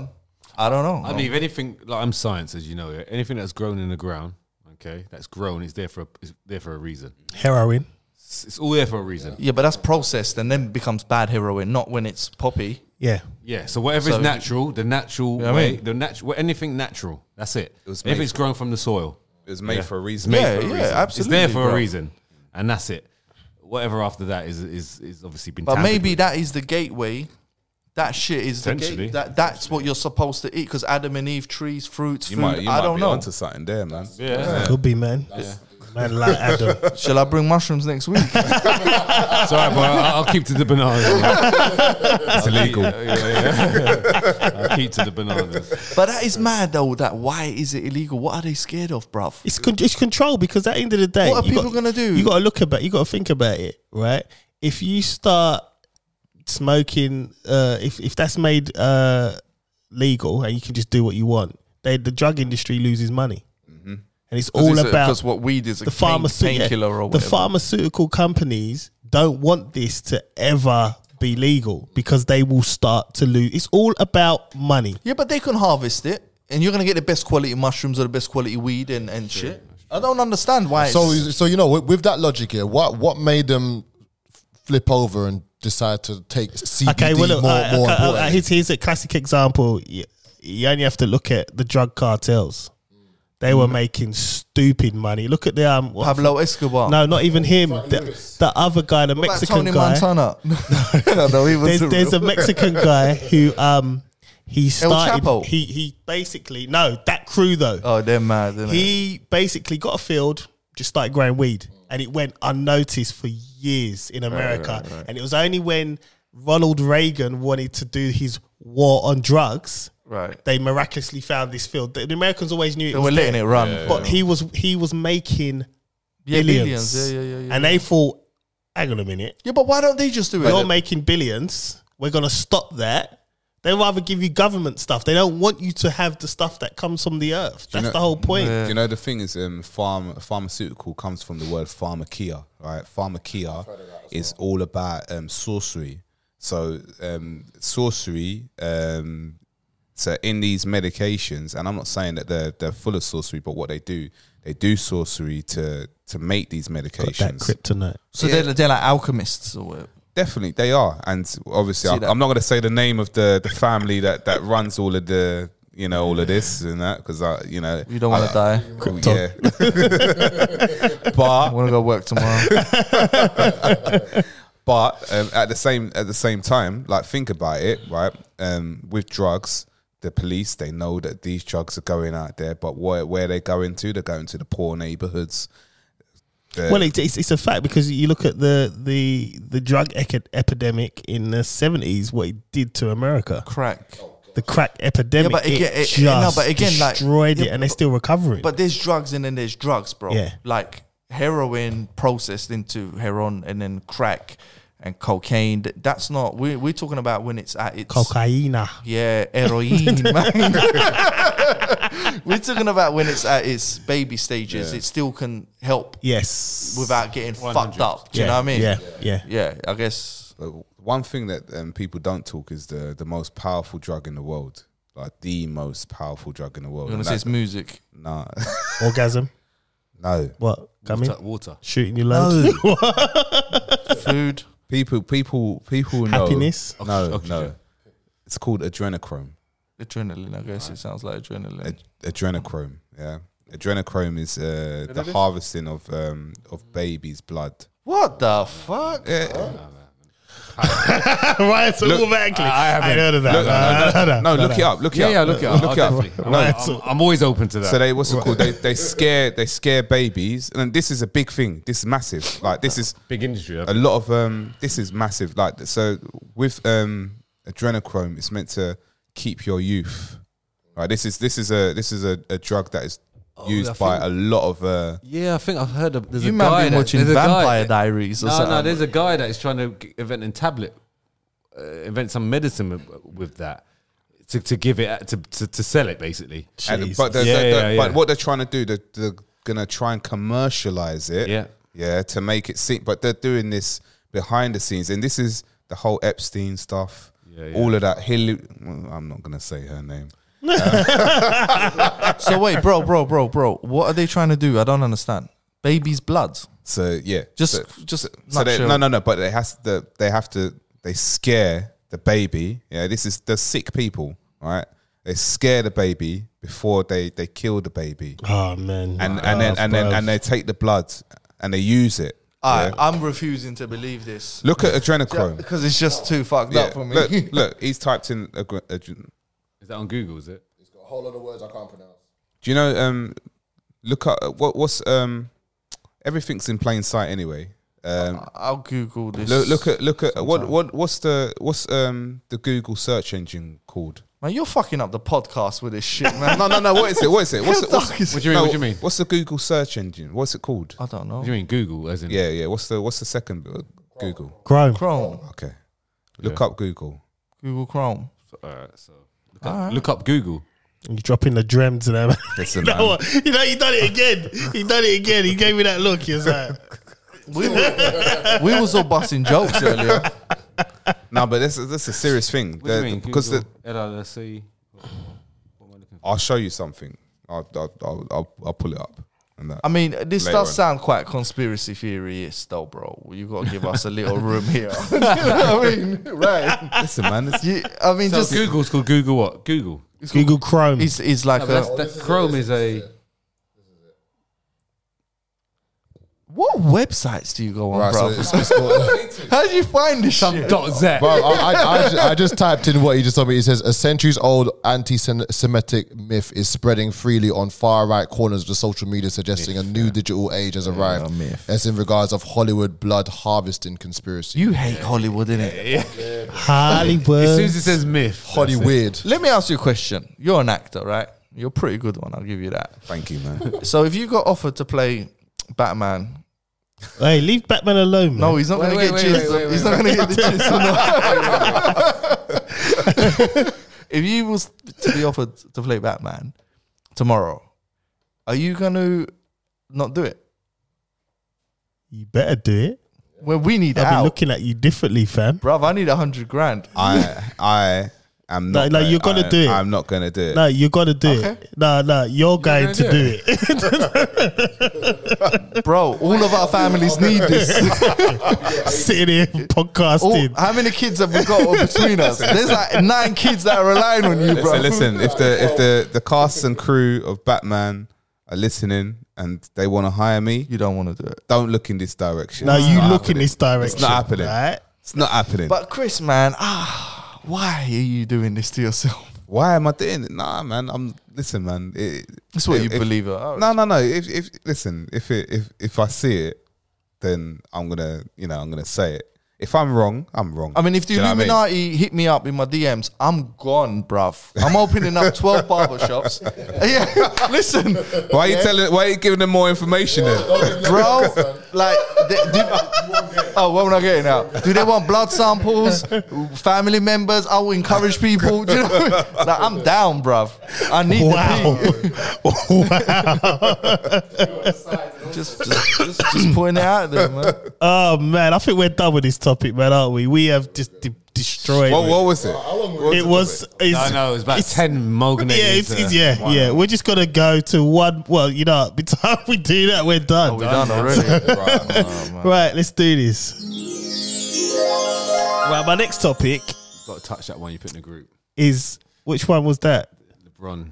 I don't know. I mean, if anything, like I'm science, as you know, yeah, anything that's grown in the ground, okay, that's grown, it's there for a, it's there for a reason. Heroin. It's, it's all there for a reason. Yeah. Yeah, but that's processed and then becomes bad heroin, not when it's poppy. Yeah. so whatever So- is natural, the natural I way, mean? the natural anything natural, that's it. was if made it's grown from the soil, It was made for a reason. made Yeah, for a yeah, reason. it's absolutely. there for bro. a reason, and that's it. Whatever after that is is is obviously been. But tampered maybe with. that is the gateway. That shit is the Potentially. gate. That that's what you're supposed to eat because Adam and Eve, trees, fruits, You food. might, you I might don't be know. onto something there, man. Could be, man. Man, like Adam. Shall I bring mushrooms next week? Sorry, bro. I'll I'll keep to the bananas. it's illegal. I'll keep to the bananas. but that is mad though. That why is it illegal? What are they scared of, bruv? It's con- it's control because at the end of the day, What are you people gonna do? You got to look about. You got to think about it, right? If you start smoking, uh, if if that's made uh, legal and you can just do what you want, they, the drug industry loses money, Mm-hmm. and it's all about because what weed is a the pharmacy pharmaceutical painkiller or the whatever. pharmaceutical companies don't want this to ever be legal because they will start to lose. It's all about money. yeah, but they can harvest it, and you're gonna get the best quality mushrooms or the best quality weed and and shit. I don't understand why. So it's- so you know with, with that logic here, what what made them flip over and decide to take CBD Okay, well, look, more, I- I- more I- I- importantly. here's, here's a classic example. You, you only have to look at the drug cartels. They were making stupid money. Look at the um, what- Mm. Pablo Escobar. No, not even him. The, the other guy, the What about Mexican Tony guy. Montana. no, no, he was There's, there's a Mexican guy who um he started. Chapo. He he basically no that crew though. Oh, they're mad. Isn't it? He basically got a field, just started growing weed, and it went unnoticed for years in America. And it was only when Ronald Reagan wanted to do his war on drugs, Right. they miraculously found this field. The, the Americans always knew it They was were letting there, it run. but he was he was making Yeah, billions, billions. Yeah, yeah, yeah, yeah. and they thought, "Hang on a minute, Yeah, but why don't they just do it? you're making billions. We're gonna stop that." They rather give you government stuff. They don't want you to have the stuff that comes from the earth. That's know- the whole point. Do you know the thing is, um, pharma, pharmaceutical comes from the word pharmakia, right? Pharmakia is all about um, sorcery. So um, sorcery. Um, so in these medications, and I'm not saying that they're they're full of sorcery, but what they do, they do sorcery to to make these medications. That kryptonite. so they're, they're like alchemists or whatever. Definitely, they are, and obviously, See I, that? I'm not going to say the name of the the family that that runs all of the you know all of this and that because I you know You don't want I- to die. yeah. but I want to go work tomorrow. But um, at the same at the same time, like think about it, right? Um, with drugs, the police they know that these drugs are going out there, but where where they're going to? They're going to the poor neighborhoods. The- Well, it's, it's it's a fact because you look at the the the drug ec- epidemic in the seventies, what it did to America, Crack. the crack epidemic. Yeah, but it, again- it- just no, but again, like- destroyed it, Yeah, and they're still recovering. But there's drugs and then there's drugs, bro. Yeah. Like heroin processed into heroin and then crack and cocaine. Th- That's not. We're we're talking about when it's at its cocaina. Yeah, heroin. man. we're talking about when it's at its baby stages. It still can help Yes, without getting fucked up. Do you know what I mean? Yeah, yeah. Yeah. I guess. But one thing that um, people don't talk is the the most powerful drug in the world, like the most powerful drug in the world. You want to And say it's that's- music? nah, Orgasm. no. What coming? Water. water. Shooting your load. Food. People, people, people know. Happiness? No, Oxygen. no. It's called adrenochrome. Adrenaline. I guess it sounds like adrenaline. Ad- adrenochrome. Yeah, adrenochrome is uh, the harvesting of um, of babies' blood. what the fuck? right, so automatically. I, haven't heard of that. No, no, no, No, look it up. Look it Yeah, up. yeah, look it up. I'll Oh, definitely- No. I'm, I'm- I'm always open to that. So they what's it called? They they scare they scare babies, and this is a big thing. This is massive. Like this is Big industry. a lot of um. This is massive. Like so with um adrenochrome, it's meant to keep your youth. Right. This is this is a this is a, a drug that is used Oh, by I think- a lot of uh. yeah, I think I've heard of. There's You a might guy be that- watching there's a guy- Vampire Diaries or no, something. No, there's a guy that is trying to g- invent a tablet, uh, invent some medicine with, with that to, to give it to, to to sell it basically. And, but the, Yeah, the- the- yeah, but yeah. what they're trying to do, they're, they're gonna try and commercialize it. Yeah. yeah, to make it seem. But they're doing this behind the scenes, and this is the whole Epstein stuff. Yeah, yeah. All of that. Hillary. well, I'm not gonna say her name. So wait, bro, bro, bro, bro. What are they trying to do? I don't understand. Baby's blood. So yeah, Just, so, just. so they, nutshell. no, no, no. But they has to. They have to. They scare the baby. Yeah, this is the sick people, right? They scare the baby before they they kill the baby, Oh man. and and then and then and they take the blood and they use it. I, yeah? I'm refusing to believe this Look at adrenochrome. because it's just too fucked Yeah, up for me. Look, look, he's typed in. A, gr- a, gr- Is that on Google? Is it? It's got a whole lot of words I can't pronounce. do you know? Um, look at uh, what what's um, everything's in plain sight anyway. Um, I'll Google this. look, look at look at what what what's the what's um the Google search engine called? man, you're fucking up the podcast with this shit, man. No, no, no. What is it? What is it? What's it? What's, What do you mean? what do you mean? What What's the Google search engine? What's it called? I don't know. do you mean Google? As in Yeah, yeah. What's the what's the second uh, Google? Chrome. Chrome, Okay, look up Google. Google Chrome. All right, uh, so look up, look up Google. You dropping the drem to them. Listen, you know man. what? You know you done it again. He done it again. He gave me that look. He was like. We were, we was all busting jokes earlier. No, but this is this is a serious thing. What do you The- mean? Because the, Google, LLC. I'll show you something. I'll I'll, I'll I'll I'll pull it up. and that. I mean, this Later does on. sound quite conspiracy theory though, bro. You've got to give us a little room here. You know what I mean, right? Listen, man, it's, You- I mean, So just Google's called Google what? Google. Google Chrome. it's, it's like No, but a, that's, that Chrome is a. what websites do you go on, Right, so bro? it's, it's got, How do you find this Some shit? dot Z. Bro, I, I, I, ju- I just typed in what he just told me. He says a centuries-old anti-Semitic myth is spreading freely on far-right corners of the social media, suggesting a new digital age has arrived. As in regards of Hollywood blood harvesting conspiracy. you hate Hollywood, innit? Hollywood. As soon as it says myth, Holly weird. Let me ask you a question. You're an actor, right? You're a pretty good one. I'll give you that. thank you, man. So if you got offered to play Batman, hey, leave Batman alone. no, man. he's not Wait, going to wait, get wait, wait, jizzed. wait, He's wait. not going to get the jizzed. on the- if you was to be offered to play Batman tomorrow, are you going to not do it? you better do it. Well, we need I'll be out, looking at you differently, fam. bruv. I need a hundred grand. I, I am not. Like- like, you're gonna I- do it. I'm not gonna do it. No, you got to do Okay. it. No, no, you're going gonna to do do it. Bro, all of our families need this. Sitting here All, podcasting. how many kids have we got between us? There's like nine kids that are relying on you, bro. Listen, listen. If the if the the cast and crew of Batman are listening and they want to hire me, You don't want to do it. don't look in this direction. now It's you not look in happening. this direction. It's not happening. Right? It's not happening. But Chris, man, ah, why are you doing this to yourself? Why am I doing it? Nah, man. I'm listen, man. It, That's what if- you if- believe. Oh, No, no, no. If if listen, if it, if if I see it, then I'm gonna you know I'm gonna say it. If I'm wrong, I'm wrong. I mean, if Do the you know what I mean? Illuminati hit me up in my DMs, I'm gone, bruv. I'm opening up 12 barber shops. Yeah, listen, why are you telling? Why are you giving them more information then? bro. Like, they, do, oh, what am I getting now? Do they want blood samples? Family members? I will encourage people. Do you know? What I mean? Like, I'm down, bruv. I need Wow. the pee. Just, just, just, just putting it out there, man. oh, man. I think we're done with this topic, man, aren't we? We have just de- destroyed. What, what was it? it was. I It's, know it's about it's- ten Mogan. Yeah, it's, it's, yeah, yeah. We're just gonna go to one. Well, you know, by the time Oh, we do that, we're done. We're done already. Right, let's do this. Right, my next topic Got to touch that one you put in the group. is which one was that? LeBron.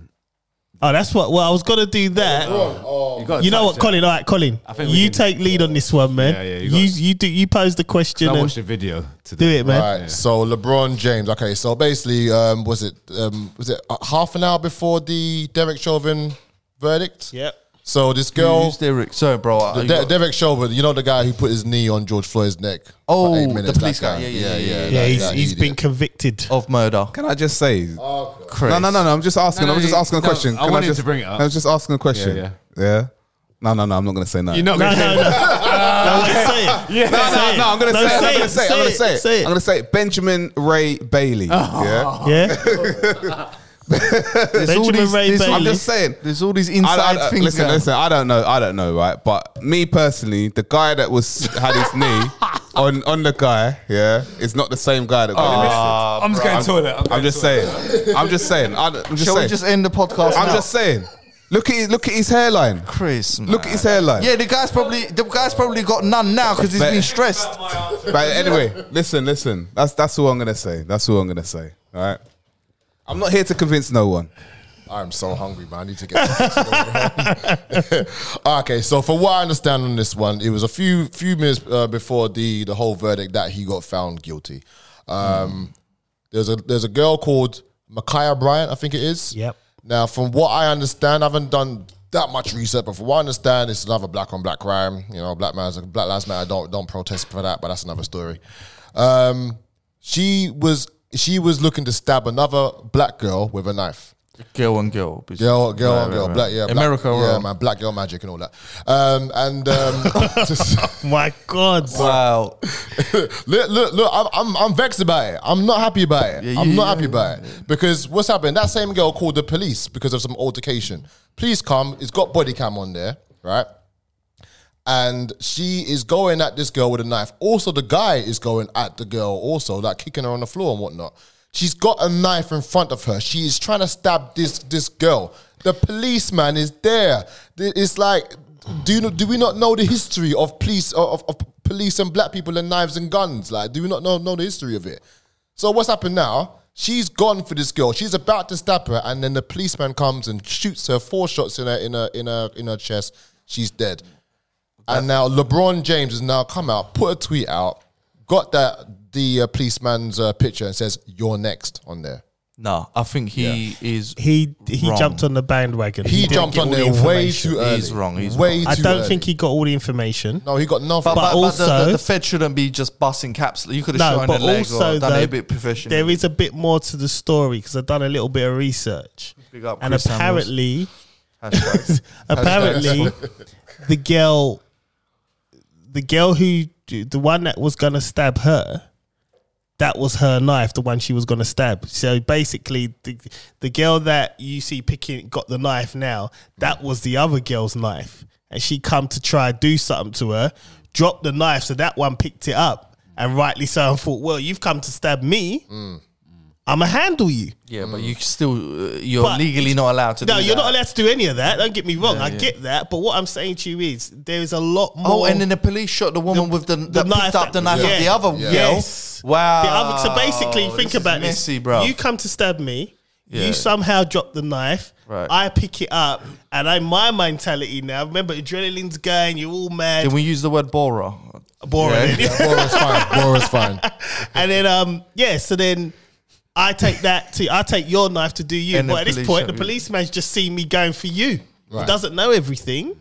Oh, that's what. Well, I was gonna do that. Oh, You, gotta You know touch what, that. Colin? All right, Colin, I think we you can- take lead on this one, man. Yeah, yeah, you you got you, it. do you pose the question I and watched the video do today. it, man. Right. So LeBron James. Okay. So basically, um, was it um, was it uh, half an hour before the Derek Chauvin verdict? Yep. So this girl, Who's Derek? Sorry, bro. I- De- you got- Derek Chauvin, you know the guy who put his knee on George Floyd's neck. for Oh, eight the minutes, that police guy. Yeah, yeah, yeah, yeah, Yeah, that- he's that he's been idiot. convicted. of murder. Can I just say? Chris. No, no, no, no. I'm just asking. No, no, I'm just you- asking a no, question. I Can wanted just, to bring it up. I was just asking a question. Yeah, Yeah. No, no, no. I'm not gonna say no. You're not No, going no, to no. say no, let's say it. Yeah. No, Say no, it. no, I'm gonna No, say, it. say I'm gonna it, say, it. I'm say gonna it, say, it. say it. Oh, I'm gonna say it. Benjamin Ray Bailey. Yeah, Yeah, There's all Benjamin these- Ray there's all I'm Bailey. just saying. There's all these I, inside I, I, things. listen, going- listen. I don't know. I don't know, right? But me personally, the guy that was had his knee on on the guy, yeah, is not the same guy that. Got Ah, I'm just going to toilet. it. I'm just saying. I'm just saying. I, am just Shall we saying. just end the podcast? I'm now? just saying. Look at his, look at his hairline. Chris. Man. Look at his hairline. Yeah, the guy's probably the guy's probably got none now because he's But- been stressed. But anyway, listen, listen. That's that's all I'm gonna say. That's all I'm gonna say. All right. I'm not here to convince no one. I'm so hungry, man. I need to get. Ah, okay, so for what I understand on this one, it was a few few minutes uh, before the the whole verdict that he got found guilty. Um, There's a there's a girl called Micaiah Bryant, I think it is. Yep. Now, from what I understand, I haven't done that much research, but from what I understand, it's another black on black crime. You know, black man's black lives matter. Don't don't protest for that, but that's another story. Um, she was she was looking to stab another black girl with a knife. Girl and girl. bitch. Girl, oh, girl, Right, right, girl, right. black, yeah, black, America, yeah, right. man, black girl magic and all that. Um, and um, just- my God. Wow. look, look, look, I'm, I'm, I'm vexed about it. I'm not happy about it. Yeah, I'm you- not yeah, happy about it because what's happened? That same girl called the police because of some altercation. Please come. It's got body cam on there, right? And she is going at this girl with a knife. Also, the guy is going at the girl, also like kicking her on the floor and whatnot. She's got a knife in front of her. She is trying to stab this this girl. The policeman is there. Th- It's like do you know, do we not know the history of police of, of police and black people and knives and guns? Like, do we not know know the history of it? So what's happened now? She's gone for this girl. She's about to stab her, and then the policeman comes and shoots her four shots in her in her in her in her chest. She's dead. And now LeBron James has now come out, put a tweet out, got that the uh, policeman's uh, picture, and says "You're next" on there. No, I think he is. He he wrong. jumped on the bandwagon. He, didn't jumped get on all the there way information. too early. He's wrong, he's wrong. way too I don't early. think he got all the information. No, he got But, nothing. but, but the- the, also- the, Fed shouldn't be just busting caps. You could have No, shown a but leg also or done it though, a bit professional. there is a bit more to the story because I've done a little bit of research, Big up and Chris Samuels. apparently, Hashtag. apparently, the girl, the girl who, the one that was gonna stab her, that was her knife, the one she was gonna stab. So basically, the the girl that you see picking got the knife now, that was the other girl's knife, and she come to try and do something to her, dropped the knife, so that one picked it up. And rightly so, and thought, well, you've come to stab me. I'ma handle you. yeah, but you still uh, you're But- legally not allowed to. No, do you're that. not allowed to do any of that. Don't get me wrong. I yeah. get that. But what I'm saying to you is there is a lot Oh, more. and then the police shot the woman with the, that picked up the knife Yeah. of the other Yeah. girl. Yes. Wow. The other, so basically, think is about messy, this. bro. You come to stab me. Yeah. You somehow drop the knife. Right. I pick it up, and I my mentality now. Remember, adrenaline's going. You're all mad. Can we use the word Bora? boring. Yeah, Bora's fine. Bora's fine. and then um yeah, so then I take that to I take your knife to do you. And the but at this police point, shot the you. policeman's just seen me going for you. He Right. doesn't know everything,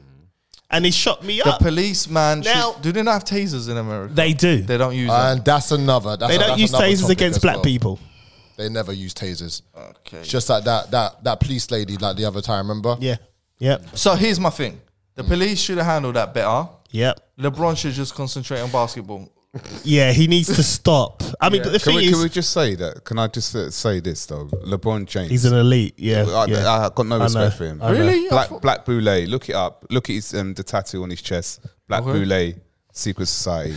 and he shot me The up. policeman. Now- Now, do they not have tasers in America? they do. They don't use them. And that's another. That's They a- don't that's use another tasers topic against as black well. people. They never use tasers. Okay. Just like that that that police lady like the other time. Remember? Yeah. Yep. So here's my thing: the police should have handled that better. Yep. LeBron should just concentrate on basketball. Yeah, he needs to stop. I mean, but the Can thing we, is, can we just say that? Can I just uh, say this though? LeBron James. he's an elite. Yeah. I, yeah. I got no know, respect for him. I know. Really? Black Black Boule. Look it up. Look at his um, the tattoo on his chest. Black Okay. Boule. Secret Society.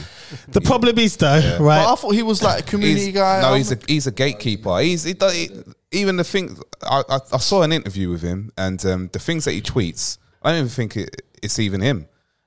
the problem is though, But I right? thought he was like a community He's, guy. no, I'm- he's a he's a gatekeeper. He's he, does- he, even the thing. I, I I saw an interview with him, and um, the things that he tweets. I don't even think it, it's even him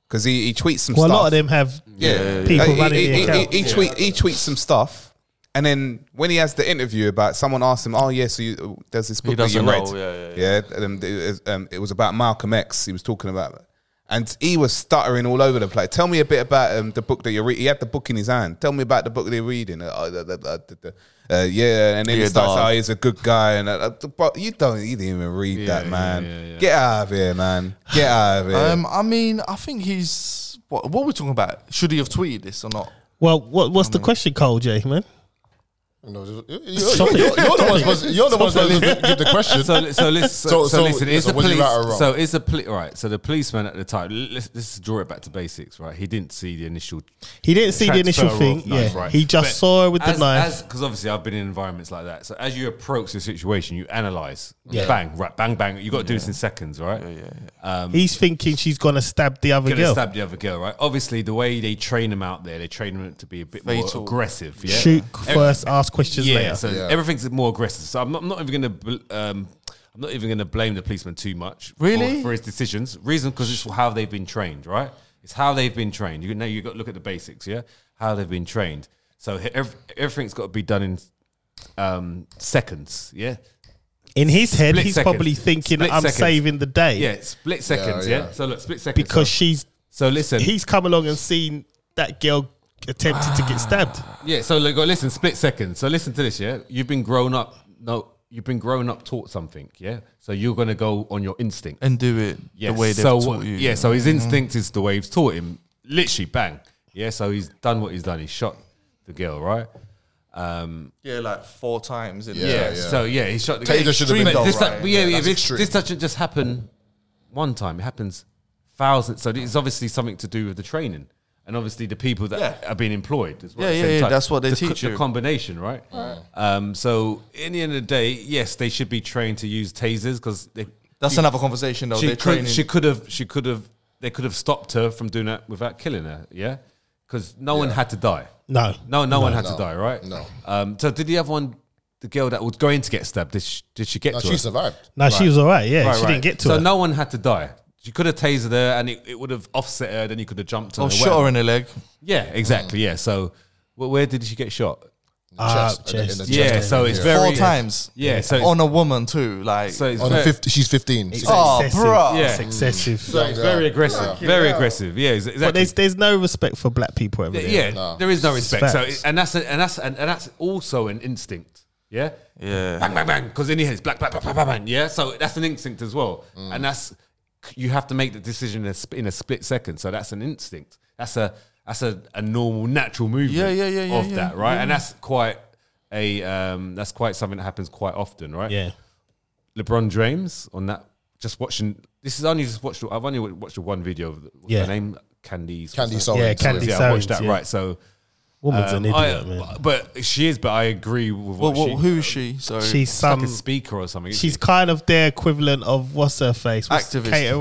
because he, he tweets some. Well, a stuff. lot of them have yeah, people He- he- running he, the he, account. he, tweet, he tweets some stuff, and then when he has the interview about someone asked him, "Oh yeah, so you, there's this book that you doesn't read, know, yeah, yeah, um, it, um, it was about Malcolm X. He was talking about, and he was stuttering all over the place. Tell me a bit about um, the book that you're reading. He had the book in his hand. Tell me about the book they're reading. Uh, uh, uh, uh, uh, uh, yeah, and then Yeah, he starts, dog. "Oh, he's a good guy," and uh, uh, but you don't, you didn't even read that, man. Get out of here, man. Get out of here. Um, I mean, I think he's. What, what are we talking about? Should he have tweeted this or not? Well, what, what's Mm. the question, Cole J, man? You know, you- you- You're Stop it. you're- you're the one supposed you're the one supposed to give the question. So, so, listen, so, So- so so- listen. Is so the was he police? right or wrong? So is the poli- right? So the policeman at the time. l- Let's, let's draw it back to basics, right? He didn't see the initial. He didn't see the initial transfer of thing. knife, yeah, right. he just But saw her with as, the knife. Because obviously, I've been in environments like that. So as you approach the situation, you analyze. Yeah. Bang! Right. Bang! Bang! You got to do this in seconds, right? Yeah. yeah, He's thinking she's gonna stab the other um, Gonna girl. stab the other girl, right? Obviously, the way they train them out there, they train them to be a bit Fatal. more aggressive. Yeah? Shoot first, ask questions yeah, later. So everything's more aggressive. So I'm not, I'm not even going to. Um, I'm not even going to blame the policeman too much. for- Really? For, his decisions. Reason because it's how they've been trained, right? It's how they've been trained. You know, you got to look at the basics, yeah. How they've been trained. So he- ev- everything's got to be done in um, seconds, yeah. In his head, Split he's second. probably thinking Split I'm second. saving the day Yeah, split seconds, yeah. yeah. So look, split seconds. because so, she's so listen, he's come along and seen that girl attempted to get stabbed. Yeah, so look, listen, split seconds. So listen to this, yeah? You've been grown up, no, you've been grown up taught something, yeah? So you're going to go on your instinct. And do it Yes. the way they've so, taught you. Mm-hmm. Yeah, so his instinct is the way he's taught him. Literally, bang. Yeah, so he's done what he's done. He shot the girl, right? Um, yeah, like four times. In Yeah. yeah, so yeah, he shot the Taser girl. should have been But done this, right. but yeah, Yeah, yeah, that's this, extreme. this doesn't just happen one time. It happens thousands. So it's obviously something to do with the training. And obviously, the people that Yeah. are being employed as well. Yeah, at the yeah, same yeah, time. that's what they The co- teach the you. combination, right? Um, so, in the end of the day, yes, they should be trained to use tasers because they. That's you- another conversation though. she They're could, training. she could have she could have they could have stopped her from doing that without killing her yeah because no one had to die No. no no, one had to No. die right No. um, so did the other one the girl that was going to get stabbed did she, did she get No, to she her? survived. No, she was all right. Yeah, Right, she right. didn't get to so her. no one had to die Do You could have tasered her and it, it would have offset her, then you could have jumped her. Oh, or shot whatever. her in the leg. Yeah, Mm. exactly. Yeah. So wh- where did she get shot? Ah, Chest, in the- in the chest. chest Yeah, area. so it's Yeah. very Four times. Yeah, so it's- on a woman too. Like So it's On the very, 50, she's 15. It's Oh, excessive. bruh. Yeah. It's excessive. so uh, it's very aggressive. Very aggressive. Yeah, ex- But exactly. there's there's no respect for black people over there. yeah, there is no It's respect. So facts. it- and that's a, and that's and, and that's also an instinct. Yeah. Yeah. Bang bang bang. Because in your head it's black black black black bang, bang. Yeah. So that's an instinct as well, Mm. and that's you have to make the decision in a, sp- in a split second. So that's an instinct. That's a that's a, a normal natural movement. Yeah, yeah, yeah, yeah, Of yeah, that, right? And that's quite a um that's quite something that happens quite often, right? Yeah. LeBron James on that. Just watching. This is only just watched. I've only watched the one video. Of the, what's Yeah. her name Candice. Candy what's Soul. Yeah, Candy her- Yeah, I watched Sounds, that. yeah. Right. So, Woman's um, an idiot, I- man. but she is. But I agree with well, what well, she. who is she? So She's she's like some a speaker or something. isn't She's she? kind of their equivalent of what's her face? What's Activist. Kate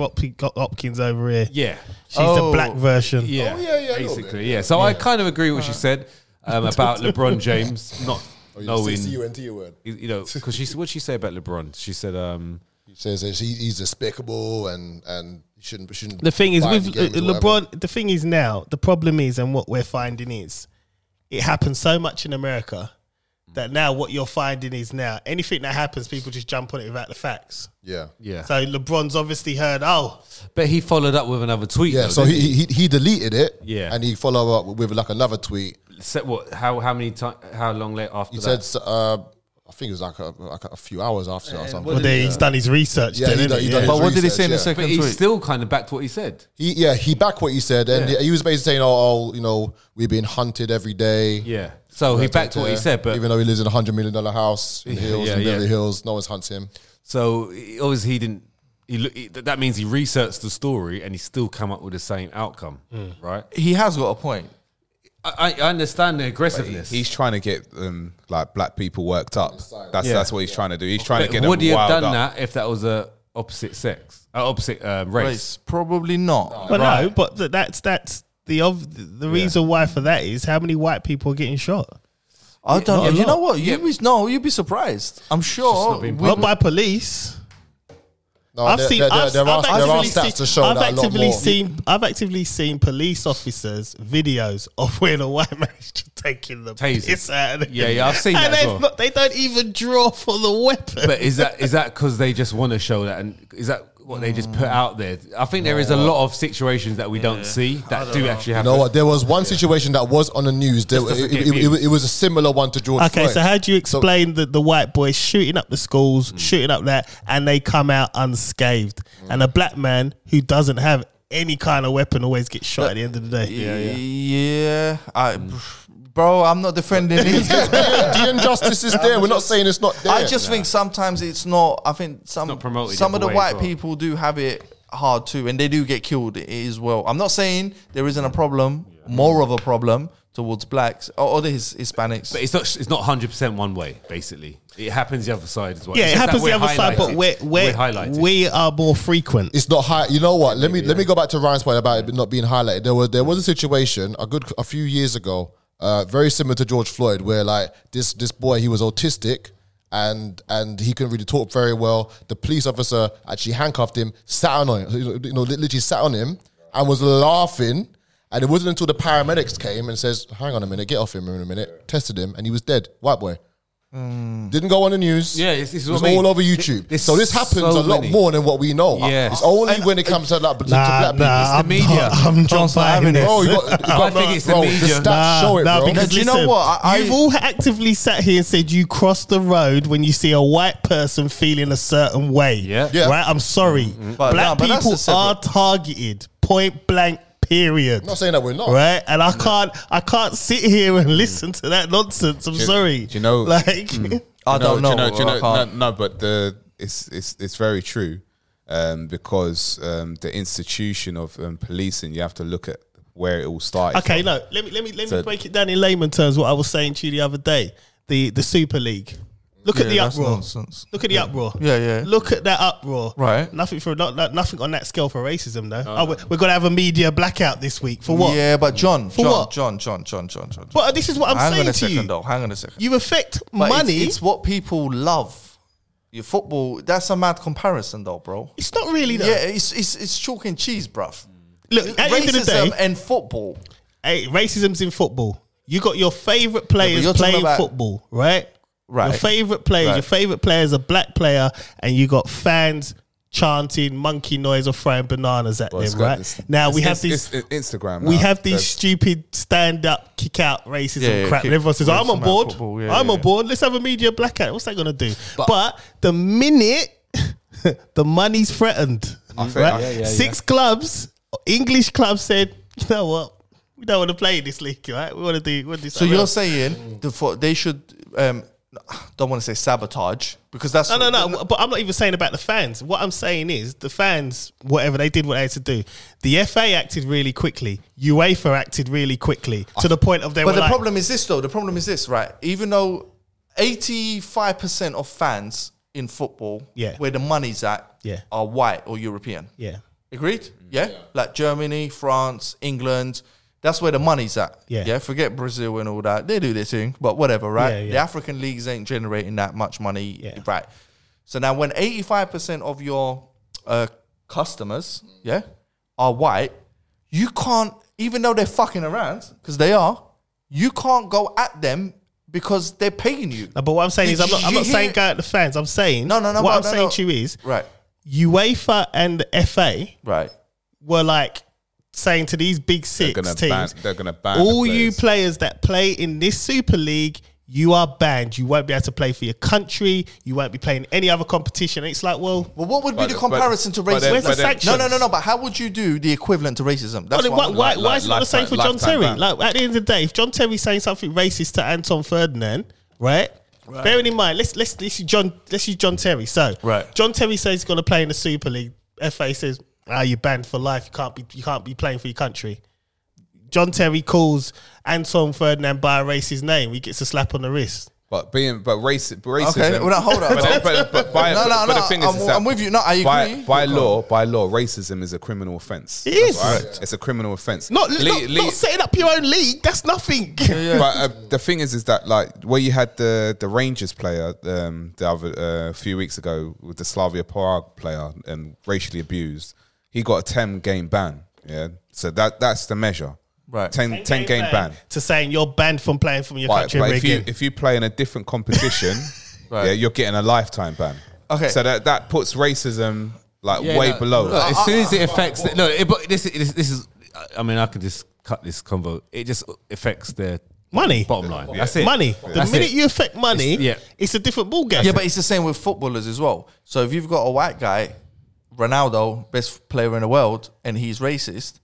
Hop- Hopkins over here. yeah, She's Oh. the black version. Oh, yeah, yeah, yeah, a little Basically, bit, yeah. So I kind of agree with what she said um, about LeBron James not Oh, knowing. You C-U-N-T word. you know, because she what she say about LeBron? She said, um, He says that he- he's despicable and and he shouldn't shouldn't. The thing is buy with any games Le- or whatever. LeBron. The thing is now. The problem is, and what we're finding is, it happens so much in America Mm. that now what you're finding is now anything that happens, people just jump on it without the facts. Yeah, "Yeah," So LeBron's obviously heard, oh, but he followed up with another tweet. yeah. though, So didn't he, he he deleted it. Yeah. and he followed up with like another tweet. Said what? How how many time? How long later after He that? said, uh, I think it was like a, like a few hours after or something. well, then he's done his research. Yeah, then, he innit? done- he done Yeah. his But what did he say in the Research, second but he's tweet? still kind of back to what he said. He, yeah, he backed what he said, and Yeah. he was basically saying, "Oh, oh, you know, we're being hunted every day." Yeah. So he backed what he said, but even though he lives in a hundred million dollar house in the hills yeah, in Beverly yeah. Hills, no one's hunts him. so he- obviously he didn't. He, look- he- that means he researched the story and he still come up with the same outcome, Hmm. right? he has got a point. I, I I understand the aggressiveness. He's trying to get um, like black people worked up. That's Yeah. that's what he's trying to do. He's trying to but get would them he have riled done up. that if that was a opposite sex, uh, opposite um, race? Race, probably not. But no, but th- that's that's the of the reason why for that is how many white people are getting shot, I don't. not a you know lot. what? You be, no, you'd be surprised. I'm sure. been we- not by police. No, I've there, seen. there, there, I've, there I've are, there are actively stats seen- to show I've that a lot actively more. seen. I've actively seen police officers videos of when a white man is just taking the Tasers. piss out of them. Yeah, yeah, I've seen and that as they've well. not- They don't even draw for the weapon. But is that is that because they just want to show that, and is that what they just put out there? I think there is a lot of situations that we don't see that do actually You happen. know what? There was one situation that was on the news. There, it, doesn't it, get it- it was a similar one to George. Okay, Floyd. so how do you explain the, the white boys shooting up the schools, Hmm. shooting up that, and they come out unscathed? And a black man who doesn't have any kind of weapon always gets shot at the end of the day. yeah, I, Mm. bro, I'm not defending it. the injustice is there. We're not saying it's not there. I just think sometimes it's not. I think some not promoted some of the the way white as well. people do have it hard too, and they do get killed as well. I'm not saying there isn't a problem, more of a problem towards blacks or, or the His, Hispanics. But it's not it's not hundred percent one way. Basically, it happens the other side as well. Yeah, It's it just happens that the we're other side, but highlighted. we're, we're, highlighted. we are more frequent. it's not high. You know what? Let me let me go back to Ryan's point about it not being highlighted. There was there was a situation a good a few years ago, uh, very similar to George Floyd, where like this this boy he was autistic. And and he couldn't really talk very well. The police officer actually handcuffed him, sat on him, you know, you know, literally sat on him, and was laughing. And it wasn't until the paramedics came and says, "Hang on a minute, get off him in a minute." Tested him, and he was dead. White boy didn't go on the news. Hmm. Yeah, this- this is it was what I mean. all over YouTube. There's so this happens so a lot many. more more than what we know. Yeah. It's only when it comes to, like, to black people. nah, I'm media. Not, I'm not John's not buying having it. this. Bro, Oh, you got, you got- think it's the bro, media. stats show it, nah, bro. because Do you know listen, what? I- I- you've all actively sat here and said you cross the road when you see a white person feeling a certain way. Yeah. Yeah. Right? I'm sorry. But nah, Black but that's people a separate- are targeted point blank, period. I'm not saying that we're not. Right, and I can't, I can't sit here and listen to that nonsense. I'm sorry. do you know- like, No, I don't do know. you know, do you I know- can't. no, no, but the it's it's it's very true um, because um, the institution of um, policing, you have to look at where it all started. okay, from. no, let me let me let me So- break it down in layman terms. What I was saying to you the other day, the the Super League. Look at Yeah, the that's uproar. nonsense. Look at the uproar. Yeah, yeah. Look at that uproar. Right. Nothing for not, not- nothing on that scale for racism though. Oh, we're, we're gonna have a media blackout this week for what? Yeah, but John, For John, what? John, John, John, John, John. But this is what I'm hang on saying a to second, you. though. Hang on a second. You affect But it's- money. It's, what people love. Your football, that's a mad comparison though, bro. It's not really that. Yeah, it's it's it's chalk and cheese, bruv. Look, at the end of the day, Racism and football. hey, racism's in football. You got your favorite players you're talking playing about- football, right? Right. Your favorite players. Your Right. favorite player is a black player, and you got fans chanting monkey noise or throwing bananas at it's them, got right? this- now we have It's, these. it's Instagram. we now. have these So- stupid stand up, kick out racism Yeah, yeah, crap. kick- and everyone says, I'm racism on out board. football, yeah, I'm yeah, on yeah. board. Let's have a media blackout. What's that going to do? But, the minute the money's threatened, I think- right? yeah, yeah, yeah. six clubs, English clubs said, you know what? We don't want to play in this league, right? We want to do, we want to do So something you're else." saying the fo- they should um don't want to say sabotage because that's No, no, no. But I'm not even saying about the fans. What I'm saying is the fans, whatever they did, what they had to do. The FA acted really quickly. UEFA acted really quickly to the point of they But were the like, problem is this though. The problem is this, right? Even though eighty five percent of fans in football, Yeah. where the money's at, Yeah. are white or European. yeah, Agreed? Yeah? Like Germany, France, England. That's where the money's at. Yeah. Yeah. Forget Brazil and all that. They do their thing, but whatever, right? Yeah, yeah. The African leagues ain't generating that much money. Yeah. Right. So now when 85% of your uh, customers, yeah, are white, you can't, even though they're fucking around, because they are, you can't go at them because they're paying you. No, but what I'm saying is, I'm not, I'm You not saying hear- go at the fans. I'm saying No, no, no, What no, I'm no, saying no. to you is Right. UEFA and the FA Right. were like saying to these big 6 gonna teams, ban- they're gonna ban the all you players. players that play in this Super League. You are banned. You won't be able to play for your country. You won't be playing any other competition. And it's like, well, Well, what would But- be the comparison but- to but racism? then- Where's the but then- sanctions? No, no, no, no. But how would you do the equivalent to racism? That's Well, what why, I'm- why, like- why is it not the same lifetime- for John lifetime Terry? ban. Like at the end of the day, if John Terry's saying something racist to Anton Ferdinand, right? Bearing in mind, let's let's let's use John let's use John Terry. So Right. John Terry says he's going to play in the Super League. FA says, "Ah, you're banned for life. You can't be you can't be playing for your country." John Terry calls Anton Ferdinand by a racist name. He gets a slap on the wrist. But being but race racism. Okay, well, now, hold on. But, then- but, but by, No, but no, the no, thing is, I'm- is that I'm with you. No, I by, agree. By Okay. law, by law, racism is a criminal offence. It is. It's a criminal offence. Not, Le- not, le- not setting up your own league. That's nothing. But uh, the thing is, is that like where you had the the Rangers player um, the other uh, few weeks ago with the Slavia Prague player and racially abused, he got a ten game ban. Yeah, so that that's the measure. Right. 10, 10, game, ban. to saying you're banned from playing from your But, country but ever if you again. if you play in a different competition, yeah, you're getting a lifetime ban. Okay. so that that puts racism like Yeah, way no, below. look, as soon as it affects, the, no, it, but this, this, this is. I mean, I can just cut this convo. It just affects their Money. bottom line. That's it. Money. The That's minute it. you affect money, it's, It's- yeah. a different ball game. Yeah, but it's the same with footballers as well. So if you've got a white guy, Ronaldo, best player in the world, and he's racist,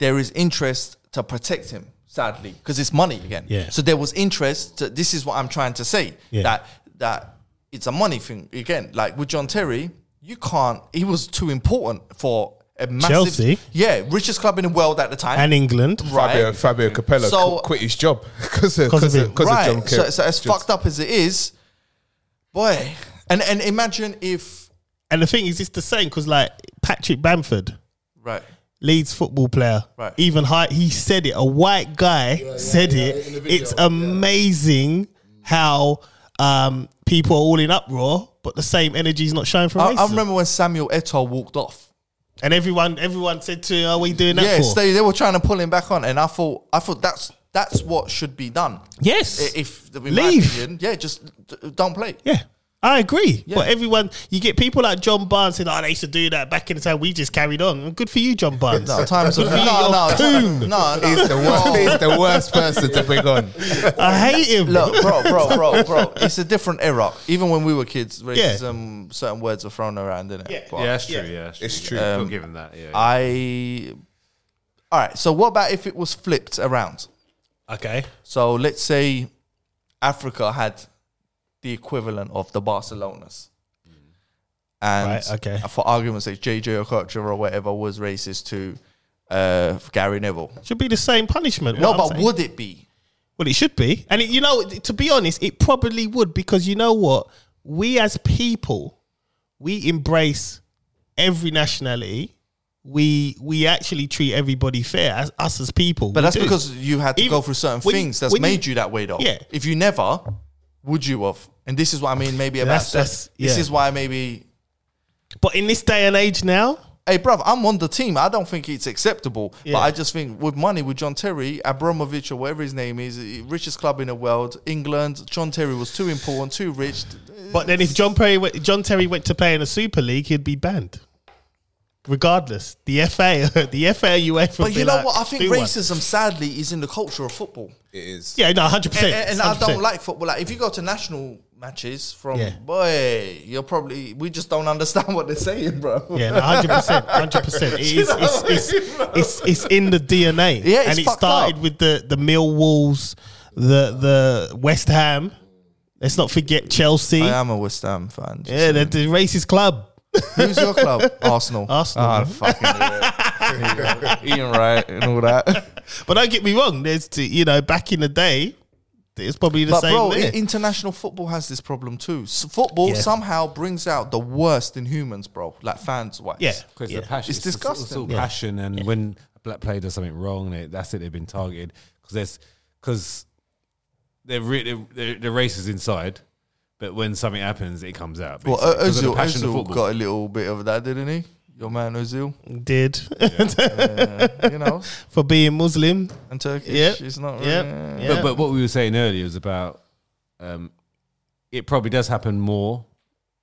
there is interest to protect him, sadly, because it's money again. Yeah. So there was interest. To, this is what I'm trying to say. Yeah. That that it's a money thing again. Like with John Terry, you can't. He was too important for a massive. Chelsea? Yeah, richest club in the world at the time. and England. Fabio right. Fabio Capello So- qu- quit his job because of, 'Cause of cause of, him. cause of John So, Kerr. so as fucked up as it is, boy, and and imagine if And the thing is, it's the same because, like, Patrick Bamford, right. Leeds football player, Right. even high, he said it. A white guy said in the it. video, It's yeah. amazing how um, people are all in uproar, but the same energy is not shown from I, racism. I remember when Samuel Eto'o walked off. and everyone, everyone said to him, "Are we doing that Yes, for?" they, they were trying to pull him back on, and I thought I thought that's that's what should be done. yes, I- If in my Leave. opinion, yeah, just d- don't play. Yeah. I agree. But everyone, you get people like John Barnes saying, oh, they used to do that back in the time. We just carried on. Good for you, John Barnes. No, times are Good for you, no, you're no, a no, coon. no, no. He's the worst. Oh. he's the worst person to bring on. I hate him. Look, bro, bro, bro, bro. It's a different era. Even when we were kids, Yeah. racism, certain words were thrown around, innit? Yeah. But Yeah, that's true. Yeah. Yeah, that's true. It's true. Yeah, Um, we'll give him that. Yeah. Ah. I. All right. So what about if it was flipped around? Okay. So let's say Africa had the equivalent of the Barcelonas. And Right, okay. for argument's sake, JJ Okocha or whatever was racist to uh, Gary Neville. Should be the same punishment. no, what I'm but saying. would it be? Well, it should be. And it, you know, to be honest, it probably would because you know what? We as people, we embrace every nationality. We we actually treat everybody fair as us as people. We But that's do. because you had to Even- go through certain when you- things that's when you- made you that way, though. Yeah. If you never, would you have? And this is what I mean. Maybe about That's- sex. that's- this yeah. is why maybe. But in this day and age now, Hey, bruv, I'm on the team. I don't think it's acceptable. Yeah. But I just think with money, with John Terry, Abramovich, or whatever his name is, eh, richest club in the world, England, John Terry was too important, too rich. but then if John Perry, went, John Terry went to play in the Super League, he'd be banned. Regardless, the FA, the FA, UEFA. But would you be know like, what? I think "Do one." racism, sadly, is in the culture of football. It is. Yeah, no, hundred and, percent. and- and I don't like football. Like if you go to national matches from Yeah. boy, you're probably we just don't understand what they're saying, bro. Yeah, hundred percent, hundred percent. It's it's it's it's in the DNA. Yeah, it's and it fucked started up. with the the Millwalls, the the West Ham. Let's not forget Chelsea. I Yeah, am a West Ham fan. just the, the racist club. saying. Who's your club? Arsenal. Arsenal. Ah, I fucking knew it. Ian Wright and all that. But don't get me wrong. There's the- you know back in the day, it's probably the But same. bro, there. i- international football has this problem too. S- football Yeah. somehow brings out the worst in humans, bro. Like fans wise. yeah, Because yeah. the passion, It's just- disgusting. It's all Yeah. passion, and when a black player does something wrong, they, that's it. They've been targeted because there's because they're, re- they're, they're the race is inside, but when something happens, it comes out. Well, basically, 'cause of the Ozil, passion of Ozil football. got a little bit of that, didn't he? Your man Ozil, did you know, for being Muslim. and Turkish. Yeah, It's not really. yeah, yeah. But, but what we were saying earlier was about um, it probably does happen more.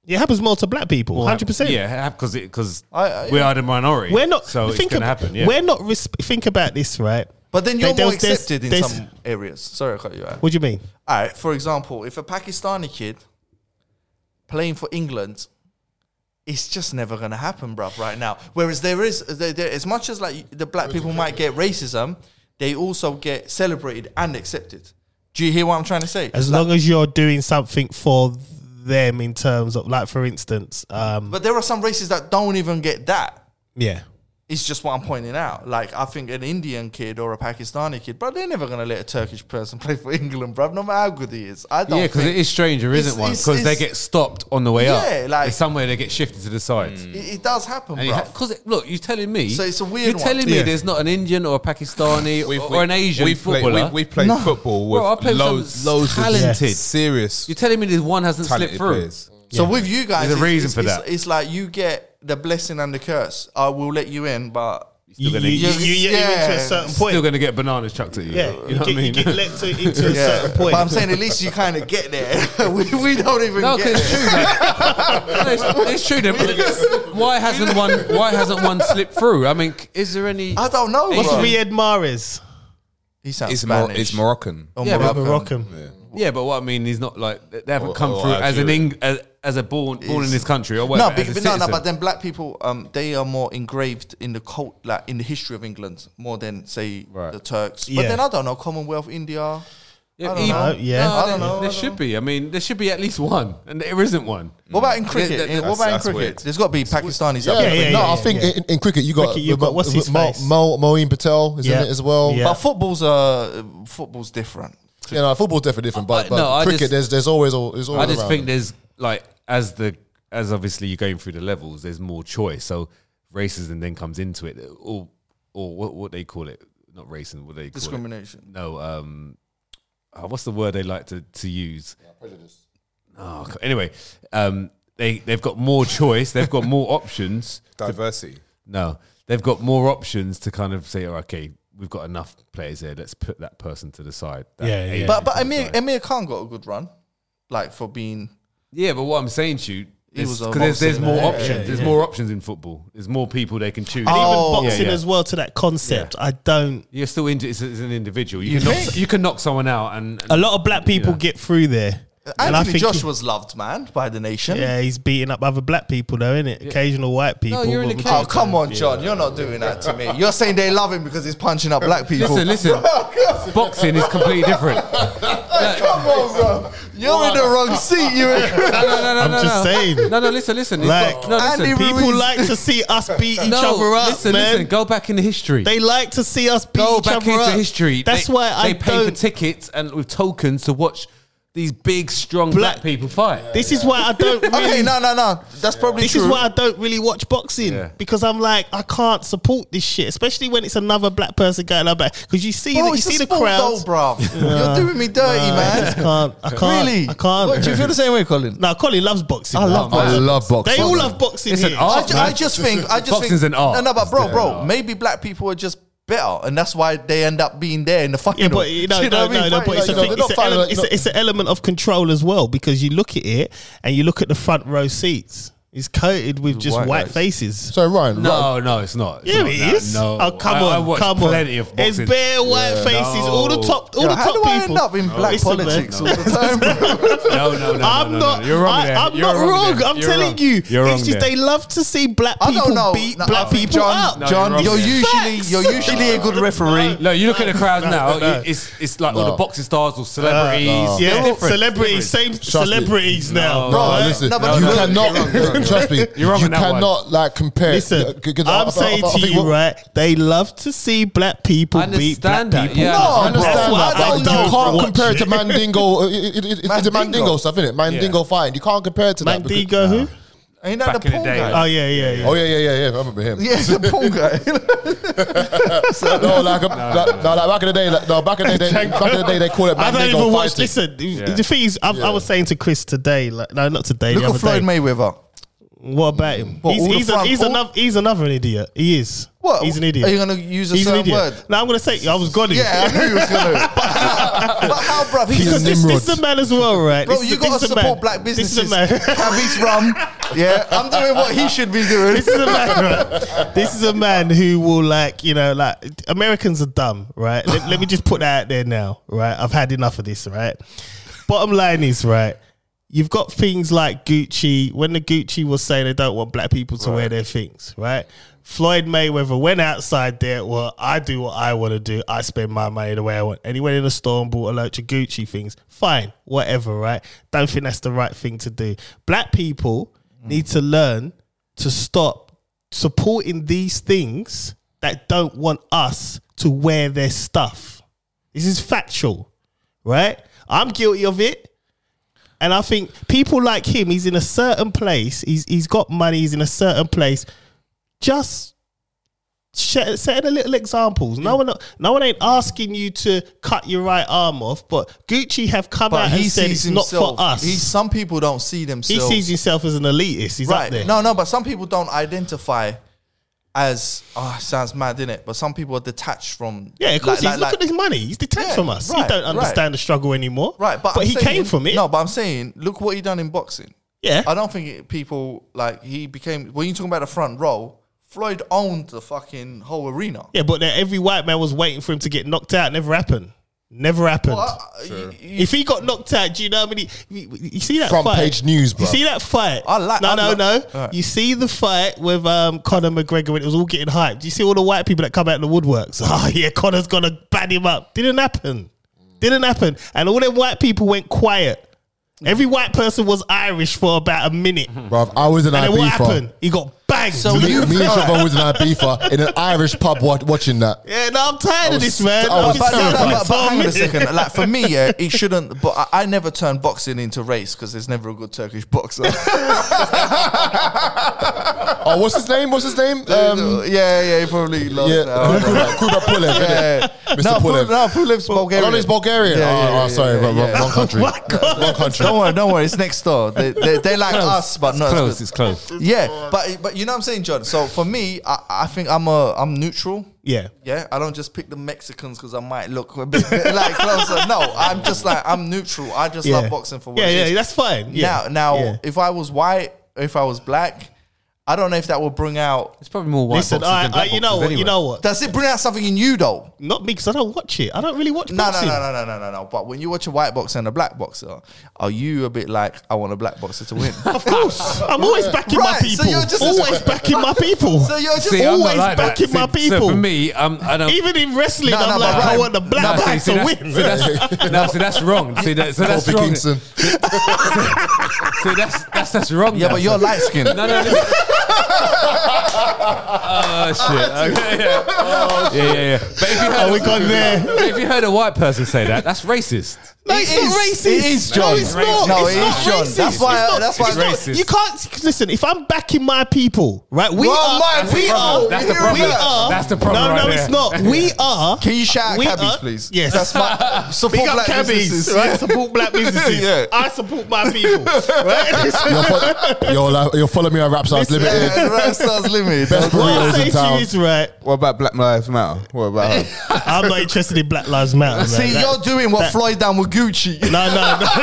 it happens more to black people. Hundred percent. Yeah, because because I- I- we are the minority. We're not. so it's think going to ab- happen. Yeah, We're not. Res- think about this, right? But then you're There- more there's- there's- accepted in there's- some areas. Sorry, I cut you out. What do you mean? All right, for example, if a Pakistani kid playing for England, it's just never going to happen, bruv, right now. Whereas there is, there, there, as much as like the black people might get racism, they also get celebrated and accepted. Do you hear what I'm trying to say? As long as you're doing something for them in terms of, like, for instance, um, But there are some races that don't even get that. yeah, It's just what I'm pointing out. Like I think an Indian kid or a Pakistani kid, bro, they're never gonna let a Turkish person play for England, bruv, no matter how good he is. I don't. yeah, because think- it is stranger, It's- isn't one? it's- Because they it's- get stopped on the way up. Yeah, like- It's somewhere they get shifted to the side. It, it does happen, bro. Because look, you're telling me. So it's a weird You're one. telling me Yeah. there's not an Indian or a Pakistani or, or an Asian we've played- footballer. we've, we've played football with Bro, I played with some loads, loads talented- of serious, you're telling me there's one hasn't talented slipped through. players. So with you guys, There's it's- a reason it's- for it's- that. It's like you get the blessing and the curse. I will let you in, but you, you, gonna- you, you, you get into Yeah. a certain point. Still going to get bananas chucked at you. yeah, you know get, what I mean. get let to, into a yeah. certain point. But I'm saying at least you kind of get there. we, we don't even No, 'cause get it's there. true. though. No, it's, it's true. Though, but why hasn't one? Why hasn't one slipped through? I mean, c- is there any? I don't know. What's bro. Riyad Mahrez? He sounds It's, Mor- Spanish. it's Moroccan. Or Yeah, but Moroccan. Yeah, but what I mean, he's not like they haven't Or- come or through as an Algerian. Eng, as, as a born born in Is- this country or No, whatever. but, as a but no, no, citizen. but then black people, um, they are more engraved in the cult, like in the history of England, more than say Right. the Turks. But Yeah. then I don't know, Commonwealth, India. Yeah, I don't even- know. No, yeah. no, I there, don't know, I there don't should know. be. I mean, there should be at least one, and there isn't one. What about in cricket? Mm. that- that's- what about in that's cricket? weird. There's got to be Pakistanis. Yeah, up there. yeah, yeah, no, yeah, I think yeah. In, in cricket you got Cricket, you got- what's his Mo, face? Mo, Moeen Patel is Yeah. in it as well. Yeah. But football's uh, football's different. You know, football's definitely different, but, I- but no, I cricket just- there's there's always all there's always I just around think them. there's like as the as obviously you're going through the levels, there's more choice. So racism then comes into it, or or what what they call it? Not racism. What they call It? Discrimination. No. Um. oh, what's the word they like to to use? prejudice. Oh, c- anyway, um, they they've got more choice. They've got more options. Diversity. No, they've got more options to kind of say, oh, okay, we've got enough players here. Let's put that person to the side. that Yeah, yeah. Asian But but to the Amir side." Amir Khan got a good run, like for being. Yeah, but what I'm saying to you, He was because a there's, there's boxer, more yeah, options. yeah, Uh, There's yeah. more options in football. There's more people they can choose. And Oh, even boxing yeah, yeah. as well to that concept. I don't. You're still into it's, it's an individual. You, You can knock, think? you can knock someone out, and, and A lot of black people get through there. and I Anthony think Josh was loved, man, by the nation. yeah, he's beating up other black people though, isn't it? Occasional white people. you're in what the we cage. Oh come on, John! You're not doing that to me. You're saying they love him because he's punching up black people. listen, listen. boxing is completely different. Come on, bro. You're in the wrong seat. You. No, no, no, no, I'm no, just no. saying. No, no, listen, listen. It's Like, got- no, listen. Andy People Ruiz- like to see us beat each no, other up, listen, man. listen. Go back in the history. They like to see us beat go each back other into up. history. That's They- why I they pay don't. for tickets and with tokens to watch. the- these big, strong black, Black- people fight. This is why I don't really. Okay, no, no, no. That's probably This true. is why I don't really watch boxing Yeah. because I'm like I can't support this shit, especially when it's another black person going like back because you see Bro, the, you it's a see the sport crowd. though, bro. You're doing me dirty, I just man. can't. I can't. Really? I can't. What, do you feel the same way, Colin? No, Colin loves boxing. I love I boxing. love boxing. They all love boxing. It's an here. art. I, ju- I just think I just Boxing's think an art. No, no, but bro, It's an bro, art. maybe black people are just better, and that's why they end up being there in the final. Yeah, but you know, Do you no, know what I no, mean? no, but it's a you know, thing. they're not It's, a fighting element, like- it's, a, it's an element of control as well because you look at it and you look at the front row seats. It's coated with just White white, guys. faces. So Ryan, Ryan, No, no, it's not. It's Yeah, not it that. is. No, Oh, come I- on, I watched come on. plenty of boxing. It's bare white faces. All the top, all Yo, the how top do people. I end up in black Listen, man. politics all the time, bro? No, no, no, no. I'm no, no. not. You're wrong. I, there. I'm You're not wrong. there. I'm You're telling wrong. you, You're wrong. it's just there. they love to see black I people don't know. beat No, black I- people John, up. John, you're, you're wrong there. usually you're Facts. usually a good referee. Look, you look at the crowd No, now. no. you- It's it's like all the boxing stars or celebrities. yeah, It's different. celebrities, same Trust me. celebrities now. bro, right? listen, No, but you you're wrong. cannot. trust me, You're wrong you on that one. cannot like compare. Listen, c- c- I- I- I'm I- saying I- I to think you, what- right? They love to see black people I beat black understand that. people. Yeah, No, I I bro. understand That's that, why I but you don't can't watch compare it. it to Mandingo. It, it, it, it's the Mandingo Mandingo. stuff, isn't it? Mandingo fighting. You can't compare it to that. Mandigo, because- who? Ain't that Back the in the pool day, guy? Oh yeah, yeah, yeah. Oh yeah, yeah, yeah, yeah. I remember him. Yeah, the pool guy. No, like, a, no, like, no, like back in the day, like, no, back in the day, they, back in the day, they call it I Mandingo don't even watch. fighting. Listen, the thing is, I, I was saying to Chris today, like, no, not today. the Look other at Floyd day. Mayweather. What about him? What, he's, all the he's, a, front- he's all- another. He's another an idiot. He is. What? He's an idiot. Are you gonna use a he's certain an idiot. word? No, I'm gonna say I was gone. Yeah, I knew you was gonna. But how, but how bruv? He's He's Because a this, Nimrod. this is a man as well, right? Bro, This is you a- gotta this is a support man. black This businesses. is a man. Have his rum. Yeah, I'm doing what he should be doing. this is a man. Right? This is a man who will like you know like Americans are dumb, right? Let, let me just put that out there now, right? I've had enough of this, right? Bottom line is right. You've got things like Gucci. When the Gucci was saying they don't want black people to wear their things, right? Floyd Mayweather went outside there. Well, I do what I want to do. I spend my money the way I want. And he went in the store and bought a load of Gucci things. Fine, whatever, right? Don't think that's the right thing to do. Black people need to learn to stop supporting these things that don't want us to wear their stuff. This is factual, right? I'm guilty of it. And I think people like him, he's in a certain place. He's he's got money. He's in a certain place. Just sh- setting a little examples. No one, no one ain't asking you to cut your right arm off. But Gucci have come out and said it's not for us. He, some people don't see he themselves. sees himself as an elitist. He's right. up there. No, no, but some people don't identify as. Oh, sounds mad, innit? But some people are detached from. Yeah, of course. like- he's, like- look at his money. He's detached Yeah, from us. he right, don't right. understand the struggle anymore. Right, but I'm he saying- came from it. No, but I'm saying, look what he done in boxing. yeah, I don't think it, people like he became. When you talking about the front row, Floyd owned the fucking whole arena. yeah. But then every white man was waiting for him to get knocked out. Never happened. Never happened. Well, I- you- you- if he got knocked out, do you know how many? You, you see that Front fight? page news, bro. You see that fight? I like- No, I no, like- no. Alright. You see the fight with um, Conor McGregor when it was all getting hyped. You see all the white people that come out of the woodworks. Oh yeah, Conor's gonna ban him up. Didn't happen. Didn't happen. And all them white people went quiet. Every white person was Irish for about a minute. Bruv, I was in And then what Ibiza. happened? He got banged. So Me you- me and Siobhan was in Ibiza in an Irish pub wa- watching that. yeah, no, I'm tired of was- this, man. I I've was been But, no, saying terrified. for but, like but, but four hang on a minutes. second. Like for me, yeah, it shouldn't. But I, I never turn boxing into race because there's never a good Turkish boxer. Oh, what's his name? What's his name? Um, yeah, yeah, he probably lost. yeah, now. Kuda Kuda Pulev. innit? Yeah. Mr. No, Pul- Pulev. no, Pulev's Bulgarian. Oh, no, he's Bulgarian. Yeah, oh, yeah, oh, yeah, sorry, yeah, wrong, yeah. wrong- wrong country. my God. Wrong country. Don't worry, don't worry. It's next door. They they, they like us, but not as Close. good. It's close. Yeah, but but you know what I'm saying, John. So for me, I, I think I'm a I'm neutral. Yeah. Yeah, I don't just pick the Mexicans because I might look a bit, bit like closer. No, I'm just like I'm neutral. I just love boxing for what yeah, it yeah, is. that's fine. Yeah. Now, now, Yeah. if I was white, if I was black, I don't know if that will bring out. It's probably more white Listen, boxers I, than I, black you know boxers what? anyway. You know what? Does it bring out something in you though? Not me because I don't watch it. I don't really watch No, no, no, boxing. no, no, no, no, no. But when you watch a white boxer and a black boxer, are you a bit like I want a black boxer to win? Of course, I'm always backing my Right, so people. you're just- always backing my people. so you're just See, I'm not always like that. backing See, my people. So for me, um, I don't. Even in wrestling, No, I'm no, like, but I right. want the black No, guy see, see, to that's- win. see, that's- no, see, that's wrong. See, that, so that's Kofi wrong. Kingston. See, that's that's that's wrong. yeah, now. but you're light skinned. No, no, listen. Oh shit! Oh, Okay, yeah. yeah, yeah, yeah. But if you heard, Oh, we got there. if you heard a white person say that, that's racist. No, it's not is. racist. It is, John. No, it's not. No, it's it not is, John. Racist. That's why- It's not- that's why- it's not- It's racist. You can't listen. If I'm backing my people, right? We Well, are. my we people. are. That's the We problem. are. That's the problem No, right no, there. it's not. We are. Can you shout out we cabbies, are- please? Yes. That's my support Big up black cabbies, businesses. right? Support black businesses. Yeah. I support my people, right? You'll fo- you'll, uh, you'll follow me on Rap Stars Limited. Yeah, right, sounds limited. Best what I burritos say in to town. you is right. What about Black Lives Matter? What about her? I'm not interested in Black Lives Matter. man. See, That- you're doing what that- Floyd done with Gucci. No, no,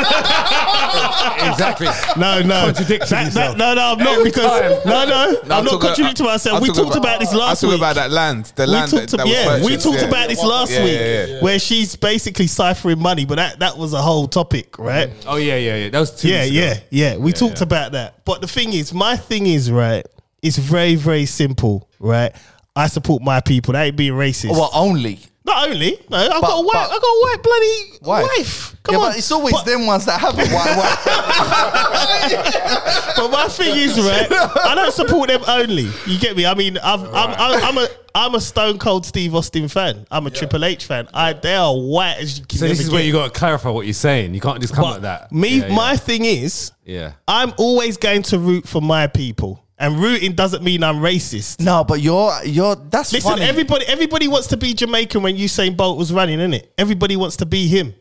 Exactly. no, no, no. Contradicting That- that- yourself. No, no, I'm not because no, no, No, I'm not talk contributing to I- I myself. We talk talked about this last I week. talk about that land. The we land that, talked, that ab- was yeah, purchased, we talked yeah. about this last Yeah, week yeah, yeah. where she's basically ciphering money, but that, that was a whole topic, right? Oh yeah, yeah, yeah. That was two. yeah, weeks ago. yeah, yeah. We talked about that. But the thing is, my thing is, right, it's very, very simple, right? I support my people. That ain't being racist. Well, only. Not only, no, I've got a white, but- I've got a white bloody Wife. wife. Come yeah, on. but it's always But- them ones that have it. Why, why? But my thing is, right? I don't support them only. You get me? I mean, I've, I'm, I'm, I'm a, I'm a Stone Cold Steve Austin fan. I'm a Triple H fan. I, they are white as you can. So this ever is where get. you got to clarify what you're saying. You can't just come But like that. Me, Yeah, yeah. my thing is, Yeah. I'm always going to root for my people, and rooting doesn't mean I'm racist. no, but you're you're. That's Listen, funny. everybody, everybody wants to be Jamaican when Usain Bolt was running, isn't it? Everybody wants to be him.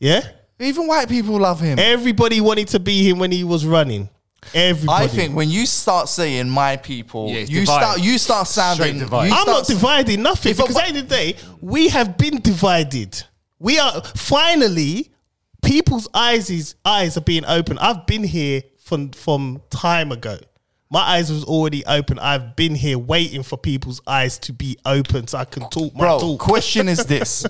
Yeah, Even white people love him. everybody wanted to be him when he was running. Everybody. I think when you start saying my people, Yeah, it's you divided. start you start sounding. Straight divided. you I'm start- not dividing nothing If a- because at the end of the day, we have been divided. We are finally people's eyes is eyes are being open. I've been here from from time ago. My eyes was already open. I've been here waiting for people's eyes to be open so I can talk my Bro, talk. question is this: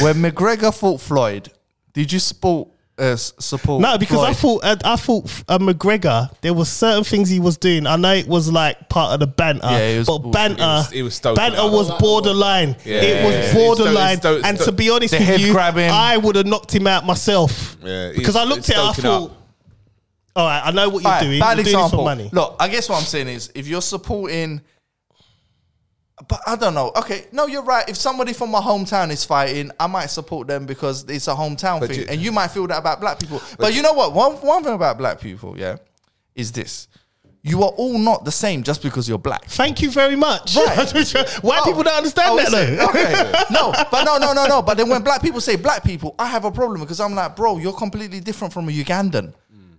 When McGregor fought Floyd, did you support uh, s- support? No, because I Floyd? thought uh, I thought uh, McGregor. There was certain things he was doing. I know it was like part of the banter, Yeah, it was but bullshit. banter, It was- it was stoking banter up. was borderline. it yeah, was yeah. It's sto- borderline. it's sto- it's and sto- to be honest The with head you, grabbing. I would have knocked him out myself. Yeah, because it's- I looked it's at it, I stoking thought, up. all right, I know what you're Alright, doing. Bad you're example. doing this for money. Look, I guess what I'm saying is if you're supporting, but I don't know. Okay, no, you're right. If somebody from my hometown is fighting, I might support them because it's a hometown thing, you- and you might feel that about black people. But, you know what? One one thing about black people, yeah, is this: you are all not the same just because you're black. Thank you very much. Why Oh. people don't understand Oh, that is it? though? Okay. no, but no, no, no, no. But then when black people say black people, I have a problem because I'm like, bro, you're completely different from a Ugandan.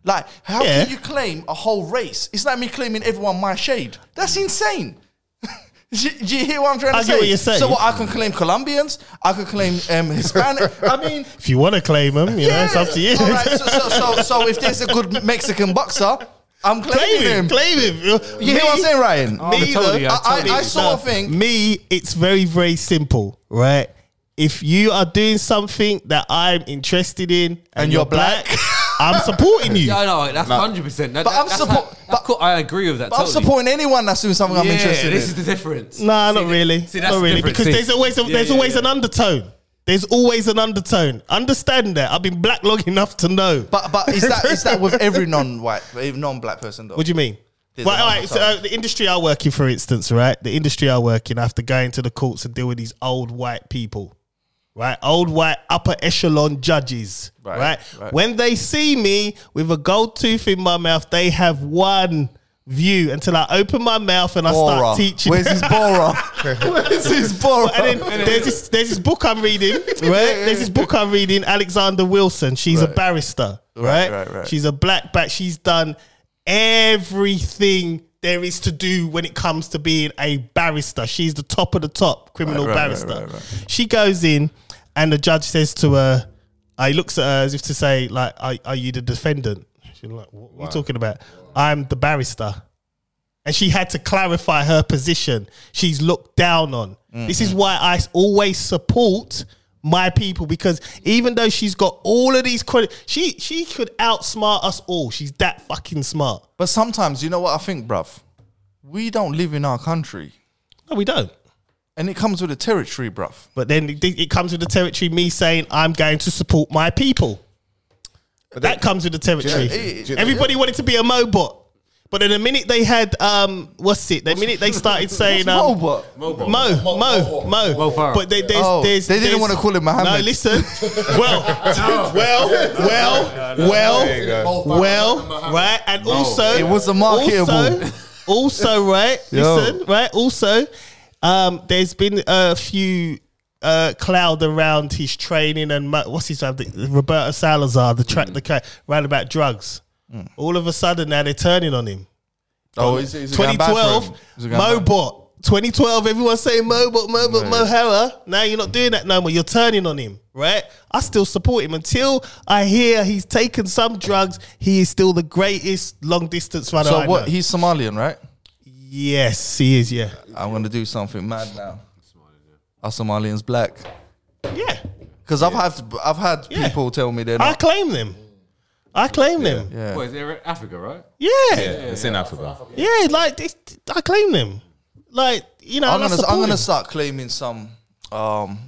Like, how Mm. Yeah. can you claim a whole race? It's like me claiming everyone my shade. That's insane. Do you- do you hear what I'm trying to I say? get what you're saying. So what, I can claim Colombians, I can claim um, Hispanic. I mean, If you want to claim him, you know, it's up to you. All right, so, so, so, so if there's a good Mexican boxer, I'm claiming claim him. him, claim him. You hear what I'm saying, Ryan? Me, totally, though, Oh, I I, I, I sort of No, think Me, it's very, very simple, right? If you are doing something that I'm interested in and, you're you're, black, I'm supporting you. Yeah, no, that's hundred percent. But I'm support- but- cool. I agree with that. But I'm totally. supporting anyone that's doing something I'm Yeah, interested this in. is the difference. Nah, See, not th- really. See, that's not the really. difference. Because See, there's always a, yeah, there's yeah, always yeah. an undertone. There's always an undertone. Understand that. I've been black long enough to know. but but is that is that with every non-white, non-black person though? What do you mean? There's Right, an all right, so undertone. uh, the industry I work in, for instance, right? The industry I work in, I have to go into the courts and deal with these old white people, right? Old white upper echelon judges, right? Right, right. When they see me with a gold tooth in my mouth, they have one view until I open my mouth and I Bora. start teaching. Where's his Bora? Where's his Bora? and then there's this there's this book I'm reading, right? There's this book I'm reading, Alexander Wilson. She's a barrister, right? Right, right, right. She's a black back. She's done everything there is to do when it comes to being a barrister. She's the top of the top criminal Right, right, barrister. right, right, She goes in, and the judge says to her, uh, he looks at her as if to say, like, are, are you the defendant? She's like, what are you talking about? I'm the barrister and she had to clarify her position. She's looked down on. This is why I s- always support my people because even though she's got all of these credit, she she could outsmart us all. She's that fucking smart. but sometimes you know what I think, bruv? We don't live in our country, No, we don't. and it comes with the territory, bruv. But then it, it comes with the territory. Me saying I'm going to support my people. that comes with the territory. do you know- Everybody wanted to be a mobot. But then the minute they had um, what's it? The minute they started saying um, Mo Mo, Mo, Mo, Mo. Farah. But they, there's, Oh, there's, they didn't there's- wanna call him Mohammed. No, listen. well, well, well, well, well, right? And also, it was a marketable. Also, also, right? Listen, right? Also, um, there's been a few. Uh, cloud around his training and mo- what's his name? The- Roberto Salazar, the track, the guy, round about drugs. Mm. All of a sudden, now they're turning on him. Oh, is, is it going bad for him? 2012, Is it going bad? Mobot. 2012, everyone's saying Mobot, Mobot, Mohara. Now you're not doing that no more. You're turning on him, right? I still support him until I hear he's taken some drugs. He is still the greatest long distance runner. So I what? know. He's Somalian, right? yes, he is. Yeah, I'm gonna do something mad now. Are Somalians black? yeah. Because I've had I've had Yeah. people tell me they're I not. claim them. I claim them. Yeah. What is it? in Africa, right? Yeah. Yeah, yeah, it's in Africa. Like this, I claim them. Like you know, I'm and I gonna I'm support gonna him. start claiming some um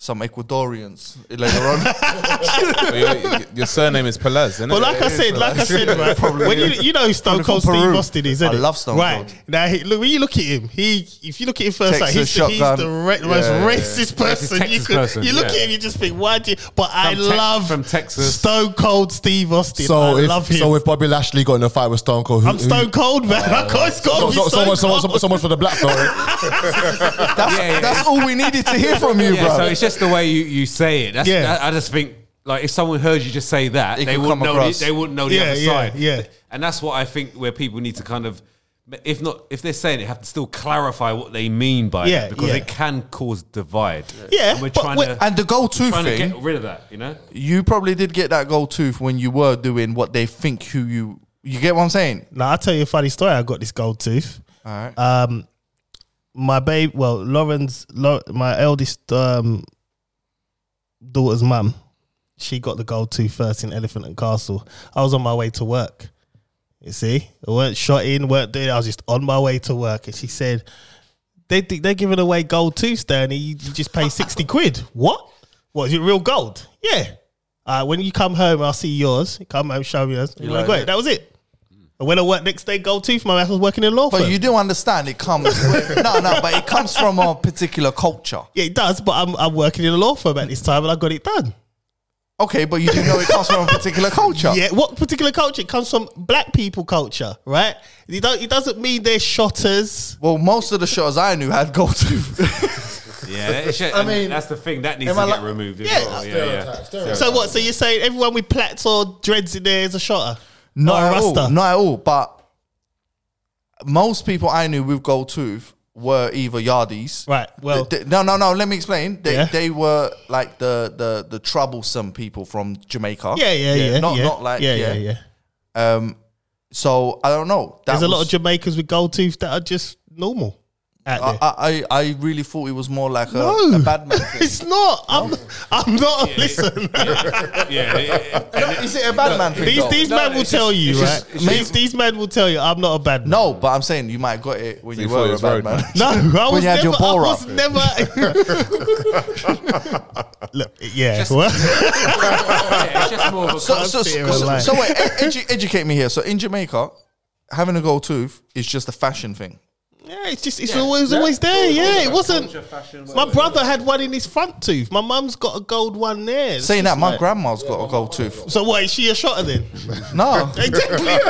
some Ecuadorians later on. But your, your surname is Pelaz, isn't But it? like I said, like I said, right, when you you know who Stone Probably Cold from Steve Peru. Austin is, isn't I it? love Stone right. Cold. Now he, look, when you look at him, he if you look at him first, like, Takes he's, the- a he's shotgun. the ra- most Yeah. racist person you Texas could. person, you look yeah. at him, you just think, why do you? But I Tex- love from Texas. Stone Cold Steve Austin. So I if, love him. so if Bobby Lashley got in a fight with Stone Cold, who, I'm Stone Cold, man. I can't score. Who, so, so, someone, someone, someone, someone for the black belt. right? That's, that's all we needed to hear from you, Yeah, bro. so it's just the way you, you say it. That's, Yeah. that- I just think like if someone heard you just say that, It they could wouldn't come know. across. The, they wouldn't know the Yeah, other yeah, side. yeah. and that's what I think where people need to kind of. If not, if they're saying it, have to still clarify what they mean by Yeah, it because yeah. it can cause divide. Yeah, and we're but trying we- to and the gold tooth trying to thing, get rid of that. You know, you probably did get that gold tooth when you were doing what they think who you. You get what I'm saying? Now I'll tell you a funny story. I got this gold tooth. All right. um, my babe, well, Lauren's, Lau- my eldest um, daughter's mum, she got the gold tooth first in Elephant and Castle. I was on my way to work. You see, I weren't shot in, weren't doing. I was just on my way to work, and she said, "They think they're giving away gold tooth, Danny. You you just pay sixty quid. What? What is it? Real gold? Yeah. Uh, when you come home, I'll see yours. Come home, show me yours. You like got it? it. That was it. And when I worked next day, gold tooth. My ass was working in a law firm. But you do understand it comes. no, no, but it comes from a particular culture. Yeah, it does, but I'm, I'm working in a law firm at this time and I got it done. Okay, but you do know it comes from a particular culture. Yeah, what particular culture? It comes from black people culture, right? It, don't, it doesn't mean they're shotters. Well, most of the shows I knew had gold tooth. yeah. that- shit, I and mean, that's the thing that needs to I get like- removed. as Yeah. well. yeah, yeah. So what? So you're saying everyone with plaits or dreads in there is a shotter? not Or a at all. rasta? Not at all. But most people I knew with gold tooth were either yardies. Right, well- Th- th- no, no, no. Let me explain. They Yeah. they were like the the the troublesome people from Jamaica. Yeah, yeah, yeah. Not yeah. not like yeah, yeah, yeah. Um. So I don't know. That There's a lot was- of Jamaicans with gold tooth that are just normal out there. I, I I really thought it was more like a, No. a bad man thing. it's not. I'm. I'm not. listen, yeah. it- it- Is it a bad man thing? these though? these No, men will it's tell just- you, it's right? just- it's these, just- these men will tell you, I'm not a bad man. No, but I'm saying you might have got it when you Before were it a was bad road, man. man. No, I was you had never. your ball I was up. never. Look, yeah. Just- well, yeah, it's just more of a so, so, Can't see it so, in so, life. so wait, e- edu- educate me here. So in Jamaica, having a gold tooth is just a fashion thing. yeah, it's just it's always always there. Yeah, it wasn't. My brother had one in his front tooth. My mum's got a gold one there. It's Saying just that, my like- grandma's got a gold tooth. So what? Is she a shotter then? No, exactly.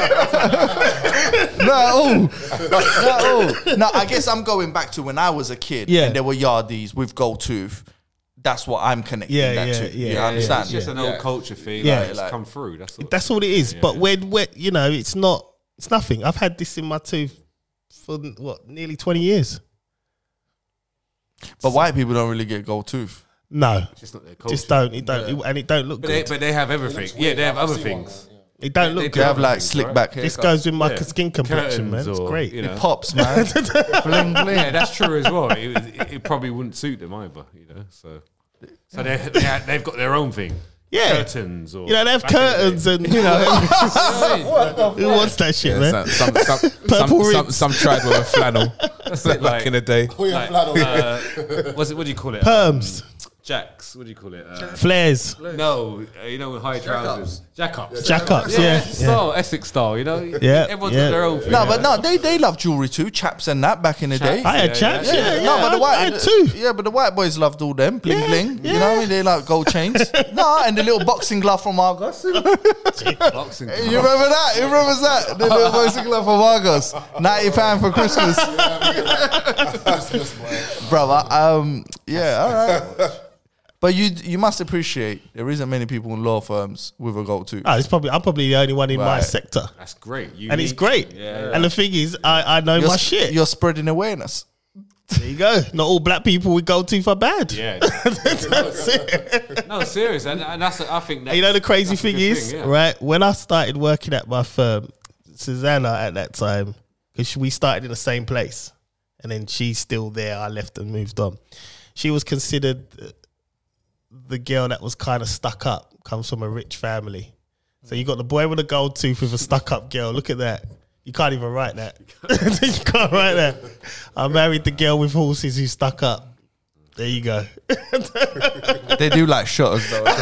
no, no, no. I guess I'm going back to when I was a kid. Yeah. and there were yardies with gold tooth. That's what I'm connecting Yeah, that yeah, to. yeah, you yeah, understand? It's just an old culture thing. Yeah. Yeah, like, it's Like- come through. That's all. That's all it is. but when when you know, it's not. It's nothing. I've had this in my tooth for what nearly twenty years. But white people don't really get gold tooth. No, It's not their culture. just don't. It don't. It, and it don't look But they, good. but they have everything. Yeah, they have other things. It don't look They do good. have have like things, slick right? back This haircut. goes with my skin complexion, man. It's Curtains or, great. you know. Pops, man. bling bling. Yeah, that's true as well. It, it, it probably wouldn't suit them either, you know. So, so they, they have, they've got their own thing. Yeah. curtains or You know, they have back in the curtains day. and you know who wants that shit, man? Yeah, some, some, some, Purple some, some, ribs. some tribe with a flannel back it, like- in the day. Oh, Put your flag on. Uh, what's it? What do you call it? Perms. jacks. What do you call it? Uh, Flares, no, uh, you know, with high trousers, jack ups. jack ups, yeah. yeah. Style, Essex style, you know. Yeah, everyone's yeah. got their own. thing. No, but no, they they love jewelry too. Chaps and that back in the day. I had chaps, yeah. yeah, no, but the white I had two. Yeah, but the white boys loved all them bling bling. You know what I mean? They like gold chains. no, and the little boxing glove from Argos. you remember boxing. that? You remember that? The little boxing glove from Argos, ninety pound for Christmas, brother. Um, yeah, all right. But you you must appreciate there isn't many people in law firms with a gold tooth. Ah, it's probably I'm probably the only one in my Right. sector, That's great. and it's great. Yeah. And the thing is, I, I know my sp- shit. You're spreading awareness. There you go. Not all black people with gold teeth are bad. Yeah. That's it. no, serious, and, and that's I think that's, you know the crazy that's a thing good is, yeah. right? When I started working at my firm, Susanna at that time, because we started in the same place, and then she's still there. I left and moved on. She was considered uh, the girl that was kind of stuck up. Comes from a rich family, so you got the boy with a gold tooth with a stuck up girl. Look at that. You can't even write that. you can't write that. I married the girl with horses who stuck up. There you go. They do like shutters though.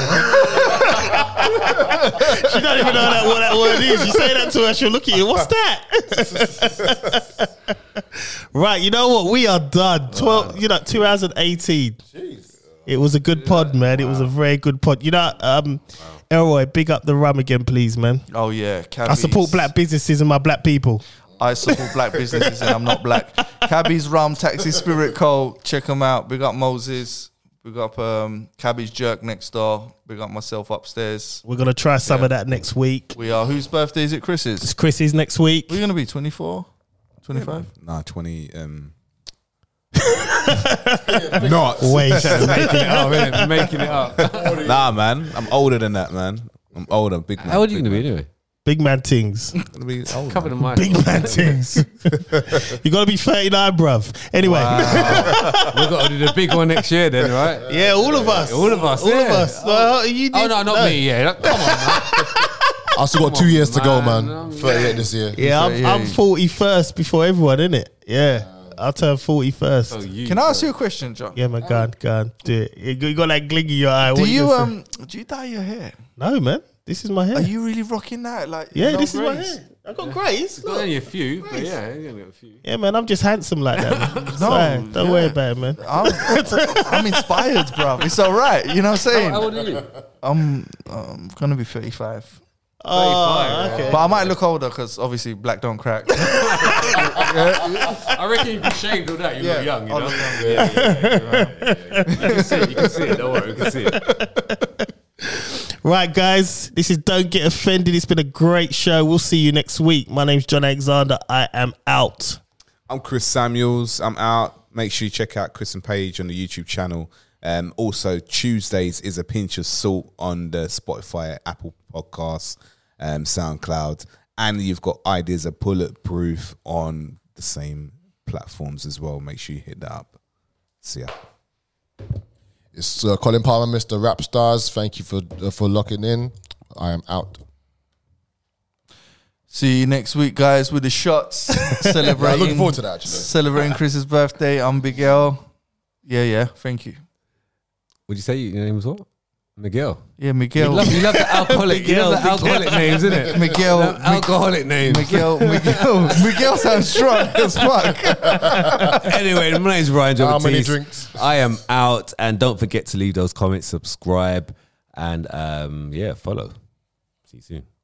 She don't even know that, what that word is. You say that to her, she'll look at you. What's that? right, you know what? We are done. Twelve, you know, 2018. It was a good pod, man. It was a very good pod. You know, um, Elroy, big up the rum again, please, man. Oh yeah, cabbies. I support black businesses and my black people. I support black businesses, and I'm not black. Cabbies, rum, taxi, spirit, cold. Check them out. Big up Moses. Big up um, Cabbies Jerk next door. Big up myself upstairs. We're gonna try some of that next week. We are. Whose birthday is it? Chris's. It's Chris's next week. We're gonna be 24, 25. Nah, 20. Um, not. Wait, making it up, innit? Oh, making it up. Nah, man. I'm older than that, man. I'm older. Big man. How old are you going to be anyway? big man things. I'm gonna be old, Oh, Covered man. in my Big man things. you gotta be 39, bruv. Anyway. We've got to do the big one next year, then, right? Yeah, all of us. All of us, All of yeah. us. Well, you Oh did- no, not me. Yeah, come on. I still got two years to go, man. man. 38 this year. Yeah, I'm, Yeah, I'm yeah. 41st before everyone, innit? Yeah. I'll turn 41st. Oh, you. Can I ask you a question, John? Yeah, my God, God. Do it. You got- you got that gling in your eye. Do What you gonna um do you dye your hair? say? No, man. This is my hair. Are you really rocking that? Like yeah, no this grays? is my hair. I got grays. Not Look. only a few, but yeah, you only got a few. Yeah, man, I'm just handsome like that. Man. It's fine. Don't worry about it, man. I'm, I'm inspired, bro. It's all right. You know what I'm saying? How old are you? I'm I'm gonna be 35. Oh, okay. But I might look older because obviously black don't crack. I reckon if you shaved all that, you look young. You I know, look yeah, yeah, yeah, you're right, yeah, yeah. you can see it. You can see it. Don't worry, you can see it. Right, guys, this is Don't Get Offended. It's been a great show. We'll see you next week. My name's John Alexander. I am out. I'm Chris Samuels. I'm out. Make sure you check out Chris and Paige on the YouTube channel. Um, also, Tuesdays is a pinch of salt on the Spotify, Apple Podcasts, um, SoundCloud, and you've got ideas of bulletproof on the same platforms as well. Make sure you hit that up. See ya. It's uh, Colin Palmer, Mr. Rap Stars. Thank you for uh, for locking in. I am out. See you next week, guys, with the shots. Celebrating. Yeah, looking forward to that, actually. Celebrating Chris's birthday. I'm Big L. Yeah, yeah. Thank you. Would you say your name was what? Miguel. Yeah, Miguel. Love, you love the alcoholic. you love the alcoholic names, isn't it? Miguel. alcoholic names. Miguel. Miguel. Miguel sounds strong as fuck. anyway, my name's Ryan Jobatis. How many drinks? I am out, and don't forget to leave those comments, subscribe, and um, yeah, follow. See you soon.